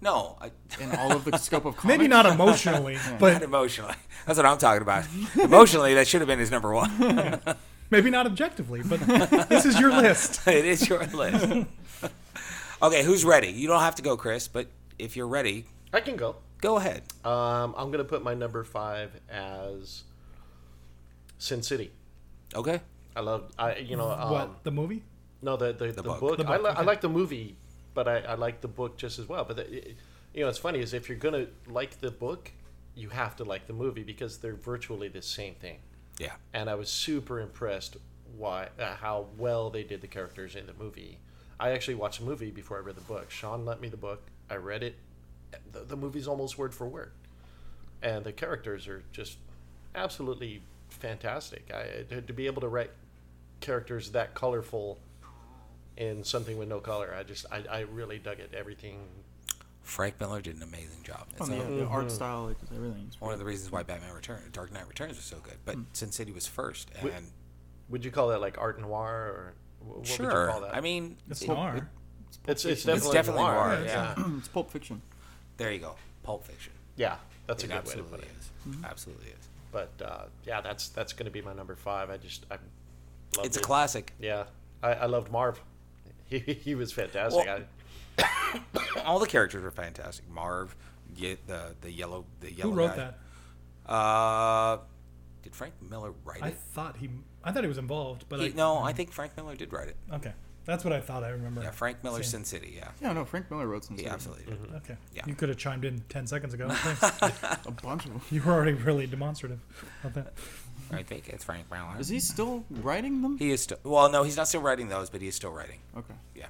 S1: no, I,
S3: in all of the scope of comics.
S2: Maybe not emotionally,
S1: not
S2: but
S1: emotionally. That's what I'm talking about. emotionally, that should have been his number one.
S2: maybe not objectively. But this is your list.
S1: it is your list. okay, who's ready? You don't have to go, Chris, but if you're ready,
S5: I can go.
S1: go ahead.
S5: Um, I'm going to put my number five as Sin City.
S1: Okay.
S5: I love, I you know, um,
S2: What the movie?
S5: no, the the, the,
S1: book.
S5: book.
S1: The
S5: I, li- I like the movie, but I, I like the book just as well. But the, it- you know, it's funny is if you're going to like the book, you have to like the movie because they're virtually the same thing.
S1: Yeah.
S5: and I was super impressed why uh, how well they did the characters in the movie. I actually watched the movie before I read the book. Sean lent me the book. I read it. The, the movie's almost word for word, and the characters are just absolutely fantastic. I to, to be able to write characters that colorful in something with no color, I just I, I really dug it. Everything.
S1: Frank Miller did an amazing job. It's
S3: Oh, yeah,
S1: a-
S3: the art style, like, just everything.
S1: one of the reasons why Batman Returns, Dark Knight Returns was so good. But Sin City was first, and
S5: Hmm. Would you call that like art noir or wh- what would you
S1: sure.
S5: call that?
S1: I mean,
S2: It's
S1: it-
S2: noir.
S5: it's it's
S1: it's
S5: definitely,
S1: definitely noir.
S5: noir.
S1: yeah.
S3: Mm, It's Pulp Fiction.
S1: There you go. Pulp Fiction.
S5: yeah, that's a
S1: It
S5: good way to
S1: absolutely
S5: put it. Mm-hmm.
S1: is. Absolutely is.
S5: but uh, yeah, that's that's going to be my number five. I just I loved
S1: It's a
S5: it.
S1: classic.
S5: Yeah, I, I loved Marv. He, he was fantastic.
S1: Well-
S5: I,
S1: All the characters were fantastic. Marv, ye- the the yellow the yellow
S2: Who wrote
S1: guy.
S2: that?
S1: that? Uh, did Frank Miller write
S2: I
S1: it?
S2: thought he. I thought he was involved, but
S1: He-
S2: I,
S1: no, I think Frank Miller did write it.
S2: Okay, that's what I thought. I remember.
S1: Yeah, Frank Miller,
S2: Same. Mm-hmm.
S1: Sin City. Yeah,
S3: Yeah, no, Frank Miller wrote some
S1: he
S3: stuff.
S1: absolutely did.
S2: Okay.
S1: Yeah.
S2: You could have chimed in 10 seconds ago. Thanks.
S3: A bunch of them.
S2: you were already really demonstrative about that.
S1: I think it's Frank Miller.
S3: Is he still writing them?
S1: He is still well. No, he's not still writing those, but he is still writing.
S3: Okay.
S1: Yeah,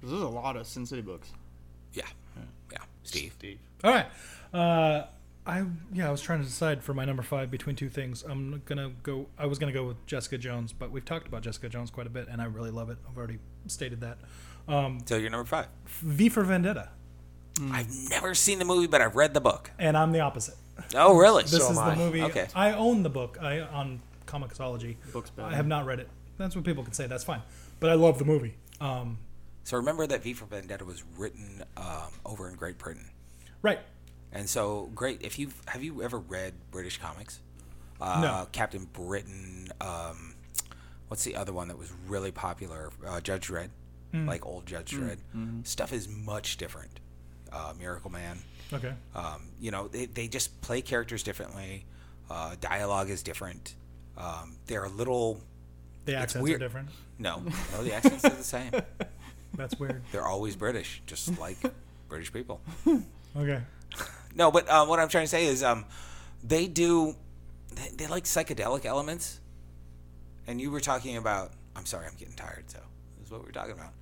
S3: 'Cause There's a lot of Sin City books.
S1: yeah,
S2: Hmm.
S1: yeah. Steve.
S5: Steve.
S2: All right. Uh, I yeah, I was trying to decide for my number five between two things. I'm gonna go. I was gonna go with Jessica Jones, but we've talked about Jessica Jones quite a bit, and I really love it. I've already stated that. Um,
S1: So you're number five.
S2: v for Vendetta,
S1: I've never seen the movie, but I've read the book.
S2: and I'm the opposite.
S1: Oh, really?
S2: This
S5: So
S2: is
S5: am
S2: the
S5: I. Uh,
S2: movie.
S1: Okay.
S2: I own the book. I on Comixology.
S3: Book's better.
S2: I have not read it. That's what people can say. That's fine. But I love the movie. Um,
S1: So remember that V for Vendetta was written um, over in Great Britain,
S2: right.
S1: and so great. If you have you ever read British comics? Uh,
S2: No.
S1: Captain Britain. Um, what's the other one that was really popular? Uh, Judge Dredd,
S5: Hmm.
S1: like old Judge Dredd.
S5: Mm-hmm.
S1: Stuff is much different. Uh, Miracle Man.
S2: Okay.
S1: Um, you know, they, they just play characters differently. Uh, dialogue is different. Um, they're a little
S2: The accents are
S1: weird.
S2: different.
S1: no, no, the accents are the same.
S2: That's weird.
S1: They're always British, just like British people.
S2: Okay.
S1: No, but um, what I'm trying to say is, um, they do, they, they like psychedelic elements. And you were talking about. I'm sorry, I'm getting tired. So this is what we're talking about.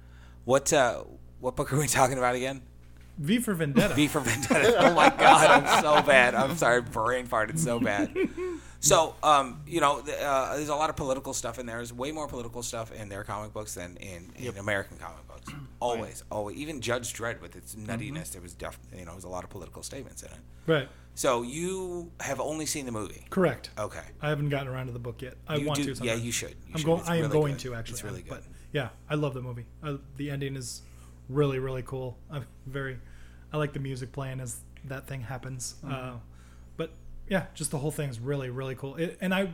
S1: What uh, what book are we talking about again?
S2: V for Vendetta.
S1: V for Vendetta. Oh my God, I'm so bad. I'm sorry, brain farted so bad. So, um, you know, th- uh, there's a lot of political stuff in there. There's way more political stuff in their comic books than in, in American comic books. Always, always. Even Judge Dredd, with its
S2: Mm-hmm.
S1: nuttiness, there was def- you know, there was a lot of political statements in it.
S2: right.
S1: So you have only seen the movie.
S2: Correct.
S1: Okay.
S2: I haven't gotten around to the book yet. I
S1: You
S2: want
S1: do-
S2: to.
S1: yeah,
S2: Sometime.
S1: you should. You
S2: I'm
S1: should.
S2: going.
S1: It's
S2: I am
S1: really
S2: going
S1: good.
S2: to actually.
S1: It's really
S2: But
S1: good.
S2: yeah, I love the movie. Uh, the ending is really really cool. I'm very. I like the music playing as that thing happens.
S1: Mm-hmm.
S2: Uh, but yeah, just the whole thing's really really cool. It, and I,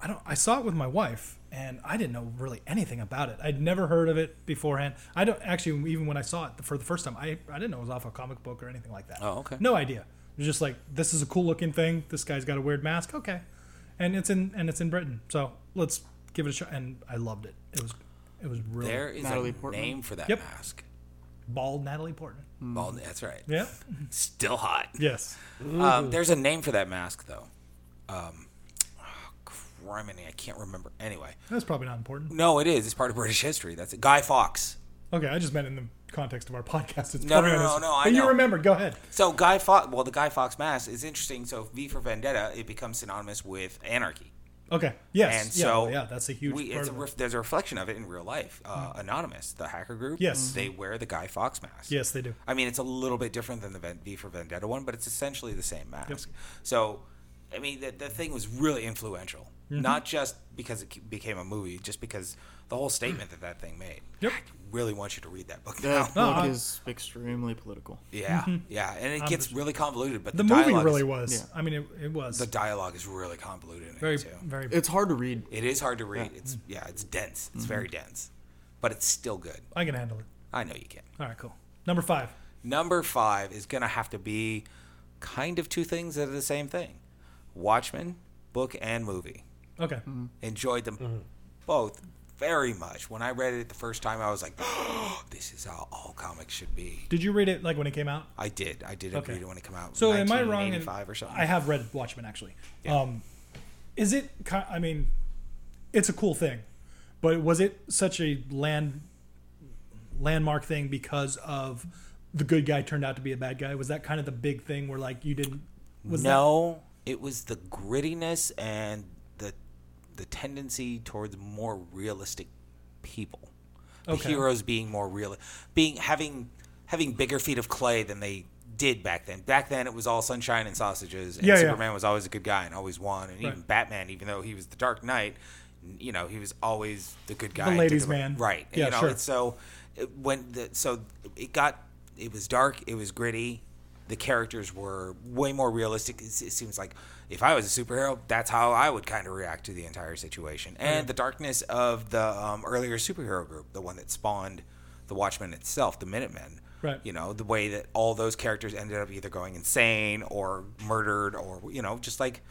S2: I don't. I saw it with my wife, and I didn't know really anything about it. I'd never heard of it beforehand. I don't actually even when I saw it for the first time, I I didn't know it was off a comic book or anything like that.
S1: Oh, okay.
S2: No idea. It was just like this is a cool looking thing. This guy's got a weird mask. Okay, and it's in and it's in Britain. So let's give it a shot. And I loved it. It was it was really
S1: There is
S3: Natalie
S1: a
S3: Portman?
S1: name for that
S2: Yep. Mm-hmm.
S1: mask.
S2: bald Natalie Portman.
S1: Bald, that's right.
S2: Yeah.
S1: Still hot.
S2: Yes.
S1: Um,
S2: Mm-hmm.
S1: there's a name for that mask, though. Um, oh, criminy, I can't remember. Anyway,
S2: That's probably not important.
S1: no, it is. It's part of British history. That's it. Guy Fawkes.
S2: Okay, I just meant in the context of our podcast. It's
S1: No,
S2: probably
S1: no,
S2: not
S1: no,
S2: as-
S1: no, I
S2: But
S1: know.
S2: you remember. Go ahead.
S1: So Guy Fawkes. Well, the Guy Fawkes mask is interesting. So V for Vendetta, it becomes synonymous with anarchy.
S2: Okay. Yes.
S1: And
S2: yeah,
S1: so
S2: yeah, that's a huge
S1: we,
S2: part
S1: it's a
S2: of it. Mm-hmm.
S1: ref- there's a reflection of it in real life. Uh, Anonymous, the hacker group,
S2: Yes.
S1: they wear the Guy Fox mask.
S2: Yes, they do.
S1: I mean, it's a little bit different than the Ven- V for Vendetta one, but it's essentially the same mask. So, I mean, the, the thing was really influential,
S2: Mm-hmm.
S1: not just because it ke- became a movie, just because the whole statement that that thing made.
S2: Yep.
S1: I really want you to read that book now.
S3: That
S2: No,
S3: book
S2: I-
S3: is extremely political.
S1: yeah, yeah, and it gets really convoluted, but the,
S2: The movie
S1: dialogue
S2: really
S1: is,
S2: was.
S3: yeah.
S2: I mean, it, it was
S1: The dialogue is really convoluted. In
S2: very,
S1: it too.
S2: very.
S3: It's hard to read.
S1: It is hard to read. It's yeah, it's dense. It's very dense, but it's still good.
S2: I can handle it.
S1: I know you can.
S2: All right, cool. Number five.
S1: Number five is gonna have to be kind of two things that are the same thing: Watchmen, book and movie.
S2: Okay.
S1: Mm-hmm. Enjoyed them
S2: Mm-hmm.
S1: both very much. When I read it the first time, I was like, "This is how all comics should be."
S2: Did you read it like when it came out?
S1: I did. I did
S2: Okay.
S1: read it when it came out.
S2: So am I wrong? in-
S1: 1985 or something.
S2: I have read Watchmen actually. Um, is it? ki- I mean, it's a cool thing, but was it such a land landmark thing because of the good guy turned out to be a bad guy? Was that kind of the big thing where like you didn't? Was
S1: no, it was the grittiness and the the tendency towards more realistic people. The
S2: Okay.
S1: heroes being more real, being having having bigger feet of clay than they did back then. Back then, it was all sunshine and sausages, and
S2: Yeah, yeah.
S1: Superman was always a good guy and always won. And even Batman, even though he was the Dark Knight, n- you know, he was always the good guy, and did
S2: ladies'
S1: right-
S2: man.
S1: right?
S2: Yeah,
S1: you know,
S2: sure.
S1: it's so it- when the, so it got it was dark it was gritty the characters were way more realistic it, it seems like if i was a superhero that's how i would kind of react to the entire situation and the darkness of the um, earlier superhero group the one that spawned the watchmen itself the minutemen
S2: Right.
S1: you know the way that all those characters ended up either going insane or murdered or you know just like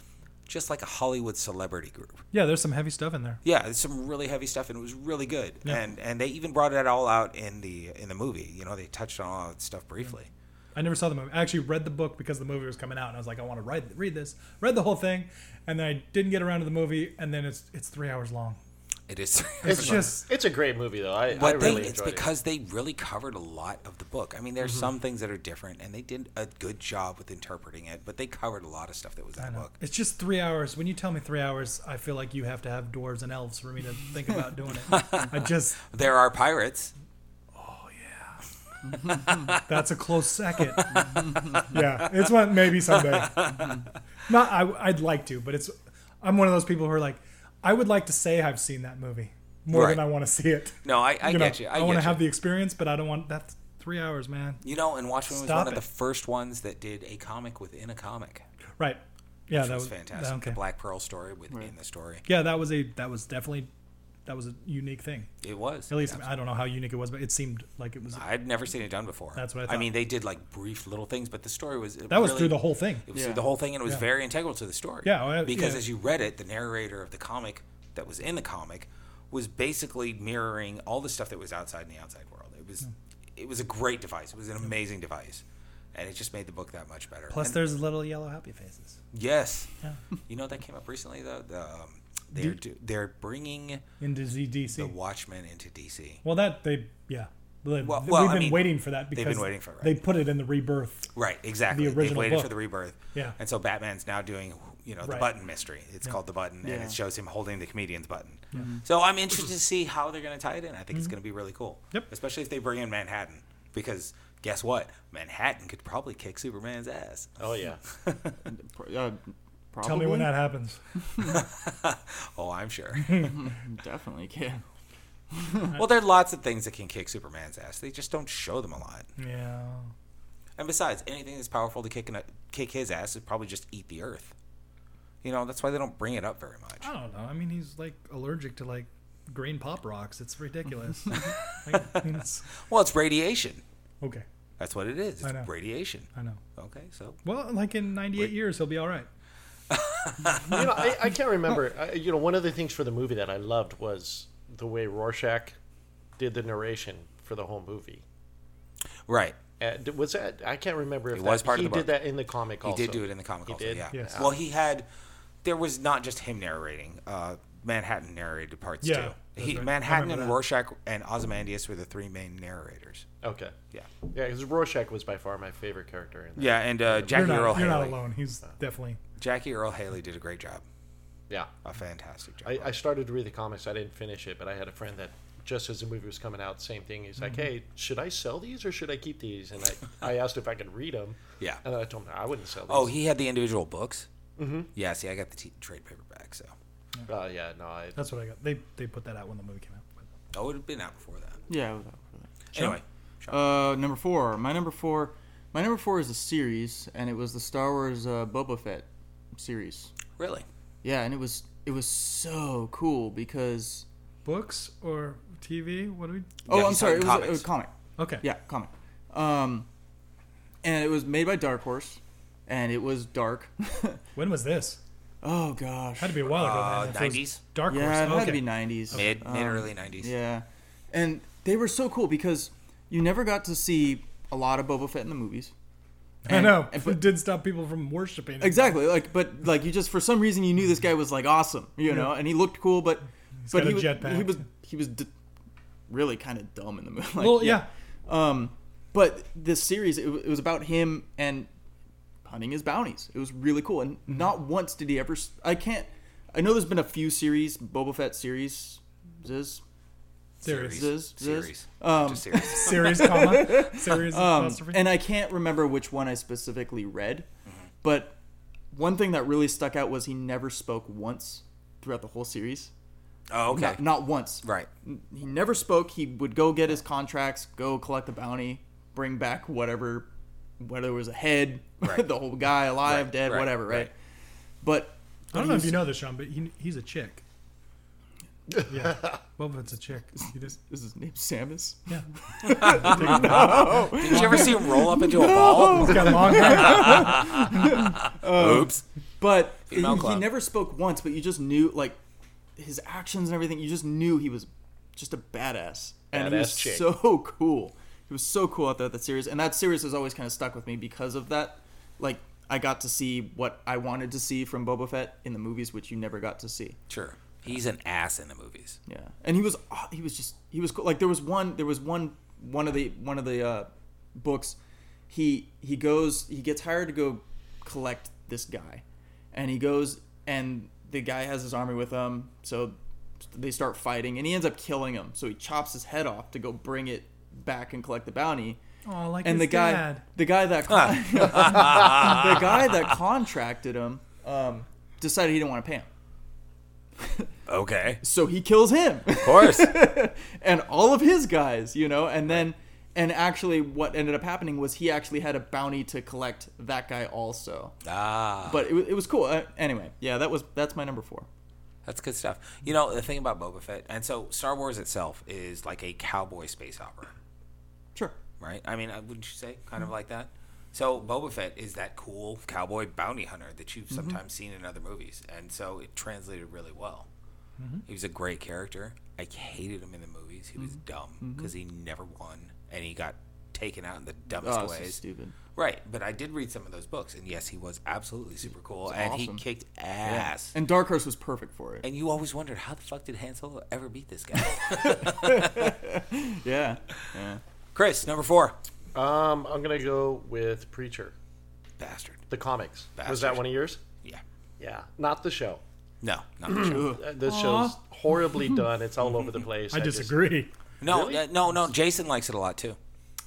S1: just like a hollywood celebrity group
S2: yeah, there's some heavy stuff in there.
S1: yeah, it's some really heavy stuff, and it was really good. And and they even brought it all out in the in the movie. You know, they touched on all that stuff briefly.
S2: I never saw the movie. I actually read the book because the movie was coming out, and I was like, I want to read read this. Read the whole thing, and then I didn't get around to the movie, and then it's it's three hours long.
S1: It is,
S2: It's just
S5: It's a great movie, though. I, I
S1: but they,
S5: really
S1: it's
S5: enjoyed
S1: because they really covered a lot of the book. I mean,
S2: Mm-hmm.
S1: there's some things that are different, and they did a good job with interpreting it. But they covered a lot of stuff that was in the book.
S2: It's just three hours. When you tell me three hours, I feel like you have to have dwarves and elves for me to think about doing it. I just
S1: There are pirates.
S2: that's a close second. yeah, it's one maybe someday. Not I, I'd like to, but it's I'm one of those people who are like I would like to say I've seen that movie more than
S1: Right.
S2: I want to see it.
S1: No, I, I
S2: You know,
S1: get you. I,
S2: want to
S1: get you.
S2: have the experience, but I don't want that's three hours, man.
S1: You know, and Watchmen was
S2: Stop
S1: one of
S2: it.
S1: the first ones that did a comic within a comic.
S2: Right? Yeah,
S1: That
S2: that
S1: was
S2: was
S1: fantastic.
S2: that- okay.
S1: The Black Pearl story within the story.
S2: Yeah, that was a that was definitely that was a unique thing.
S1: It was
S2: At least I don't know how unique it was, but it seemed like it was.
S1: I'd never seen it done before.
S2: That's what I
S1: I
S2: thought.
S1: mean, they did like brief little things, but the story was
S2: That was through the whole thing.
S1: it was through the whole thing, and it was very integral to the story.
S2: Yeah, well,
S1: because
S2: yeah.
S1: as you read it, the narrator of the comic that was in the comic was basically mirroring all the stuff that was outside in the outside world. It
S2: Hmm.
S1: was it was a great device. It was an amazing device, and it just made the book that much better.
S2: Plus,
S1: And-
S2: there's little yellow happy faces.
S1: yes, you know that came up recently though. The, um, they're do, they're bringing
S2: into ZDC.
S1: the Watchmen into DC.
S2: well, that they yeah. They-
S1: Well-
S2: we've
S1: well, I
S2: been
S1: mean,
S2: waiting for that
S1: they've been
S2: because
S1: waiting for it,
S2: they
S1: right.
S2: put it in the rebirth.
S1: Right, exactly.
S2: The
S1: They've
S2: original
S1: waited for
S2: book.
S1: the rebirth.
S2: Yeah.
S1: And so Batman's now doing, you know, the
S2: Right.
S1: button mystery. It's called the button, and
S3: Yeah.
S1: it shows him holding the comedian's button.
S2: Mm-hmm.
S1: So I'm interested to see how they're going to tie it in. I think it's going to be really cool.
S2: Yep.
S1: Especially if they bring in Manhattan, because guess what? Manhattan could probably kick Superman's ass.
S5: it. Oh yeah,
S3: Pro- Uh, probably.
S2: Tell me when that happens.
S1: Oh, I'm sure.
S3: Definitely can.
S1: well, there are lots of things that can kick Superman's ass. They just don't show them a lot.
S2: Yeah.
S1: And besides, anything that's powerful to kick in a, kick his ass is probably just eat the earth. You know, that's why they don't bring it up very much.
S2: I don't know. I mean, he's like allergic to like green pop rocks. It's ridiculous. Like, I mean, it's-
S1: Well, it's radiation.
S2: okay,
S1: That's what it is.
S2: know.
S1: It's radiation.
S2: I know.
S1: Okay, so
S2: Well, like in 98 years, he'll be all right.
S5: you know, I, I can't remember. I, you know, one of the things for the movie that I loved was the way Rorschach did the narration for the whole movie.
S1: right,
S5: And was that I can't remember if
S1: It
S5: that,
S1: was part of
S5: he
S1: the book.
S5: did that in the comic.
S1: he
S5: also.
S1: did do it in the comic. also,
S5: did?
S1: yeah.
S2: Yes.
S1: Well, he had. There was not just him narrating. Uh, Manhattan narrated parts
S2: Yeah,
S1: too.
S2: that's
S1: He,
S2: right. I
S1: Manhattan and
S2: remember that.
S1: Rorschach and Ozymandias were the three main narrators.
S5: Okay.
S1: Yeah,
S5: Yeah, because Rorschach was by far my favorite character in that.
S1: yeah, and uh, Jackie
S2: you're
S1: Earl
S2: not, you're not
S1: Haley.
S2: alone. He's definitely
S1: Jackie Earl Haley did a great job.
S5: Yeah.
S1: A fantastic job.
S5: I, I started to read the comics. I didn't finish it, but I had a friend that just as the movie was coming out, same thing. He's
S1: Mm-hmm.
S5: like, "Hey, should I sell these or should I keep these?" And I, I asked if I could read them.
S1: Yeah.
S5: And I told him I wouldn't sell these.
S1: oh, he had the individual books. Mm-hmm. Yeah. See, I got the t- trade paperback. So
S5: Uh, yeah. No, I,
S4: That's what I got. They they put that out when the movie came out. But
S1: oh, it had been out before that.
S3: Yeah. without further-
S1: Anyway,
S3: Uh, number four. My number four. My number four is a series, and it was the Star Wars uh, Boba Fett series.
S1: really,
S3: Yeah, and it was it was so cool because
S4: books or TV? What do we?
S3: oh,
S1: Yeah,
S3: I'm
S1: he's
S3: sorry, it was,
S1: talking
S3: it was a comic.
S4: Okay.
S3: Yeah, comic. Um, and it was made by Dark Horse, and it was dark.
S4: When was this?
S3: oh gosh.
S4: Had to be a while ago.
S1: Uh,
S4: man, if it was
S1: 90s?
S4: Dark Horse.
S3: yeah, it
S4: okay.
S3: had to be '90s,
S1: mid mid
S3: Um,
S1: early nineties.
S3: Yeah, and they were so cool because you never got to see a lot of Boba Fett in the movies.
S4: I know.
S3: and-
S4: it didn't stop people from worshiping. it.
S3: Exactly, like but like you just for some reason you knew this guy was like awesome, you know, and he looked cool, but but
S4: got
S3: he
S4: a
S3: was,
S4: jetpack.
S3: he was he was d- really kind of dumb in the movie. Like,
S4: Well, yeah.
S3: Um, but this series, it, w- it was about him and hunting his bounties. It was really cool, and
S4: Mm-hmm.
S3: not once did he ever. s- I can't. I know there's been a few series, Boba Fett series, Ziz,
S4: Series.
S3: Ziz, Ziz.
S1: series.
S3: Um,
S1: Just series.
S4: Series, comma. Series
S3: Um,
S4: apostrophe.
S3: and I can't remember which one I specifically read,
S1: Mm-hmm.
S3: but one thing that really stuck out was he never spoke once throughout the whole series.
S1: Oh, okay.
S3: Not, not once.
S1: Right.
S3: He never spoke. He would go get his contracts, go collect the bounty, bring back whatever, whether it was a head,
S1: Right.
S3: the whole guy alive,
S1: Right,
S3: dead,
S1: right,
S3: whatever, right?
S1: right.
S3: But
S4: I don't know if you know this, Sean, but he, he's a chick. Yeah. Boba Fett's a chick. He just,
S3: is his name Samus?
S4: yeah.
S1: Did you ever see him roll up into a ball?
S4: He's got long hair.
S1: Oops.
S3: But he,
S1: Female
S3: he
S1: club.
S3: never spoke once, but you just knew like his actions and everything. You just knew he was just a badass, and he
S5: Badass
S3: was
S5: chick.
S3: so cool. He was so cool out there that series, and that series has always kind of stuck with me because of that. Like I got to see what I wanted to see from Boba Fett in the movies, which you never got to see.
S1: Sure. He's an ass in the movies.
S3: Yeah, and he was aw- he was just he was cool. Like there was one there was one one of the one of the uh, books. He he goes he gets hired to go collect this guy, and he goes and the guy has his army with him. So they start fighting, and he ends up killing him. So he chops his head off to go bring it back and collect the bounty.
S4: Oh, like
S3: and
S4: his
S3: the guy
S4: dad.
S3: the guy that con- the guy that contracted him um, decided he didn't want to pay him.
S1: Okay.
S3: So he kills him.
S1: Of course.
S3: and all of his guys, you know, and then and actually what ended up happening was he actually had a bounty to collect that guy also.
S1: ah.
S4: Oh.
S3: But it, wa- it was cool. Uh, anyway, yeah, that was that's my number 4.
S1: That's good stuff. You know, the thing about Boba Fett, and so Star Wars itself is like a cowboy space opera,
S3: Sure.
S1: right? I mean, uh, wouldn't you say? Kind of like that. So Boba Fett is that cool cowboy bounty hunter that you've sometimes seen in other movies, and so it translated really well. He was a great character. I hated him in the movies. He was dumb because he never won, and he got taken out in the dumbest
S3: Oh, this is
S1: ways.
S3: stupid.
S1: Right, but I did read some of those books, and yes, he was absolutely super cool, and
S3: awesome.
S1: he kicked ass.
S3: And Dark Horse was perfect for it.
S1: And you always wondered how the fuck did Han Solo ever beat this guy?
S3: Yeah. Yeah.
S1: Chris, number four.
S5: um, I'm gonna go with Preacher.
S1: Bastard.
S5: The comics. Was
S1: Bastard.
S5: that one of yours?
S1: Yeah.
S5: Yeah. Not the show.
S1: No, not the show.
S5: Uh, This show's horribly done. It's all over the place.
S4: I
S5: just-
S4: disagree.
S1: No,
S5: Really?
S1: uh, no, no. Jason likes it a lot too.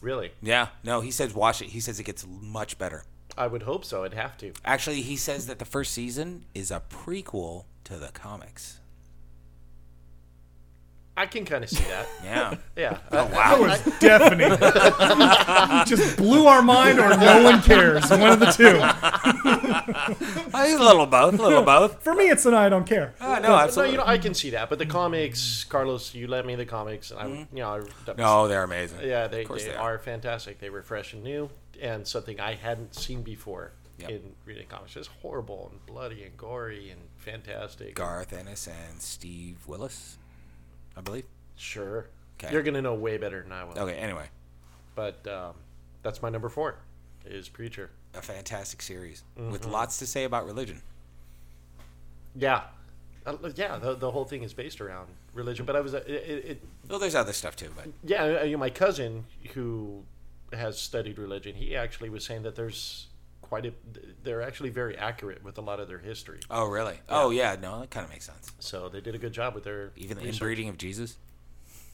S5: really.
S1: Yeah. No, he says watch it. He says it gets much better.
S5: I would hope so. I'd have to.
S1: Actually, he says that the first season is a prequel to the comics.
S5: I can kind of see that.
S1: Yeah. Oh,
S5: Yeah.
S4: That was deafening. Just blew our mind, or no one cares. One of the two.
S1: a little both. A little both.
S4: For me, it's an I don't care.
S1: Uh, no,
S5: no,
S1: absolutely.
S5: you know, I can see that. But the comics, Carlos, you lent me the comics, and I, you know, I, that was-
S1: Mm-hmm. No, they're amazing.
S5: yeah, they,
S1: Of course
S5: they,
S1: they
S5: are fantastic. They were fresh and new, and something I hadn't seen before
S1: Yep.
S5: in reading comics. It's horrible and bloody and gory and fantastic.
S1: Garth Ennis and Steve Willis, I believe.
S5: sure,
S1: Okay. Oh.
S5: you're gonna know way better than I will.
S1: Okay. Anyway,
S5: But um, that's my number four is Preacher.
S1: a fantastic series with lots to say about religion.
S5: Yeah. Uh, yeah, the, the whole thing is based around religion, but I was uh, it, it, it
S1: Well, there's other stuff too, but
S5: yeah, uh, you know, my cousin who has studied religion, he actually was saying that there's qui- quite a. They're actually very accurate with a lot of their history.
S1: Oh, really? Oh, yeah. No, that kind of makes sense.
S5: So they did a good job with their
S1: Even the
S5: research.
S1: inbreeding of Jesus.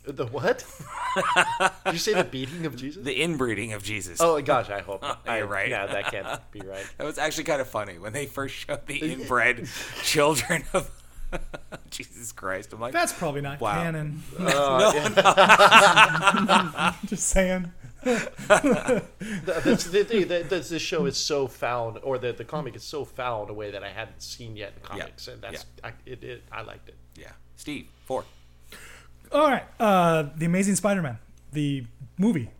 S5: The what? Did you say the beating of Jesus?
S1: The inbreeding of Jesus.
S5: oh gosh, I hope. not.
S1: Yeah, right.
S5: Yeah, that can't be right.
S1: That was actually kind of funny when they first showed the inbred children of Jesus Christ. I'm like,
S2: That's probably not
S1: Wow.
S2: canon.
S5: Oh,
S2: Just saying.
S5: That- That's the thing. That, that's, this show is so foul, or the the comic is so foul in a way that I hadn't seen yet in comics, and that's I, it, it. I liked it.
S1: yeah, Steve, four.
S2: All right. Uh, the Amazing Spider-Man, the movie,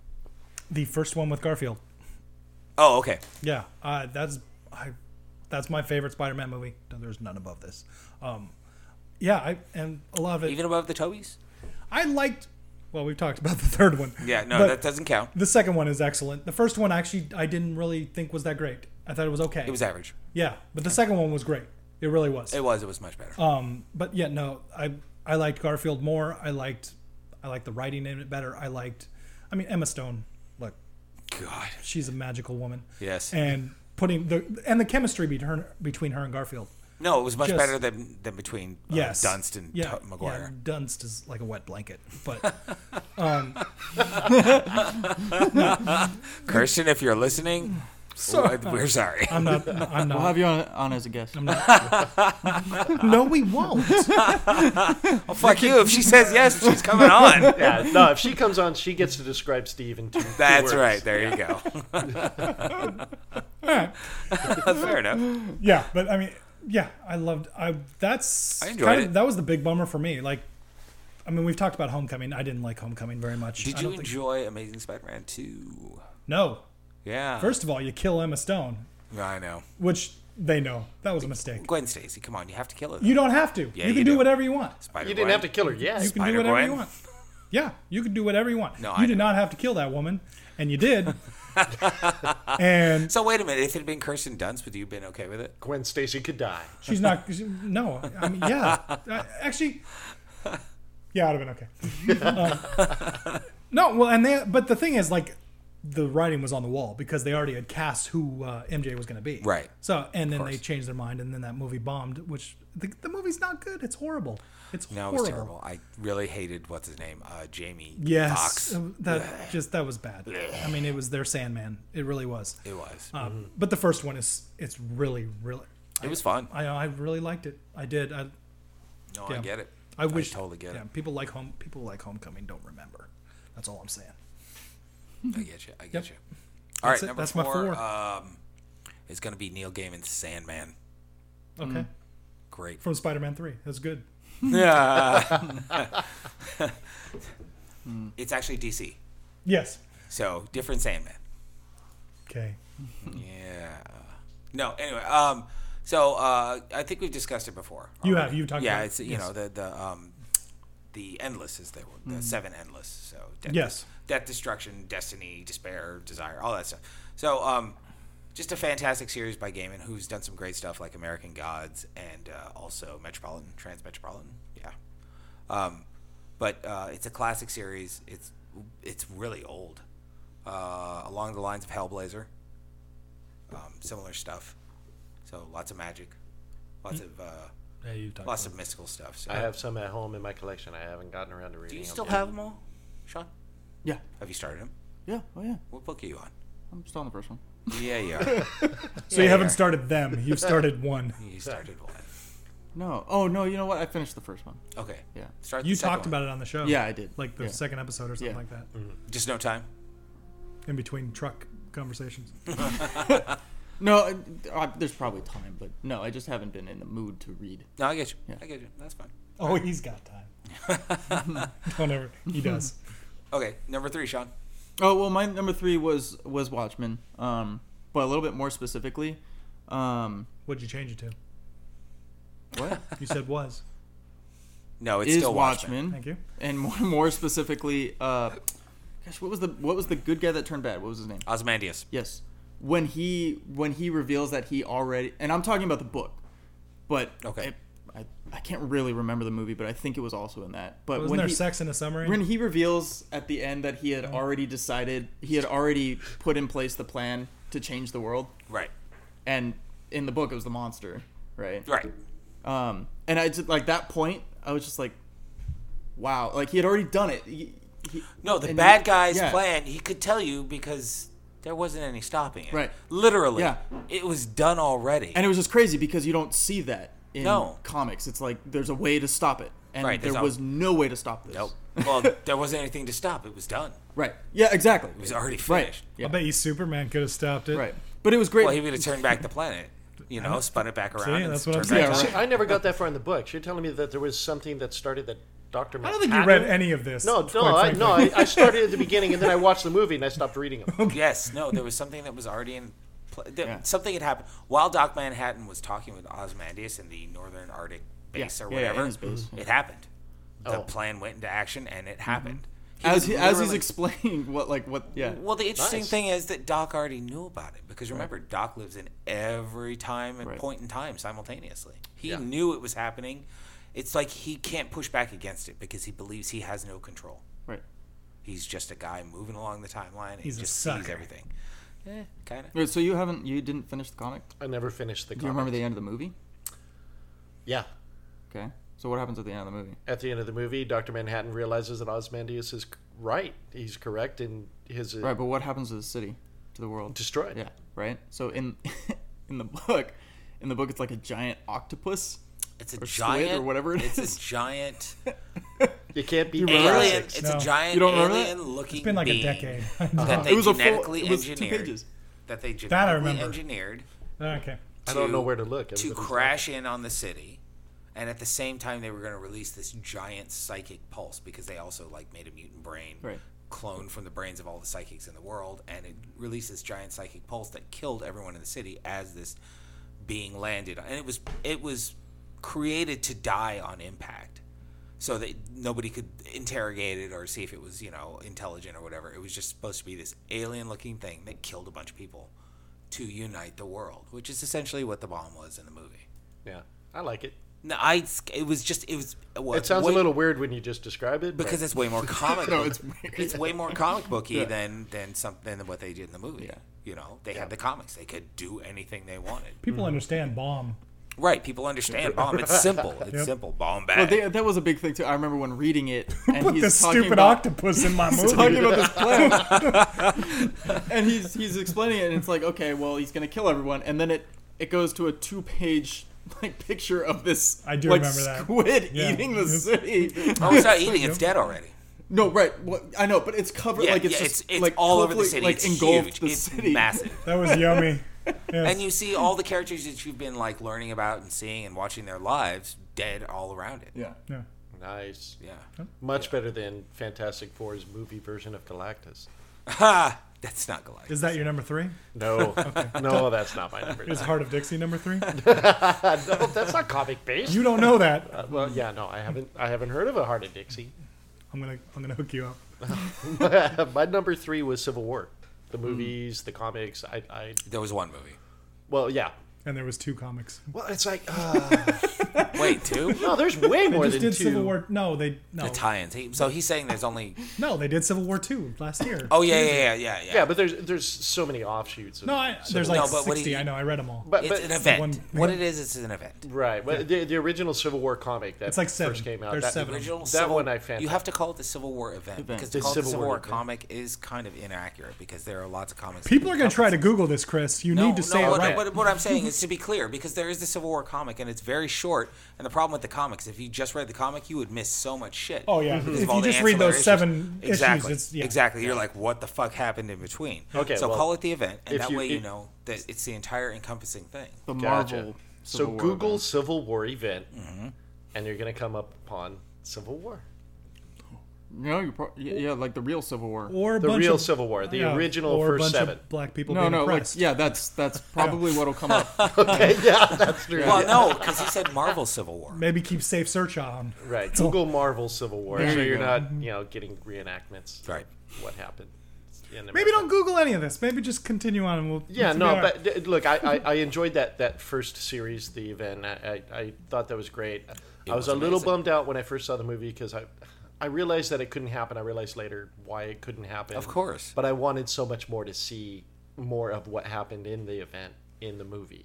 S2: the first one with Garfield.
S1: Oh, okay.
S2: Yeah, uh, that's I, that's my favorite Spider-Man movie. No, There's none above this. Um, yeah, I and a lot of it.
S1: Even above the Tobys?
S2: I liked. Well, we've talked about the third one.
S1: Yeah, no,
S2: but
S1: that doesn't count.
S2: the second one is excellent. The first one actually I didn't really think was that great. I thought it was okay.
S1: It was average.
S2: yeah, but the second one was great. It really was.
S1: It was. It was much better.
S2: Um, but yeah, no, I I liked Garfield more. I liked I liked the writing in it better. I liked, I mean, Emma Stone. Look,
S1: God.
S2: she's a magical woman.
S1: Yes.
S2: And putting the and the chemistry between her, between her and Garfield.
S1: No, it was much
S2: just-
S1: better than than between uh,
S2: Yes,
S1: Dunst and
S2: yeah,
S1: To- Maguire.
S2: Yeah, Dunst is like a wet blanket, but
S1: Kirsten, if you're listening,
S2: Sorry.
S1: we're sorry.
S2: Mm. I'm not. I'm
S3: We'll
S2: not.
S3: have you on, on as a guest.
S2: no, we won't.
S1: Well, Oh, fuck you. If she says yes, she's coming on.
S5: Yeah, no. If she comes on, she gets to describe Steve in two. two
S1: That's
S5: words.
S1: right. There you go. Fair enough.
S2: Yeah, but I mean, yeah, I loved. I that's
S1: I enjoyed
S2: kind of-
S1: it.
S2: that was the big bummer for me. Like, I mean, we've talked about Homecoming. I didn't like Homecoming very much.
S1: Did
S2: I
S1: you
S2: don't think-
S1: enjoy Amazing Spider-Man 2?
S2: no.
S1: Yeah.
S2: First of all, you kill Emma Stone,
S1: I know.
S2: which they know that was a mistake.
S1: Gwen Stacy, come on, you have to kill it.
S2: You don't have to.
S1: Yeah,
S2: you can
S1: you
S2: do
S1: do.
S2: whatever you want.
S1: Spider
S5: You didn't have to kill her yet.
S2: You can do whatever you
S1: Spider-Gwen?
S2: want. Yeah, you can do whatever you want.
S1: No,
S2: you
S1: I
S2: did
S1: know.
S2: not have to kill that woman, and you did. and
S1: So wait a minute. If it had been Kirsten Dunst, would you have been okay with it?
S5: Gwen Stacy could die.
S2: she's not. she- no, I mean, yeah, Uh, actually, yeah, I'd have been okay. Um, no, well, and they. But the thing is, like, the writing was on the wall because they already had cast who uh, MJ was going to be.
S1: Right.
S2: So, and then they
S1: course.
S2: changed their mind, and then that movie bombed. Which the, the movie's not good. It's horrible. It's
S1: No, it
S2: horrible.
S1: was terrible. I really hated what's his name, uh, Jamie
S2: Yes,
S1: Fox.
S2: uh, that just that was bad. I mean, it was their Sandman. It really was.
S1: It Mm-hmm. was.
S2: Um, But the first one is it's really really.
S1: it was fun.
S2: I I really liked it. I did. I
S1: No, I
S2: yeah.
S1: get it.
S2: I wish
S1: totally get
S2: yeah,
S1: it.
S2: People like home. People like Homecoming. Don't remember. That's all I'm saying.
S1: I get you. I get
S2: Yep.
S1: you. All right,
S2: it.
S1: number
S2: That's my
S1: four,
S2: four.
S1: Um, is going to be Neil Gaiman's Sandman.
S2: Okay.
S1: Great.
S2: From Spider-Man Three. That's good.
S1: Yeah. it's actually DC,
S2: Yes.
S1: so different Sandman.
S2: Okay. Hmm.
S1: Yeah. No. Anyway. Um. So uh, I think we've discussed it before.
S2: You have,
S1: already.
S2: you've talked
S1: Yeah.
S2: about it,
S1: it's you
S2: yes.
S1: know the the um, the endless is the the seven endless. So death,
S2: Yes.
S1: death, destruction, destiny, despair, desire, all that stuff. So um, just a fantastic series by Gaiman, who's done some great stuff like American Gods and uh, also Metropolitan, Transmetropolitan. Yeah. Um, but uh, it's a classic series. It's it's really old, uh, along the lines of Hellblazer. Um, similar stuff. So lots of magic, lots of uh,
S2: Yeah, you talked.
S1: lots of mystical stuff. So
S5: I have some at home in my collection. I haven't gotten around to reading.
S1: Do you
S5: them
S1: still
S5: yet.
S1: have them all, Sean?
S3: Yeah.
S1: Have you started them?
S3: Yeah. Oh, yeah.
S1: What book are you on?
S3: I'm still on the first one.
S1: Yeah, you are.
S2: So you haven't started them. You've started one.
S1: You started one.
S3: No. Oh, no. You know what? I finished the first one.
S1: Okay.
S3: Yeah.
S1: Start.
S2: You
S1: the second
S2: talked
S1: one.
S2: about it on the show.
S3: Yeah, I did.
S2: Like the
S3: Yeah.
S2: second episode or something
S3: Yeah.
S2: like that.
S1: just no time.
S2: In between truck conversations.
S3: No, I, I, there's probably time, but no, I just haven't been in the mood to read.
S1: No, I get you.
S3: Yeah.
S1: I get you. That's fine.
S2: Oh, he's got time. Don't ever. He does.
S1: Okay, number three, Sean.
S3: Oh well, my number three was was Watchmen, um, but a little bit more specifically. Um,
S2: What'd you change it to?
S3: what
S2: You said was.
S1: No, it's
S3: is
S1: still Watchmen.
S3: Watchmen?
S2: Thank you.
S3: And more, more specifically, uh, gosh, what was the what was the good guy that turned bad? What was his name?
S1: Ozymandias.
S3: Yes. When he when he reveals that he already and I'm talking about the book, but
S1: Okay.
S3: I, I, I can't really remember the movie, but I think it was also in that. But
S2: Wasn't
S3: when
S2: there
S3: he,
S2: sex in a Mm. summary?
S3: when he reveals at the end that he had already decided he had already put in place the plan to change the world,
S1: Right.
S3: and in the book it was the monster, right?
S1: Right.
S3: Um, and I just like that point, I was just like, wow, like he had already done it. He- he-
S1: No, the
S3: and
S1: bad
S3: he-
S1: guy's
S3: yeah.
S1: plan, he could tell you because there wasn't any stopping it.
S3: Right.
S1: Literally.
S3: Yeah.
S1: It was done already.
S3: And it was just crazy because you don't see that in
S1: No.
S3: comics. It's like there's a way to stop it, and
S1: Right,
S3: there
S1: there's
S3: was
S1: al-
S3: no way to stop this.
S1: nope. Well, there wasn't anything to stop. It was done.
S3: Right. Yeah. Exactly. It
S1: was already finished.
S3: Right. Yeah.
S4: I bet you Superman could have stopped it.
S3: Right. But it was great.
S1: Well, he would have turned back the planet. You know, spun it back around.
S4: See,
S1: and
S4: that's what I'm
S1: turned back
S3: saying.
S1: around.
S5: I never got that far in the books. You're telling me that there was something that started that Doctor.
S4: I don't think you read any of this.
S5: No, no,
S4: quite
S5: I,
S4: frankly.
S5: no. I, I started at the beginning and then I watched the movie and I stopped reading them.
S1: Yes. No, there was something that was already in. Pl- there,
S3: Yeah.
S1: Something had happened while Doc Manhattan was talking with Osmandius in the Northern Arctic base
S3: Yeah,
S1: or
S3: yeah, yeah, in
S1: whatever.
S3: his base.
S1: It happened. The
S5: Oh.
S1: plan went into action, and it happened. He
S3: Mm-hmm. as
S1: was
S3: he, as he's
S1: literally-
S3: explaining what like what yeah
S1: Well, the interesting
S5: Nice.
S1: thing is that Doc already knew about it because remember, Doc lives in every time and
S3: Right.
S1: point in time simultaneously. He
S5: Yeah.
S1: knew it was happening. It's like he can't push back against it because he believes he has no control.
S3: right.
S1: He's just a guy moving along the timeline. And
S4: He's
S1: he
S4: a
S1: just sees
S4: sucker.
S1: everything. Eh, kind of.
S3: Wait, so you haven't you didn't finish the comic?
S5: I never finished the.
S3: Do you remember the end of the movie?
S5: Yeah.
S3: Okay. So what happens at the end of the movie?
S5: At the end of the movie, Doctor Manhattan realizes that Osmandius is c- right. He's correct in his uh,
S3: Right, but what happens to the city, to the world?
S5: destroyed.
S3: Yeah, right. So in in the book, in the book, it's like a giant octopus.
S1: It's a
S3: Or squid or
S1: giant
S3: whatever it
S1: it's
S3: is.
S1: a giant
S5: You can't be
S1: alien.
S5: classics.
S1: It's a
S4: No.
S1: giant
S3: You don't remember that? Uh-huh.
S1: alien looking.
S4: It's been like a
S1: being
S4: decade.
S1: That they
S3: It was a full-
S1: genetically
S3: it was two
S1: engineered.
S3: pages.
S1: That they
S4: I
S1: genetically
S4: remember.
S1: engineered.
S4: okay.
S5: I don't
S1: to-
S5: know where to look.
S1: to
S5: Everybody's-
S1: crash in on the city and at the same time they were going to release this giant psychic pulse because they also like made a mutant brain
S3: Right.
S1: cloned from the brains of all the psychics in the world and it released this giant psychic pulse that killed everyone in the city as this being landed and it was it was created to die on impact so that nobody could interrogate it or see if it was you know intelligent or whatever it was just supposed to be this alien looking thing that killed a bunch of people to unite the world which is essentially what the bomb was in the movie
S5: Yeah, I like it.
S1: no, I. It was just. It was. Well,
S5: It
S1: it's
S5: sounds
S1: way-
S5: a little weird when you just describe it
S1: because
S5: but
S1: it's way more comic.
S3: No,
S1: book-
S3: it's weird.
S1: way more comic booky than than something than what they did in the movie.
S3: Yeah.
S1: You know, they had the comics. They could do anything they wanted.
S4: People understand bomb.
S1: Right? People understand bomb. It's simple. It's simple. Bomb
S3: Well,
S1: bad.
S3: they, that was a big thing too. I remember when reading it, and
S4: Put
S3: he's
S4: this
S3: talking
S4: stupid
S3: about,
S4: octopus in my movie.
S3: talking about this plan, and he's he's explaining it, and it's like, okay, well, he's gonna kill everyone, and then it it goes to a two page like picture of this
S4: I do
S3: like
S4: remember that.
S3: squid
S4: Yeah.
S3: eating the
S4: It's-
S3: city.
S1: oh, it's not eating. It's dead already.
S3: No, right. Well, I know, but it's covered
S1: Yeah,
S3: like it's
S1: yeah,
S3: just
S1: it's, it's
S3: like
S1: all over the
S3: totally,
S1: city.
S3: like
S1: it's
S3: engulfed
S1: huge.
S3: the
S1: it's
S3: city.
S1: massive.
S4: That was yummy. Yes.
S1: And you see all the characters that you've been like learning about and seeing and watching their lives dead all around it.
S3: Yeah.
S4: Yeah.
S5: nice,
S1: Yeah.
S5: much better than Fantastic Four's movie version of Galactus.
S1: Ha! That's not Galactus.
S4: Is that your number three?
S5: No, no, that's not my number.
S4: Is Heart of Dixie number three?
S5: no, that's not comic based.
S4: You don't know that.
S5: well, yeah, no, I haven't. I haven't heard of a Heart of Dixie.
S4: I'm gonna I'm gonna hook you up.
S5: my number three was Civil War, the
S4: Hmm.
S5: movies, the comics. I, I,
S1: There was one movie.
S5: well, yeah.
S4: And there was two comics.
S5: Well, it's like uh,
S1: Wait, two.
S5: no, there's way more
S4: Just
S5: than
S4: did
S5: two.
S4: Civil War. No, they no
S1: The tie-ins. He, so he's saying there's only.
S4: no they did Civil War two last year.
S1: Oh yeah, yeah, yeah, yeah, yeah.
S5: Yeah, but there's there's so many offshoots. Of
S4: no, I,
S5: Civil
S4: there's
S5: War.
S4: like
S1: No, but what do
S4: sixty.
S1: you-
S4: I know. I read them all.
S5: but, but
S1: it's an event.
S4: one-
S1: what it is, it's an event.
S5: right, but the, the original Civil War comic that
S4: It's like
S5: first
S4: seven.
S5: came out.
S4: There's
S5: that,
S4: seven.
S1: Original
S5: That
S1: Civil-
S5: one I found
S1: You have to call it the Civil War event, because to
S5: The
S1: call it the
S5: Civil
S1: Civil
S5: War
S1: War,
S5: event.
S1: comic is kind of inaccurate because there are lots of comics. that
S4: People are gonna
S1: encompass-
S4: try to Google this, Chris. You
S1: No,
S4: need to
S1: no,
S4: say it
S1: what,
S4: right.
S1: what, what I'm saying is to be clear, because there is the Civil War comic and it's very short. And the problem with the comics, if you just read the comic, you would miss so much shit.
S4: Oh, yeah.
S1: because
S4: If
S1: of
S4: you
S1: all the
S4: just read
S1: ancillary
S4: those seven issues,
S1: exactly,
S4: it's- yeah.
S1: exactly. You're like, what the fuck happened in between?
S5: Okay,
S1: so
S5: well,
S1: call it the event, and
S5: if
S1: that
S5: you-
S1: way you
S5: if-
S1: know that it's the entire encompassing thing.
S3: The
S5: Gotcha.
S3: Marvel.
S5: So
S3: Civil War
S5: Google
S3: event.
S5: Civil War event,
S4: Mm-hmm.
S5: and you're going to come up upon Civil War,
S3: No, you pro- yeah, yeah, like the real Civil War.
S4: or a
S5: the
S4: bunch
S5: real
S4: of,
S5: Civil War, the
S4: yeah,
S5: original
S4: or a bunch
S5: first seven.
S4: Of black people
S3: no,
S4: being
S3: no, like,
S4: oppressed.
S3: yeah, that's that's probably what'll come up.
S5: Okay, yeah, that's true.
S1: Well, no, because he said Marvel Civil War.
S4: Maybe keep safe search on.
S5: Right. Google Marvel Civil War,
S3: There
S5: so
S3: you
S5: you're
S3: go.
S5: not, you know, getting reenactments. of
S1: Mm-hmm. Right.
S5: What happened? in
S4: Maybe
S5: America.
S4: don't Google any of this. Maybe just continue on. And we'll
S5: Yeah,
S4: it's
S5: no,
S4: gonna be all right.
S5: but d- look, I, I, I enjoyed that that first series, the event. I, I, I thought that was great. I
S1: was
S5: was, a little
S1: amazing.
S5: bummed out when I first saw the movie because I I realized that it couldn't happen. I realized later why it couldn't happen.
S1: Of course.
S5: But I wanted so much more to see more of what happened in the event. in the movie.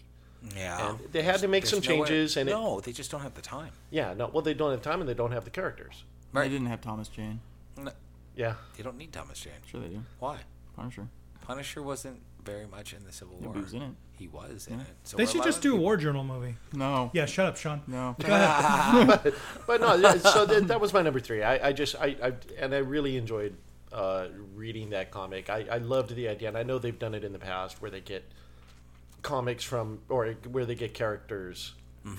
S1: Yeah.
S5: And they had to make some
S1: There's nowhere-
S5: changes, and it-
S1: no, they just don't have the time.
S5: Yeah, no, well, they don't have time and they don't have the characters.
S1: Right.
S3: They didn't have Thomas Jane.
S1: No,
S5: Yeah,
S1: they don't need Thomas Jane.
S3: Sure they do.
S1: Why?
S3: Punisher.
S1: Punisher wasn't very much in the Civil War.
S3: he was in it.
S1: He was in it. So
S2: They
S1: we're
S2: should just do
S1: allowing
S2: a war journal movie.
S3: No.
S2: Yeah, shut up, Sean.
S3: No.
S5: but no, yeah, so that, that was my number three. I, I just I, I and I really enjoyed uh, reading that comic. I, I loved the idea, and I know they've done it in the past where they get comics from or where they get characters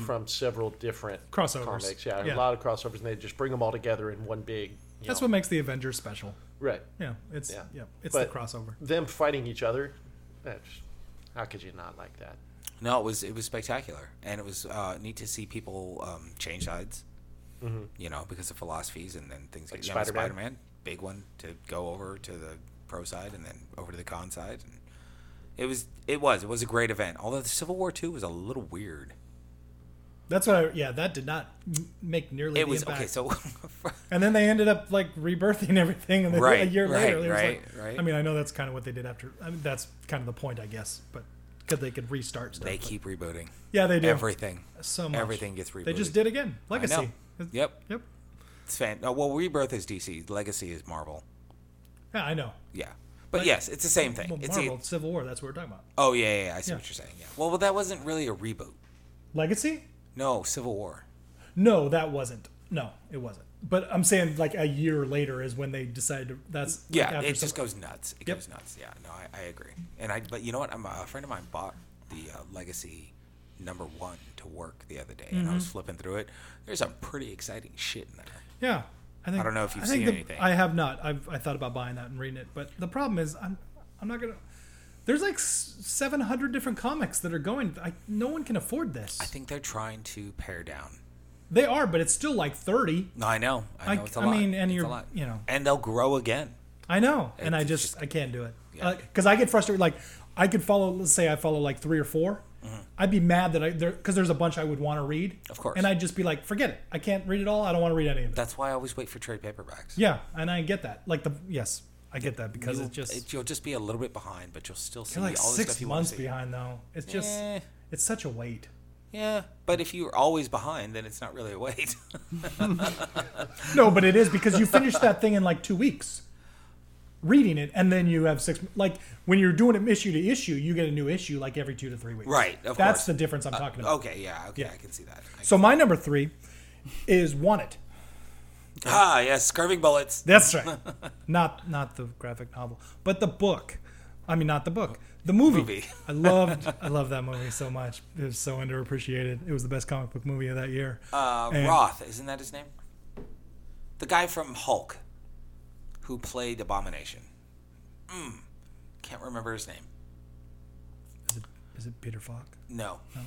S5: from several different
S2: Crossovers.
S5: comics. Yeah,
S2: Yeah.
S5: a lot of crossovers, and they just bring them all together in one big. You
S2: That's
S5: know,
S2: what makes the Avengers special.
S5: right.
S2: Yeah, it's yeah,
S5: Yeah.
S2: it's
S5: But-
S2: the crossover.
S5: Them fighting each other. That's, how could you not like that?
S1: No, it was it was spectacular, and it was uh, neat to see people um, change sides. You know, because of philosophies, and then things
S5: Mm-hmm. Like
S1: you know,
S5: Spider-Man?
S1: Spider-Man, big one to go over to the pro side, and then over to the con side. And it was it was it was a great event. Although the Civil War two was a little weird.
S2: That's what I yeah, that did not m- make nearly
S1: It
S2: the
S1: was
S2: impact.
S1: okay. So
S2: And then they ended up like rebirthing everything and then
S1: Right,
S2: a year
S1: right,
S2: later. it was
S1: right,
S2: like-
S1: right.
S2: I mean, I know that's kind of what they did after. I mean, that's kind of the point, I guess. But because they could restart stuff.
S1: they
S2: but-
S1: keep rebooting
S2: yeah, they do.
S1: everything.
S2: so much.
S1: everything gets rebooted.
S2: They just did again.
S1: I know.
S2: Legacy.
S1: Yep,
S2: Yep.
S1: it's fan. No, well, Rebirth is DC. Legacy is Marvel.
S2: Yeah, I know.
S1: Yeah, but, yes, it's the same thing.
S2: Well,
S1: it's the-
S2: Marvel Civil War. That's what we're talking about.
S1: oh yeah, yeah, yeah, I see
S2: Yeah.
S1: what you're saying. Yeah. Well, well, that wasn't really a reboot.
S2: Legacy?
S1: No, Civil War.
S2: No, that wasn't. No, it wasn't. But I'm saying like a year later is when they decided to, that's like,
S1: Yeah,
S2: after
S1: it just
S2: Civil-
S1: goes nuts. It
S2: Yep.
S1: goes nuts. Yeah, no, I, I agree. And I, but you know what? I'm, a friend of mine bought the uh, Legacy number one to work the other day, and I
S2: Mm-hmm.
S1: was flipping through it. There's some pretty exciting shit in there.
S2: Yeah, I think
S1: I don't know if you've
S2: I think
S1: seen
S2: the-
S1: anything.
S2: I have not. I've I thought about buying that and reading it, but the problem is I'm I'm not gonna. There's like seven hundred different comics that are going. I, no one can afford this.
S1: I think they're trying to pare down.
S2: they are, but it's still like thirty.
S1: No, I know. I know
S2: I-
S1: it's a
S2: I
S1: lot.
S2: mean, and
S1: It's
S2: you're-
S1: a lot.
S2: you know.
S1: and they'll grow again.
S2: I know, and I
S1: It's
S2: just,
S1: just-
S2: I can't do it
S1: Yeah.
S2: because I get frustrated. Like I could follow, let's say I follow like three or 4 i I'd be mad that I there because there's a bunch I would want to read,
S1: Mm-hmm. Of course.
S2: and I'd just be like, forget it. I can't read it all. I don't want to read any of it.
S1: That's why I always wait for trade paperbacks.
S2: yeah, and I get that. Like the yes, I get that because
S1: You'll-
S2: it's just
S1: it- you'll just be a little bit behind, but you'll still see
S2: You're like
S1: all the
S2: six
S1: stuff you
S2: months
S1: want to see.
S2: behind though. It's just
S1: Eh.
S2: it's such a wait.
S1: Yeah, but if you're always behind, then it's not really a wait.
S2: No, but it is because you finish that thing in like two weeks, reading it, and then you have six. Like when you're doing it issue to issue, you get a new issue like every two to three weeks.
S1: Right, of
S2: That's
S1: course.
S2: the difference I'm talking about.
S1: okay, yeah, okay,
S2: Yeah.
S1: I can see that. I-
S2: So my number three is Wanted.
S1: Ah, yes, curving bullets.
S2: That's right. not not the graphic novel, but the book. I mean, not the book. The movie.
S1: Movie.
S2: I loved I loved that movie so much. It was so underappreciated. It was the best comic book movie of that year.
S1: Uh,
S2: And-
S1: Roth, isn't that his name? The guy from Hulk, who played Abomination. Mm, can't remember his name.
S2: Is it, is it Peter Falk?
S1: No.
S2: Oh.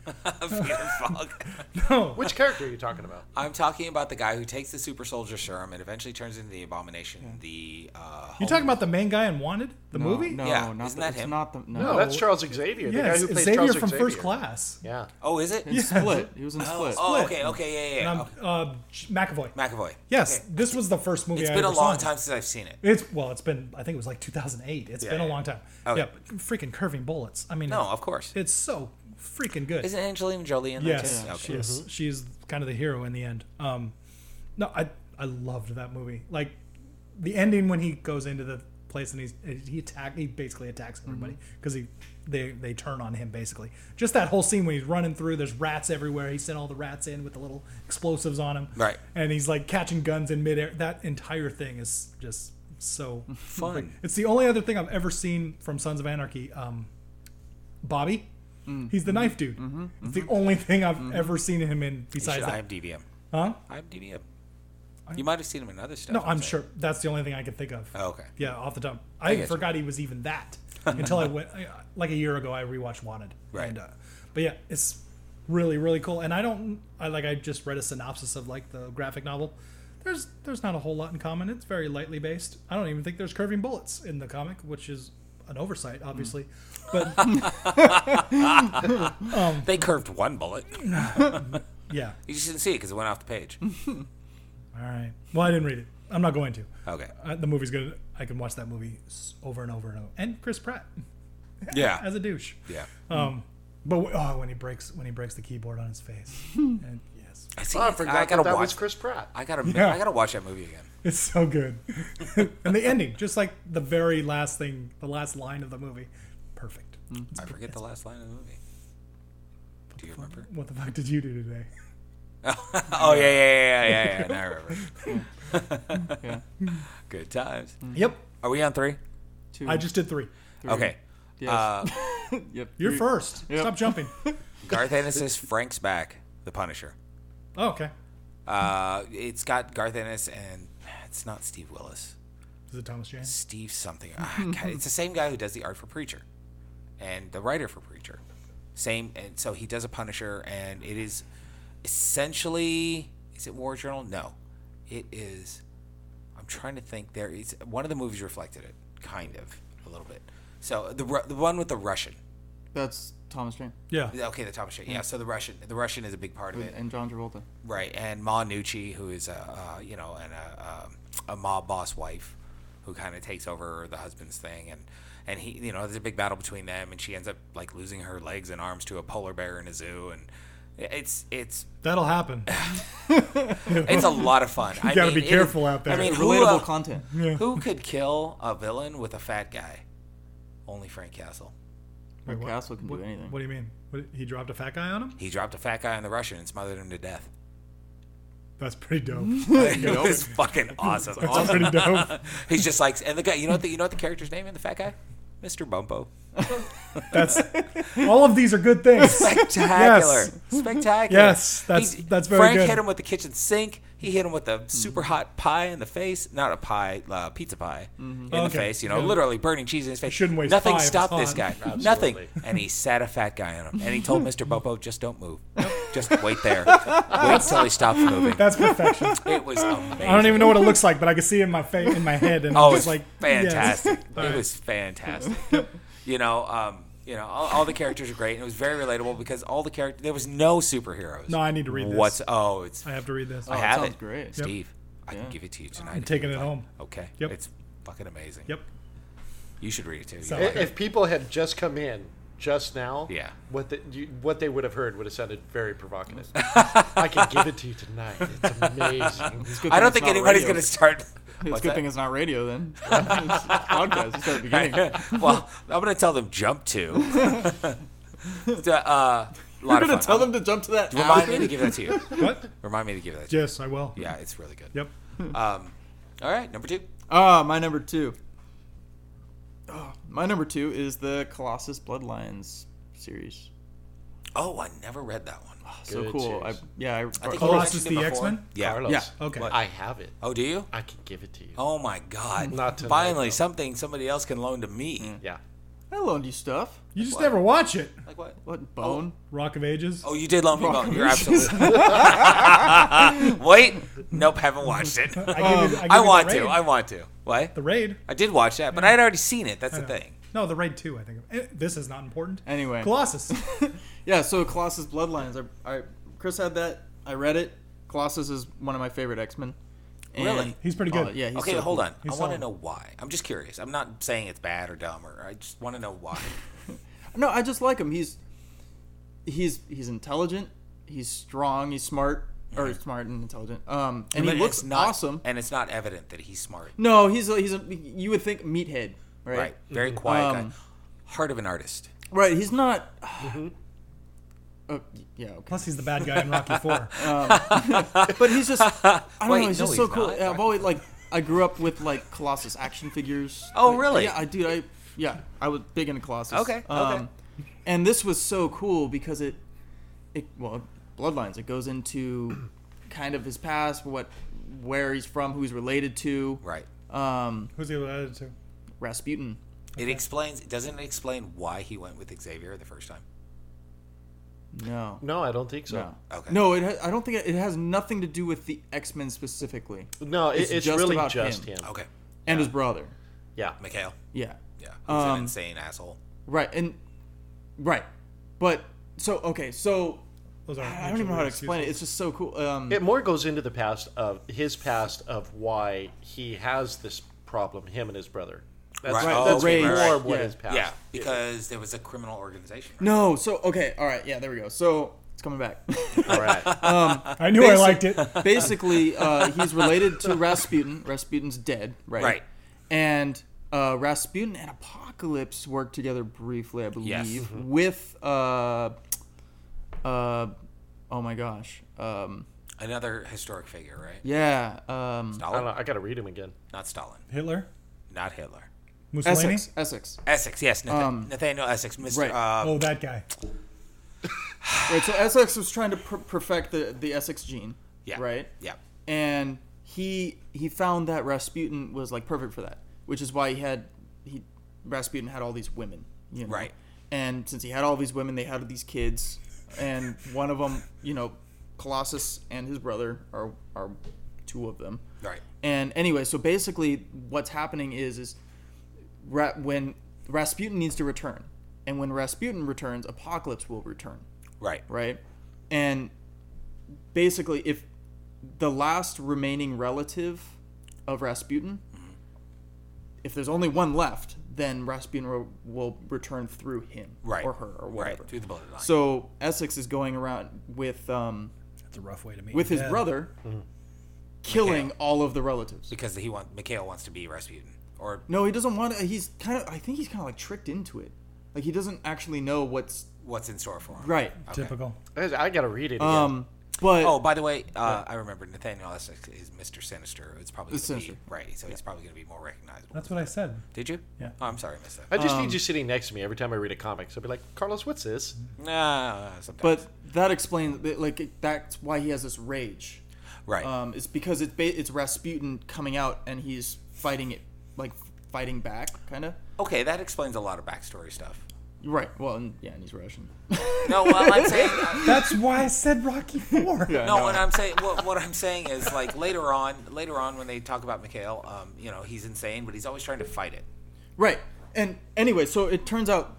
S1: Peter Falk.
S2: No.
S5: Which character are you talking about?
S1: I'm talking about the guy who takes the super soldier serum and eventually turns into the Abomination. The uh,
S2: You're talking about the main guy in Wanted, the
S3: No,
S2: movie?
S3: No,
S1: Yeah,
S3: not
S1: isn't
S3: the,
S1: that
S3: it's
S1: him?
S3: not the no.
S5: No, that's Charles Xavier, the
S2: Yeah,
S5: guy
S2: it's
S5: who plays
S2: Xavier
S5: Charles
S2: from
S5: Xavier.
S2: First Class.
S5: Yeah.
S1: Oh, is it?
S3: in Split. He was in Split.
S1: Oh,
S2: Split.
S1: okay, okay, yeah, yeah,
S2: And
S1: yeah.
S2: I'm, uh, J- McAvoy.
S1: McAvoy.
S2: Yes,
S1: Okay.
S2: this was the first movie.
S1: It's
S2: I
S1: been a
S2: ever
S1: long
S2: saw.
S1: time since I've seen it.
S2: It's well, it's been I think it was like 2008. It's been a
S1: yeah.
S2: long time.
S1: Okay.
S2: Yeah, but freaking curving bullets. I mean,
S1: No, of course.
S2: it's so freaking good.
S1: Isn't Angelina Jolie in that
S2: yes,
S1: too? Okay. Mm-hmm.
S2: she's she's kind of the hero in the end. Um, no, I I loved that movie. Like the ending when he goes into the place and he's he attack he basically attacks everybody
S1: Mm-hmm.
S2: because he they they turn on him basically. Just that whole scene when he's running through, there's rats everywhere. He sent all the rats in with the little explosives on him.
S1: Right.
S2: and he's like catching guns in midair. That entire thing is just so
S1: Fun.
S2: it's the only other thing I've ever seen from Sons of Anarchy. Um, Bobby,
S1: Mm-hmm.
S2: he's the knife dude. It's the only thing I've ever seen him in
S1: Should
S2: besides
S1: I
S2: that.
S1: have DVM?
S2: Huh?
S1: I have DVM. You might have seen him in other stuff.
S2: No, I'm
S1: saying.
S2: sure that's the only thing I can think of.
S1: Oh, okay.
S2: Yeah, off the top. I,
S1: get you.
S2: forgot he was even that until I went I, like a year ago. I rewatched Wanted.
S1: Right.
S2: And, uh, but yeah, it's really really cool. And I don't I like I just read a synopsis of like the graphic novel. There's there's not a whole lot in common. It's very lightly based. I don't even think there's curving bullets in the comic, which is an oversight, obviously.
S1: Mm.
S2: But
S1: They curved one bullet. You
S2: yeah,
S1: just didn't see it because it went off the page.
S2: all right. Well, I didn't read it. I'm not going to.
S1: Okay.
S2: Uh, the movie's good. I can watch that movie s- over and over and over. And Chris Pratt.
S1: Yeah.
S4: as a douche.
S1: Yeah.
S4: Um, but w- oh, when he breaks when he breaks the keyboard on his face, and yes,
S1: See,
S5: Oh, I forgot
S1: I gotta
S5: that, that was
S1: watch.
S5: Chris Pratt.
S1: I gotta.
S4: Yeah.
S1: I gotta watch that movie again.
S4: it's so good. and the ending, just like the very last thing, the last line of the movie, perfect.
S1: I forget the last line of the movie. Do you remember?
S4: What the fuck did you do today?
S1: oh yeah, yeah, yeah, yeah, yeah. yeah. Now I remember.
S3: Yeah.
S1: Good times.
S2: Mm.
S4: Yep,
S1: Are we on three?
S3: Two,
S4: I just did three.
S3: three.
S1: Okay.
S3: Yes.
S1: Uh,
S3: yep.
S4: You're
S3: three.
S4: first.
S3: Yep.
S4: Stop jumping.
S1: Garth Ennis is Frank's back. The Punisher.
S4: Oh, okay.
S1: Uh, it's got Garth Ennis and it's not Steve Willis.
S4: Is it Thomas Jane?
S1: Steve something. Ah, God, it's the same guy who does the art for Preacher, and the writer for Preacher. Same, and so he does a Punisher, and it is essentially is it War Journal? No, it is. I'm trying to think. There is one of the movies reflected it, kind of a little bit. So the Ru- the one with the Russian.
S3: That's Thomas Jane
S4: Yeah.
S1: Okay, the Thomas Jane. Yeah, so the Russian, the Russian is a big part of it,
S3: and John Travolta.
S1: right? And Ma Nucci, who is a uh, you know and a, um a mob boss wife, who kind of takes over the husband's thing, and and he you know there's a big battle between them, and she ends up like losing her legs and arms to a polar bear in a zoo, and it's it's
S4: That'll happen.
S1: it's a lot of fun. You
S4: gotta be careful out there.
S1: I mean, who,
S3: Relatable
S1: uh,
S3: content.
S1: who could kill a villain with a fat guy? Only Frank Castle.
S4: Wait, what?
S3: Castle can do anything.
S4: What do you mean? What, he dropped a fat guy on him?
S1: He dropped a fat guy on the Russian and smothered him to death.
S4: That's pretty dope.
S1: it was fucking awesome.
S4: That's pretty dope.
S1: He's just like, and the guy, you know what the you know what the character's name in the fat guy, Mr. Bumpo.
S4: That's all of these are good things.
S1: Spectacular, spectacular.
S4: Yes, that's- that's very
S1: Frank
S4: good.
S1: hit him with the kitchen sink. He hit him with a super hot pie in the face. Not a pie, uh, pizza pie in the
S4: Oh, Okay,
S1: face. You know,
S4: yeah.
S1: literally burning cheese in his face.
S4: shouldn't waste
S1: Nothing
S4: pie if it's
S1: stopped this
S4: hot.
S1: guy. Nothing. And he sat a fat guy on him. And he told Mr. Bumpo, just don't move. Just wait there. Wait till he stops moving.
S4: That's perfection.
S1: It was amazing.
S4: I don't even know what it looks like, but I can see it in my face, in my head, and
S1: Oh,
S4: I'm
S1: it's
S4: just like yes.
S1: fantastic! It was fantastic. you know, um, you know, all, all the characters are great, and it was very relatable because all the characters there was no superheroes.
S4: No, I need to read this.
S1: What's oh, it's
S4: I have to read this.
S1: I
S3: it
S1: have
S3: sounds
S1: it.
S3: great. Yep.
S1: Steve. I can
S3: Yeah.
S1: give it to you tonight.
S4: I'm
S1: if you
S4: taking
S1: would
S4: it
S1: like.
S4: home.
S1: Okay.
S4: Yep.
S1: It's fucking amazing.
S4: Yep.
S1: You should read it too.
S4: So-
S1: Yeah.
S5: If, if people had just come in just now,
S1: Yeah.
S5: what the, you, what they would have heard would have sounded very provocative. I can give it to you tonight. It's
S3: It's
S5: amazing.
S3: a good
S1: I
S3: thing
S1: don't
S3: it's
S1: think
S3: not
S1: anybody's
S3: radio.
S1: gonna start.
S3: It's a
S1: What's
S3: good
S1: that?
S3: thing it's not radio then. it's podcast. You start at the beginning.
S1: well, I'm gonna tell them jump to. It's, uh, uh, a lot
S3: You're
S1: of
S3: gonna
S1: fun.
S3: tell them to jump to that.
S1: Remind
S3: hour?
S1: me to give that to you.
S4: What?
S1: Remind me to give that. to you.
S4: Yes, I will.
S1: Yeah, it's really good.
S4: Yep.
S1: Um, all right, number two.
S3: Ah, my number two. Oh, my number two is the Colossus Bloodlines series.
S1: Oh, I never read that one.
S3: So
S5: Good
S3: cool. I,
S5: series.
S3: yeah, I,
S1: I think you
S4: Colossus
S1: mentioned it
S4: the
S1: before.
S4: X-Men?
S1: Yeah.
S5: Carlos,
S3: Yeah.
S4: Okay.
S5: I have it.
S1: Oh, do you?
S5: I can give it to you.
S1: Oh my God!
S5: Not tonight, Mm.
S1: finally
S5: though.
S1: something somebody else can loan to me.
S5: Yeah.
S3: I loaned you stuff.
S4: You just never watch it.
S1: Like what?
S3: What bone?
S4: Rock of Ages.
S1: Oh, you did loan me Bone. You're absolutely. Wait, nope, haven't watched it.
S4: I,
S1: I,
S4: gave
S3: oh,
S4: you- gave you the
S1: want to.
S4: Raid.
S1: I want to. What?
S4: the raid.
S1: I did watch that, but I had already seen it. That's the
S4: know.
S1: thing.
S4: No, the raid two. I think. Eh, This is not important.
S3: Anyway.
S4: Colossus.
S3: Yeah, so Colossus Bloodlines. I, I Chris had that. I read it. Colossus is one of my favorite X Men.
S1: Really?
S4: He's pretty good.
S3: yeah. He's
S1: okay,
S3: so
S1: hold on. I
S4: He's
S1: want to
S4: solid.
S1: know why. I'm just curious. I'm not saying it's bad or dumb, or I just want to know why.
S3: on. No, I just like him. He's he's he's intelligent. He's strong. He's smart. Or smart and intelligent. Um, and,
S1: But
S3: he looks
S1: it's not,
S3: awesome.
S1: and it's not evident that he's smart.
S3: No, he's a, he's a you would think meathead, right?
S1: Right. Very quiet
S3: Um,
S1: guy. Heart of an artist.
S3: Right, He's not.
S1: Mm-hmm.
S3: Uh, yeah. Okay.
S4: Plus, he's the bad guy in Rocky Four.
S3: But he's just. I don't
S1: Wait,
S3: know. He's
S1: no,
S3: just so
S1: he's
S3: cool.
S1: not.
S3: I've always like. I grew up with like Colossus action figures.
S1: Oh,
S3: Like,
S1: really?
S3: Yeah, I dude. I yeah. I was big into Colossus. Um,
S1: Okay, okay.
S3: And this was so cool because it, it well, bloodlines. It goes into kind of his past, what, where he's from, who he's related to.
S1: Right.
S3: Um,
S4: Who's he related to?
S3: Rasputin.
S1: It explains. Doesn't it explain why he went with Xavier the first time?
S3: No.
S5: No, I don't think so.
S1: Okay.
S3: No, it ha- I don't think it, it has nothing to do with the X Men specifically,
S5: No, it,
S3: It's
S5: it's,
S3: just
S5: really
S3: about
S5: just
S3: him.
S5: him.
S1: Okay.
S3: and his brother.
S5: Yeah.
S1: Mikhail.
S3: Yeah,
S1: Yeah. Who's
S3: Um,
S1: an insane asshole.
S3: right, and right, but so okay, so
S4: Those are.
S3: I don't even know how to explain it. It's just so cool. Um,
S5: It more goes into the past of his past of why he has this problem, him and his brother. That's,
S1: Right.
S5: that's
S1: Oh, okay,
S5: more
S1: right,
S5: what
S3: yeah.
S5: is passed.
S1: Yeah, because there was a criminal organization. right?
S3: No, so okay, all right, yeah, there we go. So it's coming back.
S5: All right.
S4: I knew I
S3: Basi-
S4: liked it.
S3: Basically, uh, he's related to Rasputin. Rasputin's dead, right?
S1: Right.
S3: And uh, Rasputin and Apocalypse worked together briefly, I believe,
S1: Yes. Mm-hmm.
S3: with uh, uh, oh my gosh, um,
S1: Another historic figure, right?
S3: yeah, um,
S5: I don't
S1: Stalin,
S5: know. I got to read him again.
S1: not Stalin,
S4: Hitler,
S1: not Hitler.
S4: Mussolini.
S3: Essex, Uh, Essex.
S1: Essex, yes, Nathan-
S3: Um,
S1: Nathaniel Essex, Mr.
S3: right.
S1: Uh,
S4: Oh, that guy.
S3: Right. So Essex was trying to per- perfect the the Essex gene.
S1: yeah,
S3: Right.
S1: yeah,
S3: and he he found that Rasputin was like perfect for that, which is why he had he Rasputin had all these women, you know?
S1: Right.
S3: And since he had all these women, they had these kids, and one of them, you know, Colossus and his brother are are two of them.
S1: Right.
S3: And anyway, so basically, what's happening is is ra- when Rasputin needs to return, and when Rasputin returns, Apocalypse will return
S1: right,
S3: right? And basically, if the last remaining relative of Rasputin,
S1: Mm-hmm.
S3: if there's only one left, then Rasputin will, will return through him
S1: right,
S3: or her or whatever.
S1: right, through the bloodline.
S3: So Essex is going around with um,
S4: That's a rough way to meet.
S3: with his
S4: dead.
S3: brother, killing all of the relatives.
S1: because he want Mikhail wants to be Rasputin, or
S3: No, he doesn't want. to He's kind of. I think he's kind of like tricked into it. Like he doesn't actually know what's
S1: what's in store for him.
S3: right.
S4: Typical.
S5: I, I got to read it again.
S3: Um, but
S1: Oh, by the way, uh, I remember Nathaniel Essex is Mr. Sinister. It's probably
S3: It's
S1: going to be
S3: Sinister.
S1: right, so he's probably going to be more recognizable.
S4: That's what I said.
S1: Did you?
S4: Yeah.
S1: Oh, I'm sorry, I missed that.
S5: I just need you sitting next to me every time I read a comic. So I'll be like, Carlos, what's this?
S1: Nah, sometimes.
S3: But that explains, like, that's why he has this rage.
S1: right,
S3: Um, it's because it's ba- it's Rasputin coming out and he's fighting it, like fighting back, kind of.
S1: okay, that explains a lot of backstory stuff.
S3: Right. Well, and, yeah, and he's Russian.
S1: No, well, I'm saying
S4: That's why I said Rocky Four.
S1: no. What I'm saying, what, what I'm saying is like later on, later on when they talk about Mikhail, um, you know, he's insane, but he's always trying to fight it.
S3: Right. And anyway, so it turns out,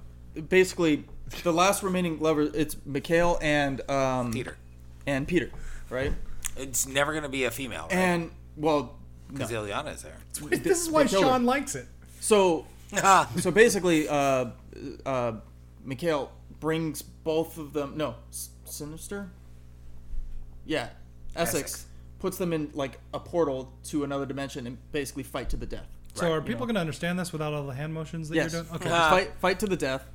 S3: basically, the last remaining lover it's Mikhail and um,
S1: Peter,
S3: and Peter, right?
S1: it's never going to be a female, right?
S3: And uh, well, no.
S1: Because Ileana is there.
S2: This is why
S3: They killed her.
S2: Sean likes it.
S3: So
S1: Ah,
S3: so basically, uh, uh, Mikhail brings both of them. No, S- Sinister. Yeah, Essex,
S1: Essex.
S3: puts them in like a portal to another dimension and basically fight to the death.
S2: So are people going to understand this without all the hand motions that
S3: Yes,
S2: you're doing? Okay.
S3: fight fight to the death,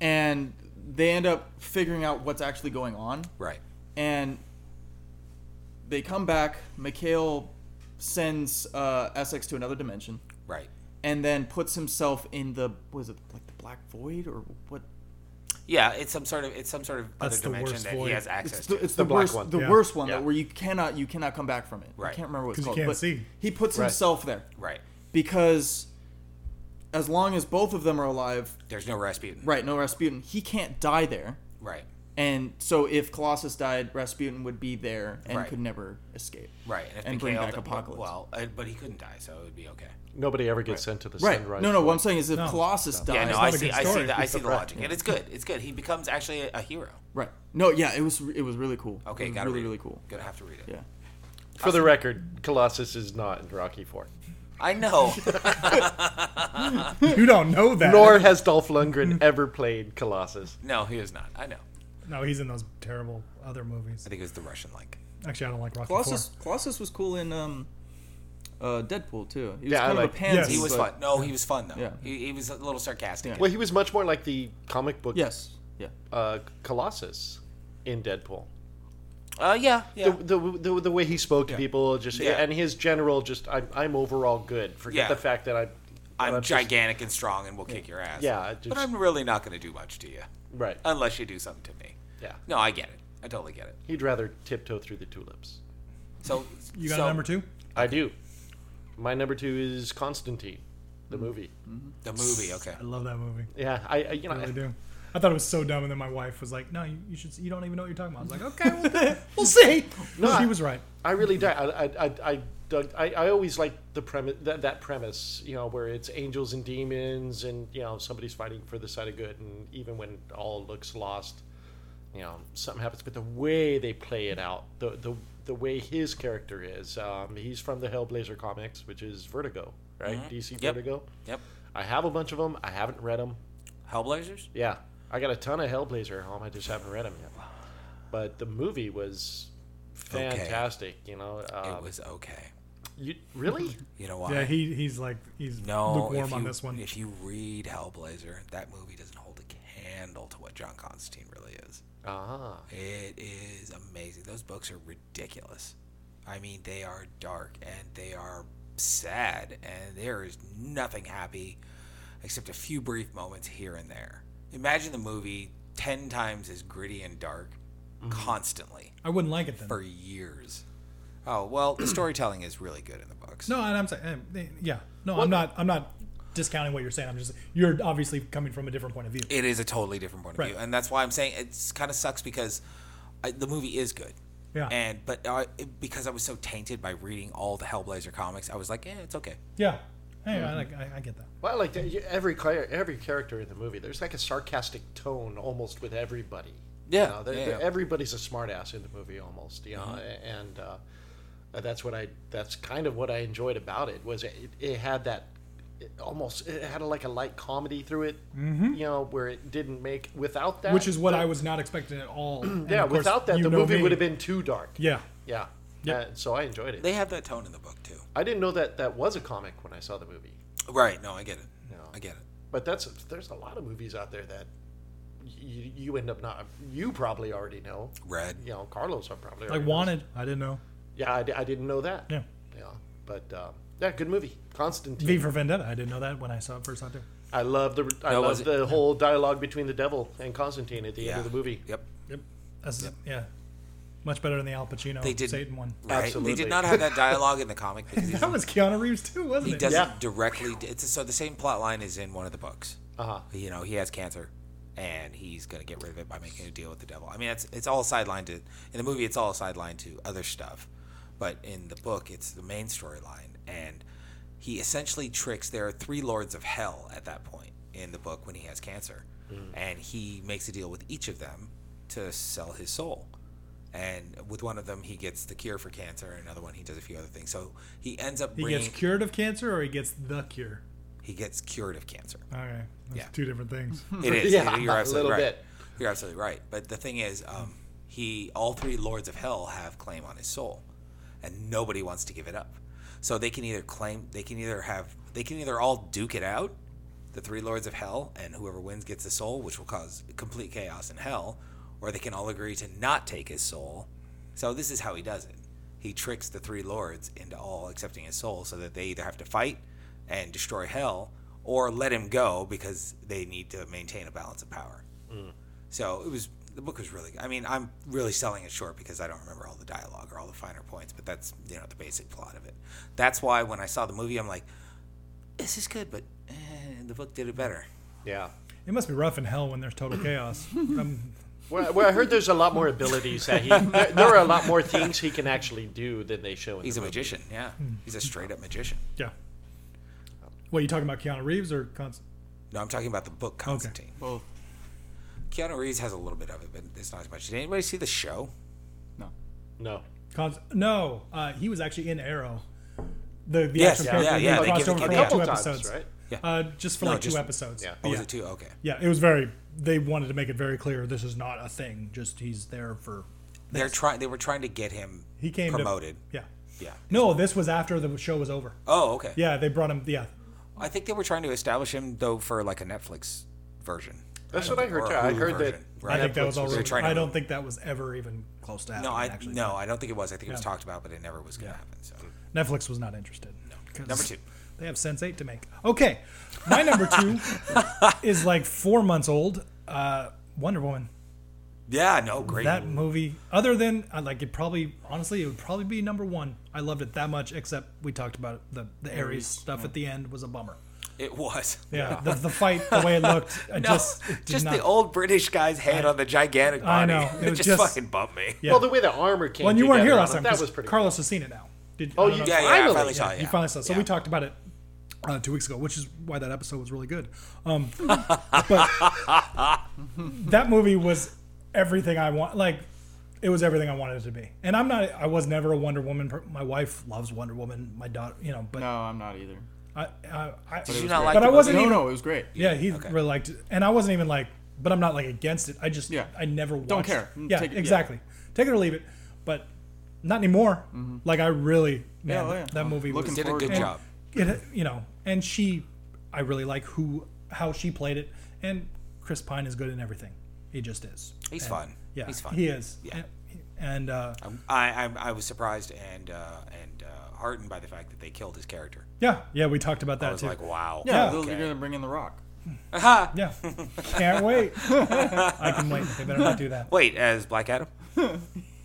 S3: and they end up figuring out what's actually going on.
S1: right.
S3: And they come back. Mikhail sends uh, Essex to another dimension.
S1: Right.
S3: And then puts himself in the was it like the black void or what
S1: Yeah, it's some sort of it's some sort of
S2: That's
S1: other
S2: the
S1: dimension
S2: worst
S1: that he
S2: void.
S1: has access
S3: It's the,
S1: to.
S3: it's the,
S5: black
S3: worst,
S5: one.
S3: the
S2: Yeah.
S3: worst one
S5: Yeah.
S3: though, where you cannot you cannot come back from it.
S1: Right.
S3: I can't remember what it's
S2: 'Cause you
S3: called.
S2: can't
S3: but
S2: see.
S3: He puts
S5: Right.
S3: himself there
S1: right.
S3: because as long as both of them are alive,
S1: There's no Rasputin.
S3: right? No Rasputin. He can't die there,
S1: Right.
S3: and so if Colossus died, Rasputin would be there and
S1: Right.
S3: could never escape.
S1: Right. And, if
S3: And bring
S1: Mikhail
S3: back
S1: the-
S3: Apocalypse.
S1: Well, uh, but he couldn't die, so it would be okay.
S5: Nobody ever gets sent to the
S3: Right.
S5: sunrise.
S3: No, no.
S5: Void.
S3: What I'm saying is, if
S2: No.
S3: Colossus dies,
S1: Yeah, no,
S2: not
S1: I
S2: a
S1: see.
S2: good
S1: I see.
S2: story.
S1: The, I see the
S5: Right.
S1: logic, and it's good. It's good. He becomes actually a, a hero.
S3: right? No, yeah. It was it was really cool. it
S1: Okay,
S3: was
S1: got
S3: Mm, really
S1: read it.
S3: really cool.
S1: Gonna have to read it.
S3: Yeah.
S5: For the record, Colossus is not in Rocky Four.
S1: I know.
S2: You don't know that.
S5: Nor has Dolph Lundgren ever played Colossus.
S1: no, he is not. I know.
S2: No, he's in those terrible other movies.
S1: I think it was the Russian like.
S2: Actually, I don't like Rocky
S3: Colossus
S2: Four.
S3: Colossus was cool in um, uh, Deadpool too. He was
S5: Yeah, I
S3: kind of
S5: like-
S3: a pansy.
S1: He was
S3: but-
S1: fun. No, he was fun though.
S3: Yeah.
S1: He, he was a little sarcastic.
S3: Yeah.
S5: Well, he was much more like the comic book
S3: Yes. Yeah.
S5: uh, Colossus in Deadpool.
S1: Uh, yeah. Yeah.
S5: The, the, the, the way he spoke to people, just
S1: Yeah.
S5: and his general, just I'm, I'm overall good. Forget
S1: Yeah.
S5: the fact that I'm
S1: I'm
S5: just-
S1: gigantic and strong, and will kick your ass.
S5: Yeah, I
S1: but
S5: just-
S1: I'm really not gonna do much to you,
S5: right.
S1: unless you do something to me.
S5: Yeah,
S1: No, I get it. I totally get it.
S5: he'd rather tiptoe through the tulips.
S1: So
S2: You got
S1: so,
S2: a number two?
S5: I do. My number two is Constantine, the
S1: Mm-hmm.
S5: movie.
S1: The movie. Okay.
S2: I love that movie.
S5: Yeah, I, I you know
S2: I really
S5: I,
S2: do. I thought it was so dumb, and then my wife was like, "No, you, you should. You don't even know what you're talking about." I was like, "Okay, we'll, we'll see." No, she was right.
S5: I really do. I I I, I, dug, I, I always like the premise that, that premise, you know, where it's angels and demons, and you know somebody's fighting for the side of good, and even when all looks lost, you know something happens. But the way they play it out, the the the way his character is, um, he's from the Hellblazer comics, which is Vertigo, right? DC
S1: Yep.
S5: Vertigo.
S1: Yep.
S5: I have a bunch of them. I haven't read them.
S1: Hellblazers?
S5: Yeah, I got a ton of Hellblazer at home. I just haven't read them yet. But the movie was
S1: Okay.
S5: fantastic. You know, um,
S1: it was okay.
S5: you really?
S1: You know why?
S2: Yeah, he he's like he's
S1: no,
S2: lukewarm
S1: if
S2: on
S1: you-
S2: this one.
S1: If you read Hellblazer, that movie doesn't hold a candle to what John Constantine really is.
S5: Ah,
S1: It is amazing. Those books are ridiculous. I mean, they are dark and they are sad, and there is nothing happy except a few brief moments here and there. Imagine the movie 10 times as gritty and dark
S2: Mm-hmm.
S1: constantly
S2: I wouldn't like it then.
S1: for years. Oh, well, the storytelling is really good in the books.
S2: No, and I'm saying, um, yeah, no, I'm not. I'm not discounting what you're saying. I'm just you're obviously coming from a different point of view.
S1: It is a totally different point of
S2: Right.
S1: view, and that's why I'm saying it's kind of sucks because I, the movie is good.
S2: Yeah.
S1: And but I, because I was so tainted by reading all the Hellblazer comics, I was like, yeah, it's okay.
S2: Yeah, hey, I, like, I, I get that.
S5: well, I like that. You- every cla- every character in the movie. There's like a sarcastic tone almost with everybody.
S1: Yeah,
S5: you know, they-
S1: yeah,
S5: they-
S1: yeah. Mm-hmm.
S5: everybody's a smartass in the movie almost. You know, and uh, that's what I. That's kind of what I enjoyed about it was it, it had that. It almost it had a, like a light comedy through it,
S1: Mm-hmm.
S5: you know, where it didn't make without that,
S2: Which is what
S5: the-
S2: I was not expecting at all. And
S5: Yeah,
S2: of course,
S5: without that,
S2: you
S5: the
S2: know
S5: movie
S2: me.
S5: would have been too dark.
S2: Yeah,
S5: Yeah. Uh, so I enjoyed it.
S1: They have that tone in the book too.
S5: I didn't know that that was a comic when I saw the movie.
S1: Right? No, I get it.
S5: No.
S1: I get it.
S5: But that's there's a lot of movies out there that you, you end up not. You probably already know.
S1: Red.
S5: You know, Carlos, I probably
S2: like
S5: already knows.
S2: wanted. I didn't know.
S5: Yeah, I, di- I didn't know that.
S2: Yeah.
S5: Yeah. But um, yeah, good movie. Constantine.
S2: V for Vendetta. I didn't know that when I saw it first out there.
S5: I love the I
S1: No, was
S5: love
S1: it-
S5: the whole dialogue between the devil and Constantine at the end of the movie.
S1: Yep.
S2: That's, Yeah, much better than the Al Pacino
S1: They did-
S2: Satan one.
S1: Right?
S5: Absolutely.
S1: They did not have that dialogue in the comic because he's-
S2: That was Keanu Reeves too, wasn't
S1: he
S2: it?
S1: doesn't
S5: Yeah.
S1: directly. It's so the same plot line is in one of the books.
S5: Uh-huh.
S1: You know, he has cancer, and he's gonna get rid of it by making a deal with the devil. I mean, it's it's all sidelined to in the movie. It's all sidelined to other stuff, but in the book, it's the main storyline, and he essentially tricks. There are three lords of hell at that point in the book when he has cancer,
S5: Mm.
S1: and he makes a deal with each of them to sell his soul and with one of them he gets the cure for cancer and another one he does a few other things so he ends up
S2: He
S1: bringing
S2: gets cured of cancer, or he gets the cure.
S1: he gets cured of cancer
S2: All right, that's
S1: Yeah.
S2: two different things.
S1: it is
S5: Yeah,
S1: you're
S5: a
S1: absolutely
S5: little
S1: right
S5: bit.
S1: you're absolutely right but the thing is um, he all three lords of hell have claim on his soul and nobody wants to give it up so they can either claim they can either have they can either all duke it out the three lords of hell and whoever wins gets the soul which will cause complete chaos in hell or they can all agree to not take his soul so this is how he does it he tricks the three lords into all accepting his soul so that they either have to fight and destroy hell or let him go because they need to maintain a balance of power so it was the book was really. I mean, I'm really selling it short because I don't remember all the dialogue or all the finer points, but that's you know the basic plot of it. That's why when I saw the movie, I'm like, this is good, but eh, the book did it better.
S5: Yeah.
S2: It must be rough in hell when there's total chaos. Um,
S5: Well, well, I heard there's a lot more abilities that he. There, there are a lot more things he can actually do than they show in
S1: He's
S5: the
S1: a
S5: movie.
S1: magician, yeah.
S2: Hmm.
S1: He's a straight up magician.
S2: yeah. What you talking about, Keanu Reeves or Const-
S1: No, I'm talking about the book Constantine.
S3: Both.
S1: Keanu Reeves has a little bit of it, but it's not as much. Did anybody see the show?
S3: No.
S5: No.
S2: Cons- no, uh, he was actually in Arrow. The, the
S1: Yes,
S2: actual
S1: yeah,
S2: character
S1: yeah,
S2: he
S1: yeah, they
S2: crossed
S1: give-
S2: over for
S1: yeah.
S2: like two
S5: Couple times,
S2: episodes,
S5: right?
S1: Yeah.
S2: Uh, just for
S1: No,
S2: like
S1: just-
S2: two episodes.
S5: yeah.
S1: Oh, was it too? Okay.
S2: Yeah, it was very. They wanted to make it very clear this is not a thing. Just he's there for.
S1: They're trying. They were trying to get him
S2: He came to-
S1: promoted.
S2: Yeah.
S1: yeah.
S2: No, this was after the show was over.
S1: Oh, okay.
S2: Yeah, they brought him. Yeah,
S1: I think they were trying to establish him though for like a Netflix version.
S5: That's what I heard.
S1: or
S5: too.
S1: a
S5: I
S1: Hulu
S5: heard that.
S1: version,
S2: I
S1: right?
S2: think that was
S5: Netflix
S2: all.
S5: was
S1: They're
S2: rumored.
S1: trying to
S2: I don't think that was ever even close to happening.
S1: No, I
S2: actually.
S1: no, I don't think it was. I think it was
S2: Yeah.
S1: talked about, but it never was going to happen. So
S2: Netflix was not interested. No.
S1: number two,
S2: They have Sense Eight to make. Okay, my number two is like four months old. Uh, Wonder Woman.
S1: yeah, no, great.
S2: That movie, other than I like it, probably honestly, it would probably be number one. I loved it that much, except we talked about it, the the Ares stuff at the end was a bummer.
S1: it was.
S2: Yeah, The, the fight, the way it looked, I
S1: No,
S2: just
S1: just,
S2: it did
S1: the
S2: not-
S1: old British guy's head on the gigantic body.
S2: I know, it
S1: It,
S2: was
S1: just,
S2: just-
S1: fucking bumped me.
S2: Yeah.
S5: Well, the way the armor came.
S2: Well, and you weren't
S5: together
S2: here
S5: on
S2: last
S5: it,
S2: time.
S5: That
S2: 'cause
S5: was pretty.
S2: Carlos has seen it now. Did,
S5: Oh,
S2: I don't
S5: you
S2: know if-
S1: Yeah, yeah, I
S5: Finally,
S1: finally saw it. Oh,
S2: You
S1: yeah.
S2: finally saw. it. So
S1: Yeah.
S2: we talked about it uh, two weeks ago, which is why that episode was really good. Um, but that movie was everything I want. Like it was everything I wanted it to be. And I'm not. I was never a Wonder Woman. per- My wife loves Wonder Woman. My daughter, you know, but
S3: No, I'm not either.
S2: I, I, I,
S1: Did you not like
S2: But I
S1: the
S2: wasn't
S1: movie?
S3: No,
S2: even.
S3: no, it was great.
S2: Yeah, he really liked it, and I wasn't even like, but I'm not like against it. I just,
S3: Yeah.
S2: I never watched.
S3: Don't care. Mm,
S2: Yeah,
S3: take it- yeah.
S2: exactly. Take it or leave it, but not anymore. Like I really, man,
S3: oh,
S2: that-
S3: yeah.
S2: that movie
S3: Looking
S2: was,
S1: Did a
S3: forward
S1: good
S3: to it.
S1: job.
S2: it, you know, and she, I really like who, how she played it, and Chris Pine is good in everything. He just is.
S1: He's
S2: And-
S1: fun.
S2: Yeah,
S1: he's fun.
S2: He is.
S1: Yeah.
S2: And, and uh,
S1: I'm- I, I I was surprised and uh, and uh, heartened by the fact that they killed his character.
S2: yeah, yeah, we talked about that
S1: I was
S2: too.
S1: like, wow.
S3: Yeah,
S2: Yeah.
S3: they'll-
S1: Okay.
S3: you're gonna bring in The Rock.
S1: Aha!
S2: yeah, can't wait. I can wait. They better not do that.
S1: Wait, as Black Adam?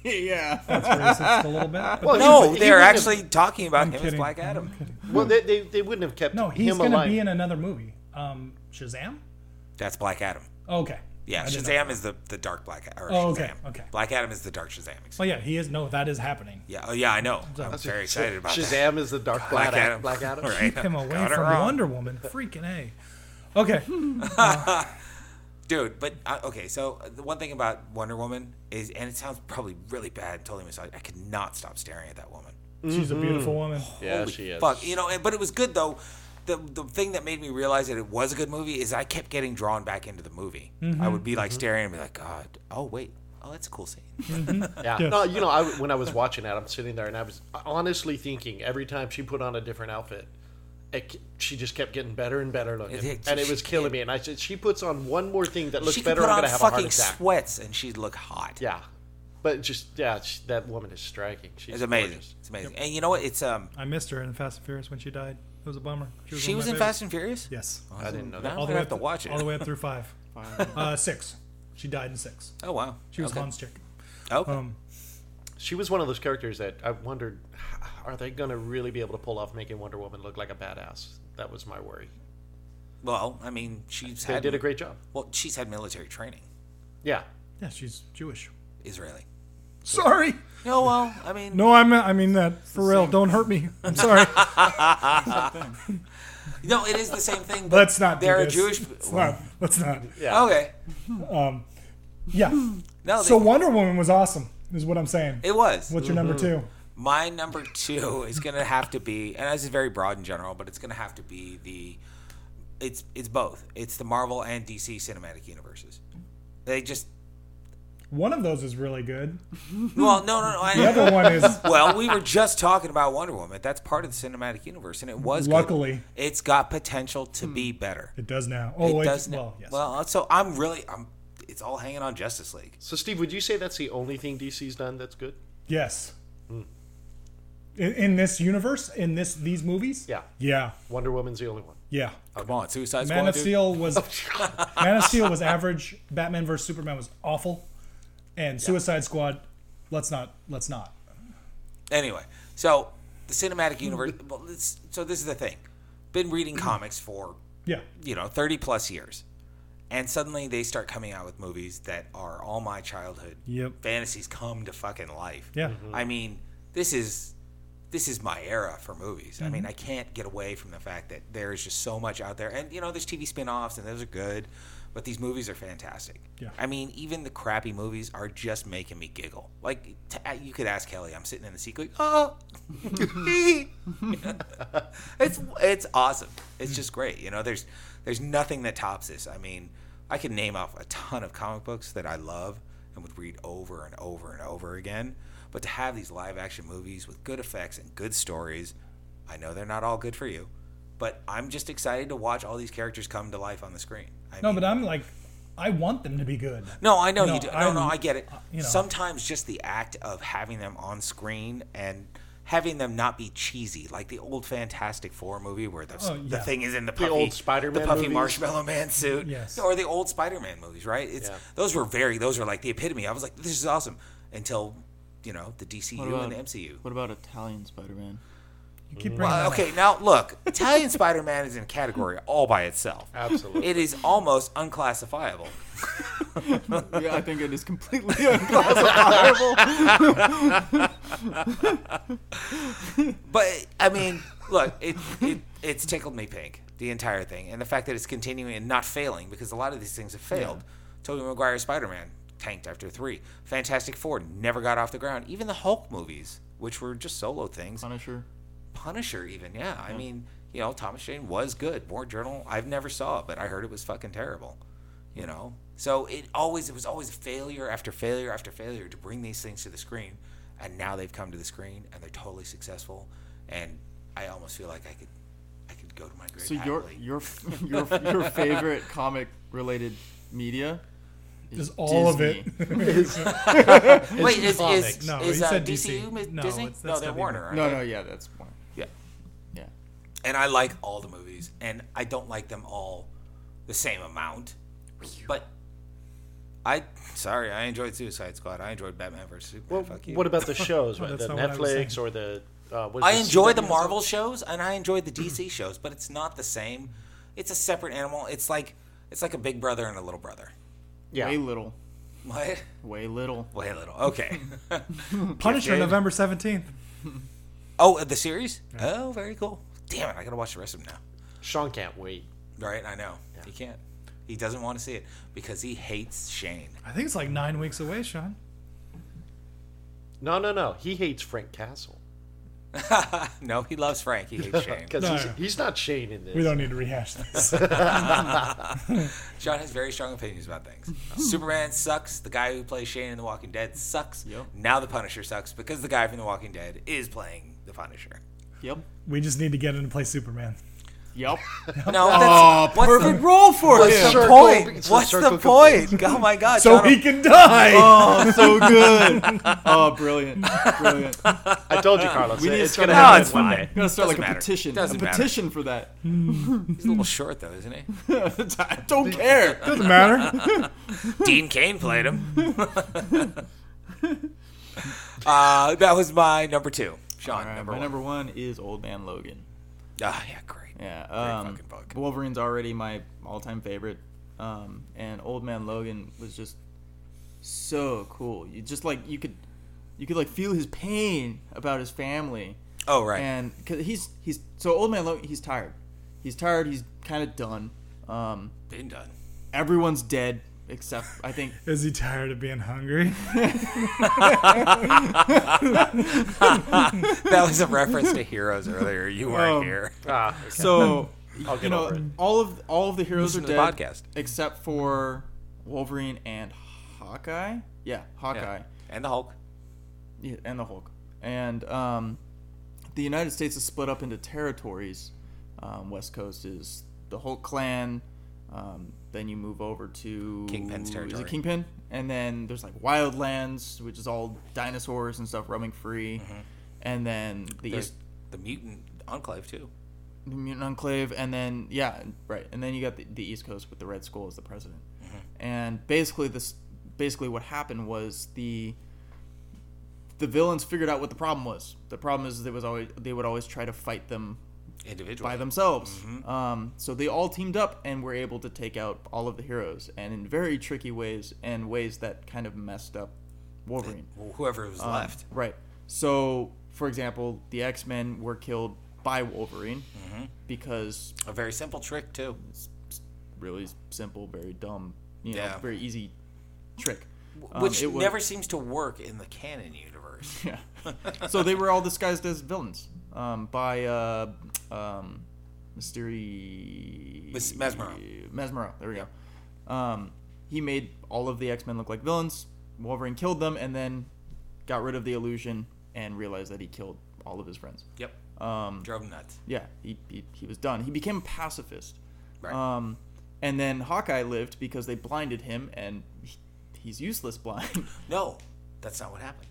S3: yeah,
S2: It's racist a little bit. but
S5: Well, he
S1: No,
S5: would- he
S1: they're
S5: wouldn't have-
S1: actually talking about him as
S2: kidding.
S1: Black Adam.
S5: Well, they, they, they wouldn't have kept
S2: No, he's
S5: him
S2: going to
S5: alive.
S2: be in another movie. Um, Shazam? Oh,
S1: That's Black Adam.
S2: Okay.
S1: Yeah,
S2: I didn't know.
S1: Shazam is the, the dark Black Adam.
S2: Oh, okay, okay.
S1: Black Adam is the dark Shazam. excuse
S2: Well, Oh, yeah, he is. No, that is happening.
S1: me. Yeah, oh, yeah, I know. I'm very excited about that.
S5: Shazam is the Dark Black,
S1: Black Adam.
S5: Black Adam.
S1: Right.
S2: Him away
S1: Got it
S2: from
S1: wrong.
S2: Wonder Woman. Freaking A. Okay.
S1: Dude, but uh, okay, so uh, the one thing about Wonder Woman is, and it sounds probably really bad, totally misled. I could not stop staring at that woman.
S2: She's a beautiful woman.
S5: Yeah,
S1: Holy
S5: she is.
S1: Fuck, you know, and, but it was good though. The, the thing that made me realize that it was a good movie is I kept getting drawn back into the movie. I would be like
S2: Mm-hmm.
S1: staring and be like, God, oh wait, oh that's a cool scene.
S5: Yeah. No, you know, I, when I was watching that, I'm sitting there and I was honestly thinking every time she put on a different outfit, it, ke- she just kept getting better and better looking,
S1: It- it-
S5: and it
S1: she-
S5: was killing me. And I said, she puts on one more thing that looks
S1: she could
S5: better,
S1: put
S5: I'm
S1: on
S5: gonna have a heart
S1: fucking
S5: attack.
S1: sweats and she'd look hot.
S5: yeah, but just yeah, she, that woman is striking. She's
S1: it's amazing.
S5: gorgeous.
S1: It's amazing. And you know what? It's um,
S2: I missed her in Fast and Furious when she died. It was a bummer.
S1: she
S2: one of
S1: was
S2: my
S1: in
S2: favorites.
S1: Fast and Furious.
S2: Yes.
S5: I didn't know
S1: Now
S5: that.
S1: I'm gonna have to watch it.
S2: All the way up through five. Uh, six. She died in six.
S1: Oh wow,
S2: She was
S1: okay.
S2: Han's chick.
S1: Okay.
S2: Um,
S5: She was one of those characters that I wondered, "H- are they going to really be able to pull off making Wonder Woman look like a badass? That was my worry.
S1: well, I mean, she's
S5: They
S1: had
S5: did a great job.
S1: Well, she's had military training,
S5: Yeah.
S2: yeah, she's Jewish.
S1: Israeli.
S2: Sorry.
S1: No, well, I mean, no,
S2: No, I mean, I mean that for real. Don't hurt me. I'm sorry.
S1: it is the same thing. But
S2: Let's not. do
S1: They're a
S2: this.
S1: Jewish.
S2: Let's not. Let's not.
S5: Yeah.
S1: Okay.
S2: Yeah.
S1: No,
S2: So
S1: Oh, they-
S2: Wonder Woman was awesome, is what I'm saying.
S1: it Mm-hmm. was.
S2: What's your number two?
S1: My number two is gonna have to be, and this is very broad in general, but it's gonna have to be the, it's it's both. It's the Marvel and DC cinematic universes. They just
S2: One of those is really good.
S1: well, no, no, no. I,
S2: The other one is
S1: well, we were just talking about Wonder Woman. That's part of the cinematic universe, and it was good.
S2: Luckily. Hmm.
S1: it's got potential to be better.
S2: it does now. Oh,
S1: It
S2: wait,
S1: does
S2: well,
S1: well,
S2: yes.
S1: well. uh, So I'm really, I'm. It's all hanging on Justice League.
S5: So, Steve, would you say that's the only thing DC's done that's good?
S2: yes. In, in this universe, in this these movies,
S5: Yeah.
S2: yeah,
S5: Wonder Woman's the only one.
S2: yeah.
S1: Oh, Come on, Suicide
S2: Man
S1: Squad.
S2: of
S1: dude.
S2: Steel was Man of Steel was average. Batman vs Superman was awful, and Suicide Squad. Let's not. Let's not.
S1: Anyway, so the cinematic universe. well, it's- so this is the thing. Been reading comics for
S2: Yeah,
S1: you know 30 plus years, and suddenly they start coming out with movies that are all my childhood
S2: Yep.
S1: fantasies come to fucking life.
S2: yeah.
S1: I mean, this is this is my era for movies. I
S2: Mm-hmm.
S1: mean, I can't get away from the fact that there is just so much out there, and you know, there's TV spin-offs, and those are good, but these movies are fantastic.
S2: Yeah.
S1: I mean, even the crappy movies are just making me giggle. Like t- uh, you could ask Kelly, I'm sitting in the seat going, "Oh, it's it's awesome. It's just great. You know, there's there's nothing that tops this. I mean, I could name off a ton of comic books that I love and would read over and over and over again. But to have these live action movies with good effects and good stories, I know they're not all good for you, but I'm just excited to watch all these characters come to life on the screen. I
S2: No,
S1: mean-
S2: but I'm like, I want them to be good.
S1: no, I know
S2: No,
S1: you do. No, no,
S2: I'm- uh,
S1: I get it.
S2: you know.
S1: Sometimes just the act of having them on screen and having them not be cheesy, like the old Fantastic Four movie where the,
S2: Oh,
S1: the
S2: yeah.
S1: thing is in the puffy,
S5: old Spider-Man
S1: the puffy
S5: movies.
S1: marshmallow man suit,
S2: Yes.
S1: or the old Spider-Man movies, right? It's
S5: Yeah.
S1: those were very those were like the epitome. I was like, this is awesome until you know the DCU and the MCU.
S3: What about Italian Spider-Man?
S2: You keep bringing
S1: Well,
S2: that up.
S1: okay, now look, Italian Spider-Man is in a category all by itself.
S5: Absolutely.
S1: It is almost unclassifiable.
S3: yeah, I think it is completely unclassifiable.
S1: But I mean, look, it, it it's tickled me pink the entire thing, and the fact that it's continuing and not failing because a lot of these things have failed. Tobey Maguire's Spider Man tanked after three. Fantastic Four never got off the ground. Even the Hulk movies, which were just solo things.
S3: Punisher.
S1: Punisher, even yeah. I mean, you know, Thomas Jane was good. War Journal, I've never saw it, but I heard it was fucking terrible. You know, so it always it was always failure after failure after failure to bring these things to the screen, and now they've come to the screen and they're totally successful. And I almost feel like I could, I could go to my grave.
S3: So your
S1: happily.
S3: your your your favorite comic related media
S4: Is all of it.
S3: Disney.
S1: Wait, is,
S5: comics.
S1: is,
S4: No,
S1: is
S4: he
S1: uh,
S4: said
S1: DCU
S4: DC.
S1: mi-
S4: No,
S1: Disney?
S4: it's-
S1: No,
S4: that's
S1: they're
S4: gotta be
S1: Warner. aren't
S3: No,
S1: they?
S3: no, yeah, that's one.
S1: Yeah.
S3: Yeah.
S1: And I like all the movies, and I don't like them all the same amount. But I, sorry, I enjoyed Suicide Squad. I enjoyed Batman vs Superman.
S5: Well,
S1: Fuck you.
S5: what about the shows,
S4: No,
S5: right?
S4: that's
S5: the
S4: not what I was
S5: Netflix or the? Uh, what is
S1: I
S5: it,
S1: enjoy the
S5: CW?
S1: Marvel shows and I enjoy the DC shows, but it's not the same. It's a separate animal. It's like it's like a big brother and a little brother.
S5: Yeah,
S3: Way little.
S1: What?
S3: Way little.
S1: Way little. Okay.
S4: Punisher,
S1: Gifted.
S4: November 17th.
S1: oh, the series? Oh, very cool. Damn it! I gotta watch the rest of them now.
S5: Sean can't wait.
S1: Right? I know. He can't. He doesn't want to see it because he hates Shane.
S4: I think it's like nine weeks away, Sean.
S5: No, no, no. He hates Frank Castle
S1: No, he loves Frank. He hates Shane.
S5: because
S4: No,
S5: he's,
S4: no.
S5: he's not Shane in this.
S4: We don't need to rehash this.
S1: Sean has very strong opinions about things. Superman sucks. The guy who plays Shane in The Walking Dead sucks.
S3: Yep.
S1: Now The Punisher sucks because the guy from The Walking Dead is playing The Punisher.
S3: Yep.
S4: we just need to get in and play Superman.
S3: Yep.
S1: No, that's what's
S3: Perfect
S1: the,
S3: role for
S1: what's
S3: him.
S1: the
S5: Circle-
S1: point?
S5: it's a
S1: What's the
S5: circle
S1: point? Oh my God!
S4: So
S1: Sean,
S4: he can die!
S3: Oh, so good. Oh, brilliant. Brilliant.
S5: I told you, Carlos.
S3: We need to
S5: it's
S3: start
S5: gonna
S3: a-
S1: no,
S5: happen
S1: it's
S5: one
S1: fine.
S5: day.
S3: Gotta start like
S1: Doesn't
S3: a
S1: matter.
S3: petition.
S1: Doesn't
S3: a
S1: matter.
S3: petition for that.
S1: He's a little short though, isn't he?
S3: I don't care.
S4: Doesn't matter.
S1: Dean Kane played him. uh, that was my number two. Sean,
S3: All right,
S1: number
S3: my
S1: one.
S3: number one is Old Man Logan.
S1: Ah, yeah, great.
S3: Yeah. um,
S1: fucking book.
S3: Wolverine's already my all-time favorite, um, and Old Man Logan was just so cool. You just like you could, you could like feel his pain about his family,
S1: Oh right.
S3: and cause he's he's so Old Man Logan. He's tired. He's tired. He's kind of done. Um,
S1: Been done.
S3: everyone's dead except I think
S4: Is he tired of being hungry?
S1: That was a reference to Heroes earlier. You weren't
S3: Um,
S1: here.
S5: Ah, okay.
S3: so.
S5: I'll get
S3: You know,
S5: over it.
S3: all of all of the heroes
S1: Listen
S3: are
S1: to the
S3: dead
S1: podcast.
S3: except for Wolverine and Hawkeye. Yeah, Hawkeye.
S1: Yeah. And the Hulk.
S3: Yeah, and the Hulk. And um, the United States is split up into territories. Um, West Coast is the Hulk clan. Um, then you move over to
S1: Kingpin's
S3: Is
S1: territory.
S3: it Kingpin? And then there's like Wildlands, which is all dinosaurs and stuff roaming free. And then the
S1: Mm-hmm. There's
S3: East
S1: the mutant enclave too.
S3: the mutant enclave, and then yeah, right, and then you got the, the East Coast with the Red Skull as the president, and basically this, basically what happened was the the villains figured out what the problem was. The problem is they was always they would always try to fight them
S1: Individual.
S3: by themselves. Um, so they all teamed up and were able to take out all of the heroes, and in very tricky ways and ways that kind of messed up Wolverine.
S1: Whoever was
S3: Um,
S1: left.
S3: Right. So, for example, the X Men were killed by Wolverine because
S1: A very simple trick too.
S3: really simple, very dumb, you know,
S1: Yeah.
S3: very easy trick. Um,
S1: Which
S3: it was-
S1: never seems to work in the canon universe.
S3: Yeah. so they were all disguised as villains um, by uh, um, Mystery.
S1: Mes- Mesmero.
S3: Mesmero. There we go. Um, he made all of the X Men look like villains. Wolverine killed them and then got rid of the illusion and realized that he killed all of his friends.
S1: Yep. Um, Drove him nuts.
S3: Yeah, he, he, he was done. He became a pacifist.
S1: Right.
S3: Um, and then Hawkeye lived because they blinded him, and he, he's useless blind.
S1: No, that's not what happened.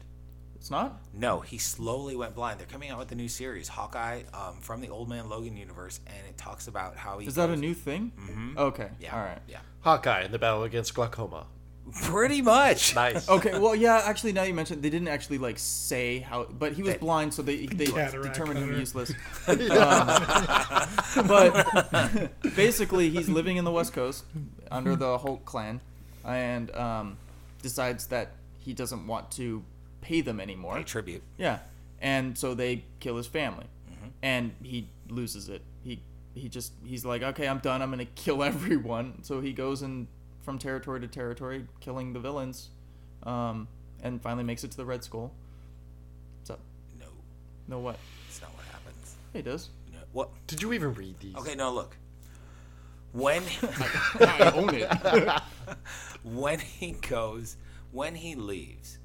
S3: it's not?
S1: No, he slowly went blind. They're coming out with a new series, Hawkeye, um, from the Old Man Logan universe, and it talks about how he.
S3: Is that a
S1: goes-
S3: new thing? Mm-hmm. Okay.
S1: Yeah.
S3: All right.
S1: Yeah.
S5: Hawkeye in the battle against glaucoma. Oh,
S1: Pretty much.
S5: Nice.
S3: Okay. Well, yeah. Actually, now you mentioned they didn't actually like say how, but he was
S1: They-
S3: blind, so they they
S4: Cataract
S3: determined him
S4: cutter.
S3: useless. Um, but basically, he's living in the West Coast under the Hulk clan, and um, decides that he doesn't want to pay them anymore.
S1: A tribute.
S3: Yeah, and so they kill his family, and he loses it. He he just he's like, okay, I'm done. I'm gonna kill everyone. So he goes in from territory to territory, killing the villains, um, and finally makes it to the Red Skull. So
S1: No,
S3: no what?
S1: that's not what happens.
S3: He does.
S1: No, What?
S5: Did you even read these?
S1: Okay, no, look. When
S3: I own it.
S1: when he goes, when he leaves,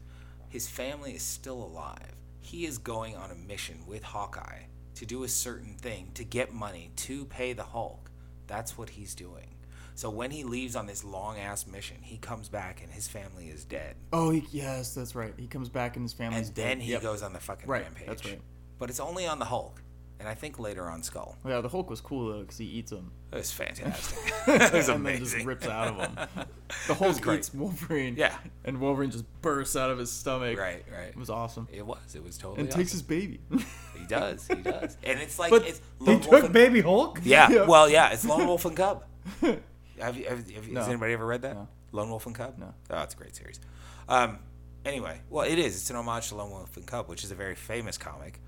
S1: his family is still alive. He is going on a mission with Hawkeye to do a certain thing to get money to pay the Hulk. That's what he's doing. So when he leaves on this long ass mission, he comes back and his family is dead.
S3: Oh, he, yes, that's right. He comes back and his family's
S1: And then
S3: dead.
S1: he
S3: Yep.
S1: goes on the fucking
S3: Right,
S1: rampage.
S3: that's right.
S1: But it's only on the Hulk, and I think later on Skull.
S3: Oh, yeah, the Hulk was cool though because he eats them.
S1: It was fantastic. it was
S3: and then just
S1: amazing.
S3: rips out of him. The Hulk
S1: great.
S3: eats Wolverine.
S1: Yeah.
S3: and Wolverine just bursts out of his stomach.
S1: Right, right.
S3: It was awesome.
S1: It was. It was totally.
S3: And takes
S1: awesome.
S3: his baby.
S1: He does. He does. And it's like
S3: But
S1: it's
S2: He
S1: Lone Wolf
S2: took
S1: and-
S2: Baby Hulk.
S1: Yeah.
S3: Yeah.
S1: Well, yeah. It's Lone Wolf and Cub. Have you? Have, have,
S3: No.
S1: Has anybody ever read that?
S3: No.
S1: Lone Wolf and Cub.
S3: No.
S1: Oh, it's a great series. Um. Anyway, well, it is. It's an homage to Lone Wolf and Cub, which is a very famous comic.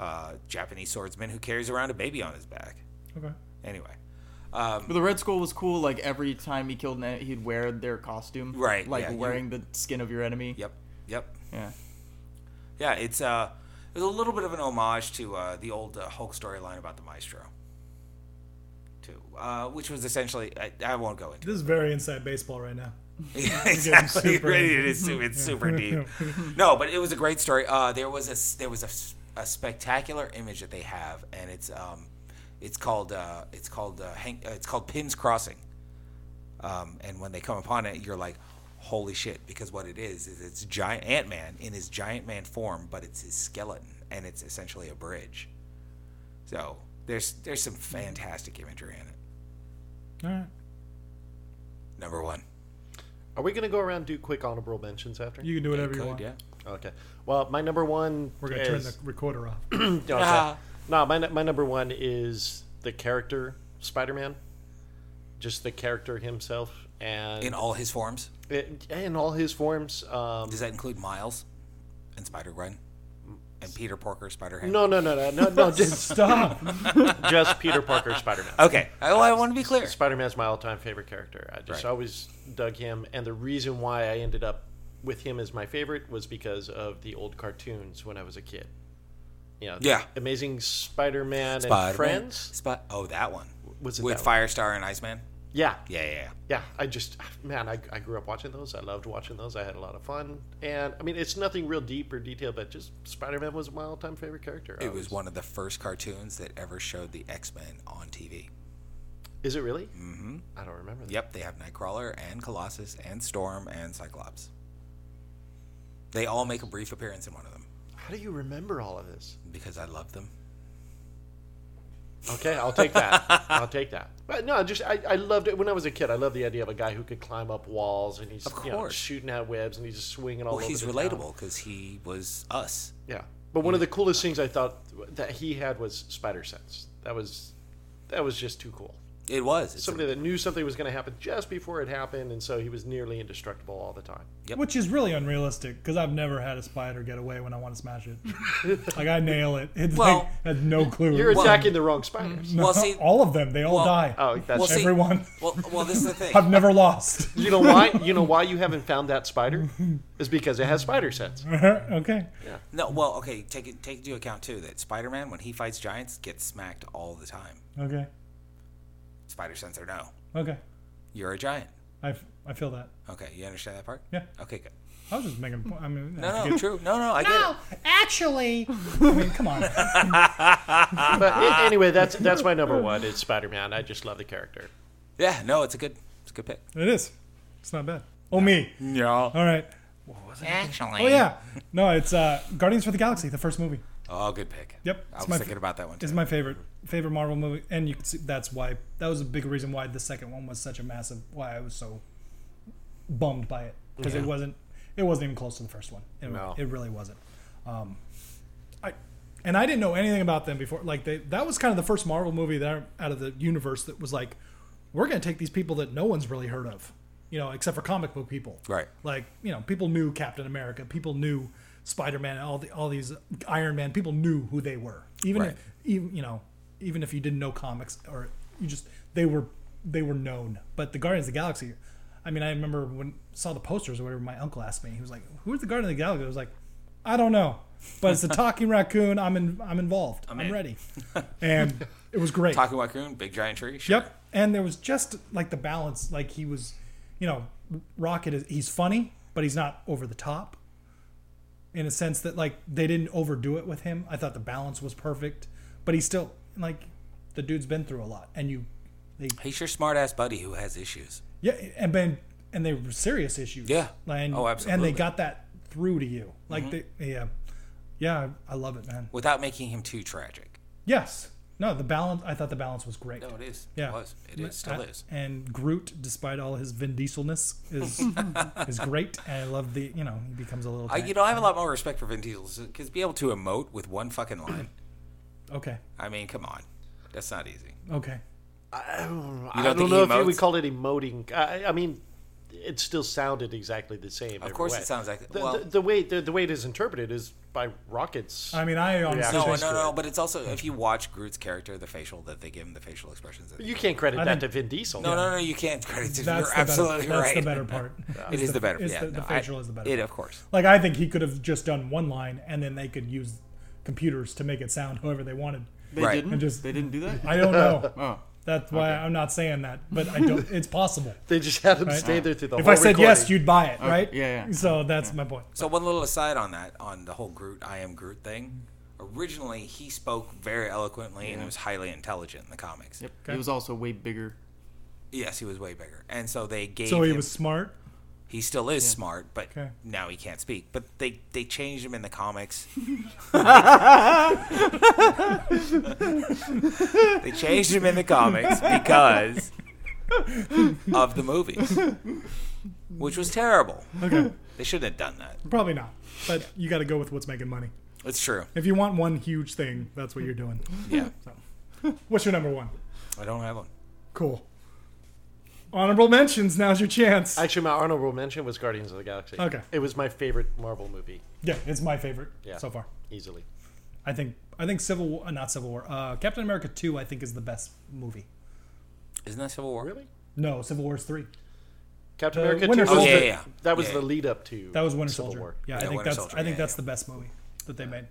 S1: Uh, Japanese swordsman who carries around a baby on his back.
S2: Okay.
S1: Anyway.
S3: but the Red Skull was cool. Like every time he killed an enemy, he'd wear their costume.
S1: Right,
S3: Like
S1: yeah, you-
S3: wearing the skin of your enemy.
S1: Yep. Yep.
S3: Yeah.
S1: Yeah. It's uh. There's a little bit of an homage to uh, the old uh, Hulk storyline about the Maestro. Too. Uh, which was essentially I, I won't go into.
S2: This is very inside baseball right now.
S1: Yeah, exactly.
S2: super-
S1: Right, It is su- it's super deep. No, but it was a great story. Uh, there was a s- there was a s- a, spectacular image that they have, and it's um, it's called uh, it's called uh, Hank, uh, it's called Pins Crossing. Um, and when they come upon it, you're like, holy shit! Because what it is is it's giant Ant Man in his giant man form, but it's his skeleton, and it's essentially a bridge. So there's there's some fantastic imagery in it.
S2: All right.
S1: Number one,
S5: Are we going to go around and do quick honorable mentions after?
S2: You can do whatever you
S1: Code,
S2: want.
S1: yeah.
S5: Okay. Well, my number one.
S2: We're gonna turn the recorder off.
S5: No, it's not. No, my my number one is the character Spider Man, just the character himself, and
S1: In all his forms.
S5: it- in all his forms. Um,
S1: Does that include Miles and Spider Gwen and Peter Porker, Spider Ham?
S5: no, no, no, no, no, no. Just,
S2: Stop.
S5: just Peter Parker, Spider Man.
S1: Okay. I, well, I want to be clear.
S5: Spider Man's my all time favorite character. I just
S1: Right.
S5: always dug him, and the reason why I ended up with him as my favorite was because of the old cartoons when I was a kid. You know,
S1: Yeah.
S5: Amazing Spider Man
S1: Spider-Man.
S5: and Friends.
S1: Spot. Oh, that one.
S5: Was it
S1: with
S5: that
S1: Firestar and Iceman?
S5: Yeah,
S1: Yeah, yeah, yeah.
S5: yeah, I just man, I, I grew up watching those. I loved watching those. I had a lot of fun, and I mean, it's nothing real deep or detailed, but just Spider Man was my all time favorite character. I
S1: It was one of the first cartoons that ever showed the X Men on TV.
S5: Is it really? Mm-hmm. I don't remember. That.
S1: Yep, they have Nightcrawler and Colossus and Storm and Cyclops. They all make a brief appearance in one of them
S5: How do you remember all of this?
S1: because I love them.
S5: Okay, I'll take that. I'll take that. But no, just I, I loved it when I was a kid. I loved the idea of a guy who could climb up walls and he's
S1: Of
S5: you know,
S1: course.
S5: shooting out webs and he's just swinging all
S1: Well,
S5: over.
S1: he's
S5: the
S1: relatable because he was us.
S5: Town. Yeah, but one of the coolest things I thought that he had was spider sense. That was that was just too cool.
S1: It was. It's a-
S5: somebody that knew something was going to happen just before it happened, and so he was nearly indestructible all the time.
S2: Which is really unrealistic because I've never had a spider get away when I want to smash it. like I nail it. It's like
S1: Well-
S2: I had no clue.
S5: You're
S1: Well-
S5: attacking the wrong spiders.
S1: well, see,
S2: all of them. They all
S1: well-
S2: die.
S5: Oh, that's
S1: Well, see-
S2: Everyone.
S1: well, well, this is the thing.
S2: I've never lost.
S5: you know why? You know why you haven't found that spider? Is because it has spider sense.
S2: okay.
S1: No, well, okay. Take it, take into account too that Spider-Man, when he fights giants, gets smacked all the time.
S2: Okay.
S1: Spider sense or no,
S2: Okay.
S1: you're a giant.
S2: I, I feel that.
S1: Okay, you understand that part?
S2: Yeah.
S1: Okay, good.
S2: I was just making. a po- I mean,
S1: No, no, true. No, no, I get it.
S2: actually. I mean, come on.
S5: But a- anyway, that's that's my number one. It's Spider Man. I just love the character.
S1: Yeah, no, it's a good, it's a good pick.
S2: It is. It's not bad. Oh me.
S1: Yeah.
S2: All right.
S1: Actually.
S2: Oh yeah. No, it's uh, Guardians for the Galaxy, the first movie.
S1: Oh, good pick.
S2: Yep,
S1: I
S2: it's
S1: was
S2: my
S1: thinking
S2: f-
S1: about that one too.
S2: It's my favorite favorite Marvel movie, and you can see that's why that was a big reason why the second one was such a massive. Why I was so bummed by it because it wasn't it wasn't even close to the first one. It,
S5: No.
S2: it really wasn't. Um, I and I didn't know anything about them before. Like they that was kind of the first Marvel movie that I- out of the universe that was like, we're gonna take these people that no one's really heard of, you know, except for comic book people.
S1: Right.
S2: Like you know, people knew Captain America, people knew Spider Man, all the all these Iron Man. People knew who they were, even
S1: Right.
S2: if even you know, even if you didn't know comics or you just they were they were known. But the Guardians of the Galaxy, I mean, I remember when saw the posters or whatever. My uncle asked me, he was like, "Who's the Guardians of the Galaxy?" I was like, "I don't know." But it's a talking raccoon. I'm in, I'm involved. I'm,
S1: in.
S2: ready. And it was great.
S1: Talking raccoon, big giant tree. Sure.
S2: Yep. And there was just like the balance. Like he was, you know, Rocket is he's funny, but he's not over the top. In a sense that like they didn't overdo it with him. I thought the balance was perfect, but he's still like the dude's been through a lot, and you, they
S1: He's your smart ass buddy who has issues.
S2: yeah, and been and they were serious issues.
S1: Yeah.
S2: And,
S1: Oh,
S2: And
S1: absolutely. Mm-hmm.
S2: they got that through to you. Like they, yeah, yeah, I I love it, man.
S1: Without making him too tragic.
S2: Yes. No, the balance. I thought the balance was great.
S1: No, it is.
S2: Yeah.
S1: It was. It is. Still
S2: Uh,
S1: is.
S2: And Groot, despite all his Vin Dieselness, is is great. And I love the you know he becomes a little.
S1: I, you
S2: tank.
S1: know, I have a lot more respect for Vin Diesel because be able to emote with one fucking line.
S2: Okay.
S1: I mean, come on, that's not easy. You
S2: Okay.
S5: I
S1: don't
S5: don't
S1: think
S5: know
S1: he
S5: if you would
S1: emotes?
S5: call it emoting. I, I mean, it still sounded exactly the same. every
S1: course
S5: way.
S1: it sounds like-
S5: the,
S1: well-
S5: the, the way the, the way it is interpreted is by rockets.
S2: I mean, I honestly.
S1: No, no,
S5: Thanks
S1: no,
S5: for
S1: no.
S5: it.
S1: But it's also if you watch Groot's character, the facial that they give him, the facial expressions. That they
S5: you can't credit
S2: I
S5: that
S2: think-
S5: to Vin Diesel.
S1: No, no, no, you can't credit it. You're
S2: That's the
S1: absolutely
S2: better,
S1: right.
S2: That's the better part.
S1: It is the better.
S2: is
S1: Yeah,
S2: the,
S1: no,
S2: the
S1: I-
S2: facial is the better.
S1: It,
S2: part.
S1: of course.
S2: Like I think he could have just done one line, and then they could use computers to make it sound however they wanted.
S3: They
S1: Right.
S3: didn't.
S2: And just-
S3: they didn't do that.
S2: I don't know.
S3: oh,
S2: That's why I'm not saying that, but I don't. It's possible.
S5: They just had him stay there through the
S2: If
S5: whole
S2: I said
S5: recording.
S2: yes, you'd buy it, right?
S3: yeah, yeah.
S2: So that's my point.
S1: So one little aside on that, on the whole Groot, I am Groot thing. Originally, he spoke very eloquently and was highly intelligent in the comics.
S3: yep. He was also way bigger.
S1: Yes, he was way bigger, and so they gave.
S2: So he
S1: him-
S2: was smart.
S1: He still is smart, but
S2: Okay.
S1: now he can't speak. But they they changed him in the comics. they changed him in the comics because of the movies, which was terrible.
S2: Okay.
S1: They shouldn't have done that.
S2: Probably not. But you got to go with what's making money.
S1: It's true.
S2: If you want one huge thing, that's what you're doing.
S1: Yeah,
S2: What's your number one?
S1: I don't have one.
S2: Cool. Honorable mentions. Now's your chance.
S5: Actually, my honorable mention was Guardians of the Galaxy.
S2: Okay.
S5: It was my favorite Marvel movie,
S2: yeah, it's my favorite
S5: Yeah.
S2: so far.
S5: easily.
S2: I think I think Civil War, uh, not Civil War. Uh, Captain America Two, I think, is the best movie.
S1: Isn't that Civil War?
S5: Really?
S2: No, Civil War is three.
S5: Captain
S2: The
S5: America
S2: Winter
S5: 2 was
S1: Oh, yeah,
S5: the-
S1: yeah.
S5: That was
S1: Yeah,
S5: the
S1: yeah.
S5: lead up to
S2: That was Winter
S5: Civil
S2: Soldier.
S5: War.
S2: Yeah, I
S1: Yeah,
S2: think
S1: Winter
S2: that's
S1: Soldier,
S2: I think
S1: yeah,
S2: that's
S1: yeah.
S2: the best movie that they made.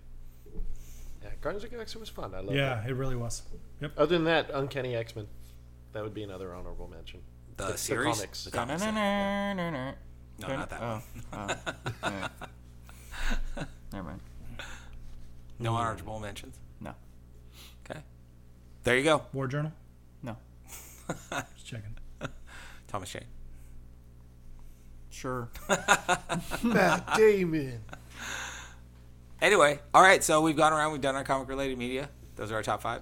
S5: Yeah, Guardians of the Galaxy was fun. I love
S2: Yeah,
S5: it.
S2: it really was. Yep.
S5: Other than that, Uncanny X Men. That would be another honorable mention.
S1: The series?
S5: comics.
S1: The comics.
S3: No,
S1: No, not
S3: Oh,
S1: that one.
S3: Never mind.
S1: No honorable mentions.
S3: No.
S1: Okay, there you go,
S2: War Journal.
S3: No.
S2: Just checking.
S1: Thomas Shane.
S3: Sure.
S5: Matt Damon.
S1: Anyway, all right. So we've gone around. We've done our comic-related media. Those are our top five.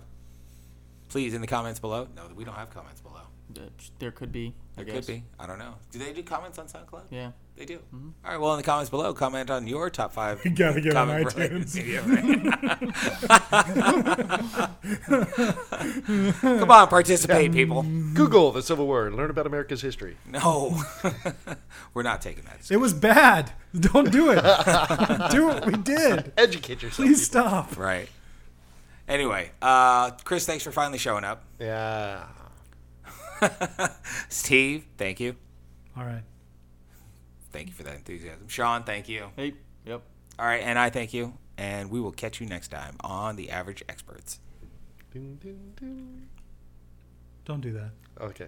S1: Please in the comments below. No, we don't have comments below.
S3: There could be. I
S1: There
S3: guess.
S1: could be. I don't know. Do they do comments on SoundCloud?
S3: Yeah.
S1: They do. All right. Well, in the comments below, comment on your top five.
S2: Mm-hmm. You gotta get on
S1: comic-related
S2: iTunes.
S1: media, right? Come on, participate, people.
S5: Google the Civil War and learn about America's history.
S1: No, we're not taking that.
S2: It was bad. Don't do it. do what we did.
S5: Educate yourself.
S2: Please
S5: people.
S2: stop.
S1: Right. Anyway, uh, Chris, thanks for finally showing up.
S5: Yeah.
S1: Steve, thank you.
S2: All right.
S1: Thank you for that enthusiasm. Sean, thank you.
S3: Hey. Yep.
S1: All right, and I thank you, and we will catch you next time on The Average Experts.
S5: Dun, dun, dun.
S2: Don't do that.
S5: Okay.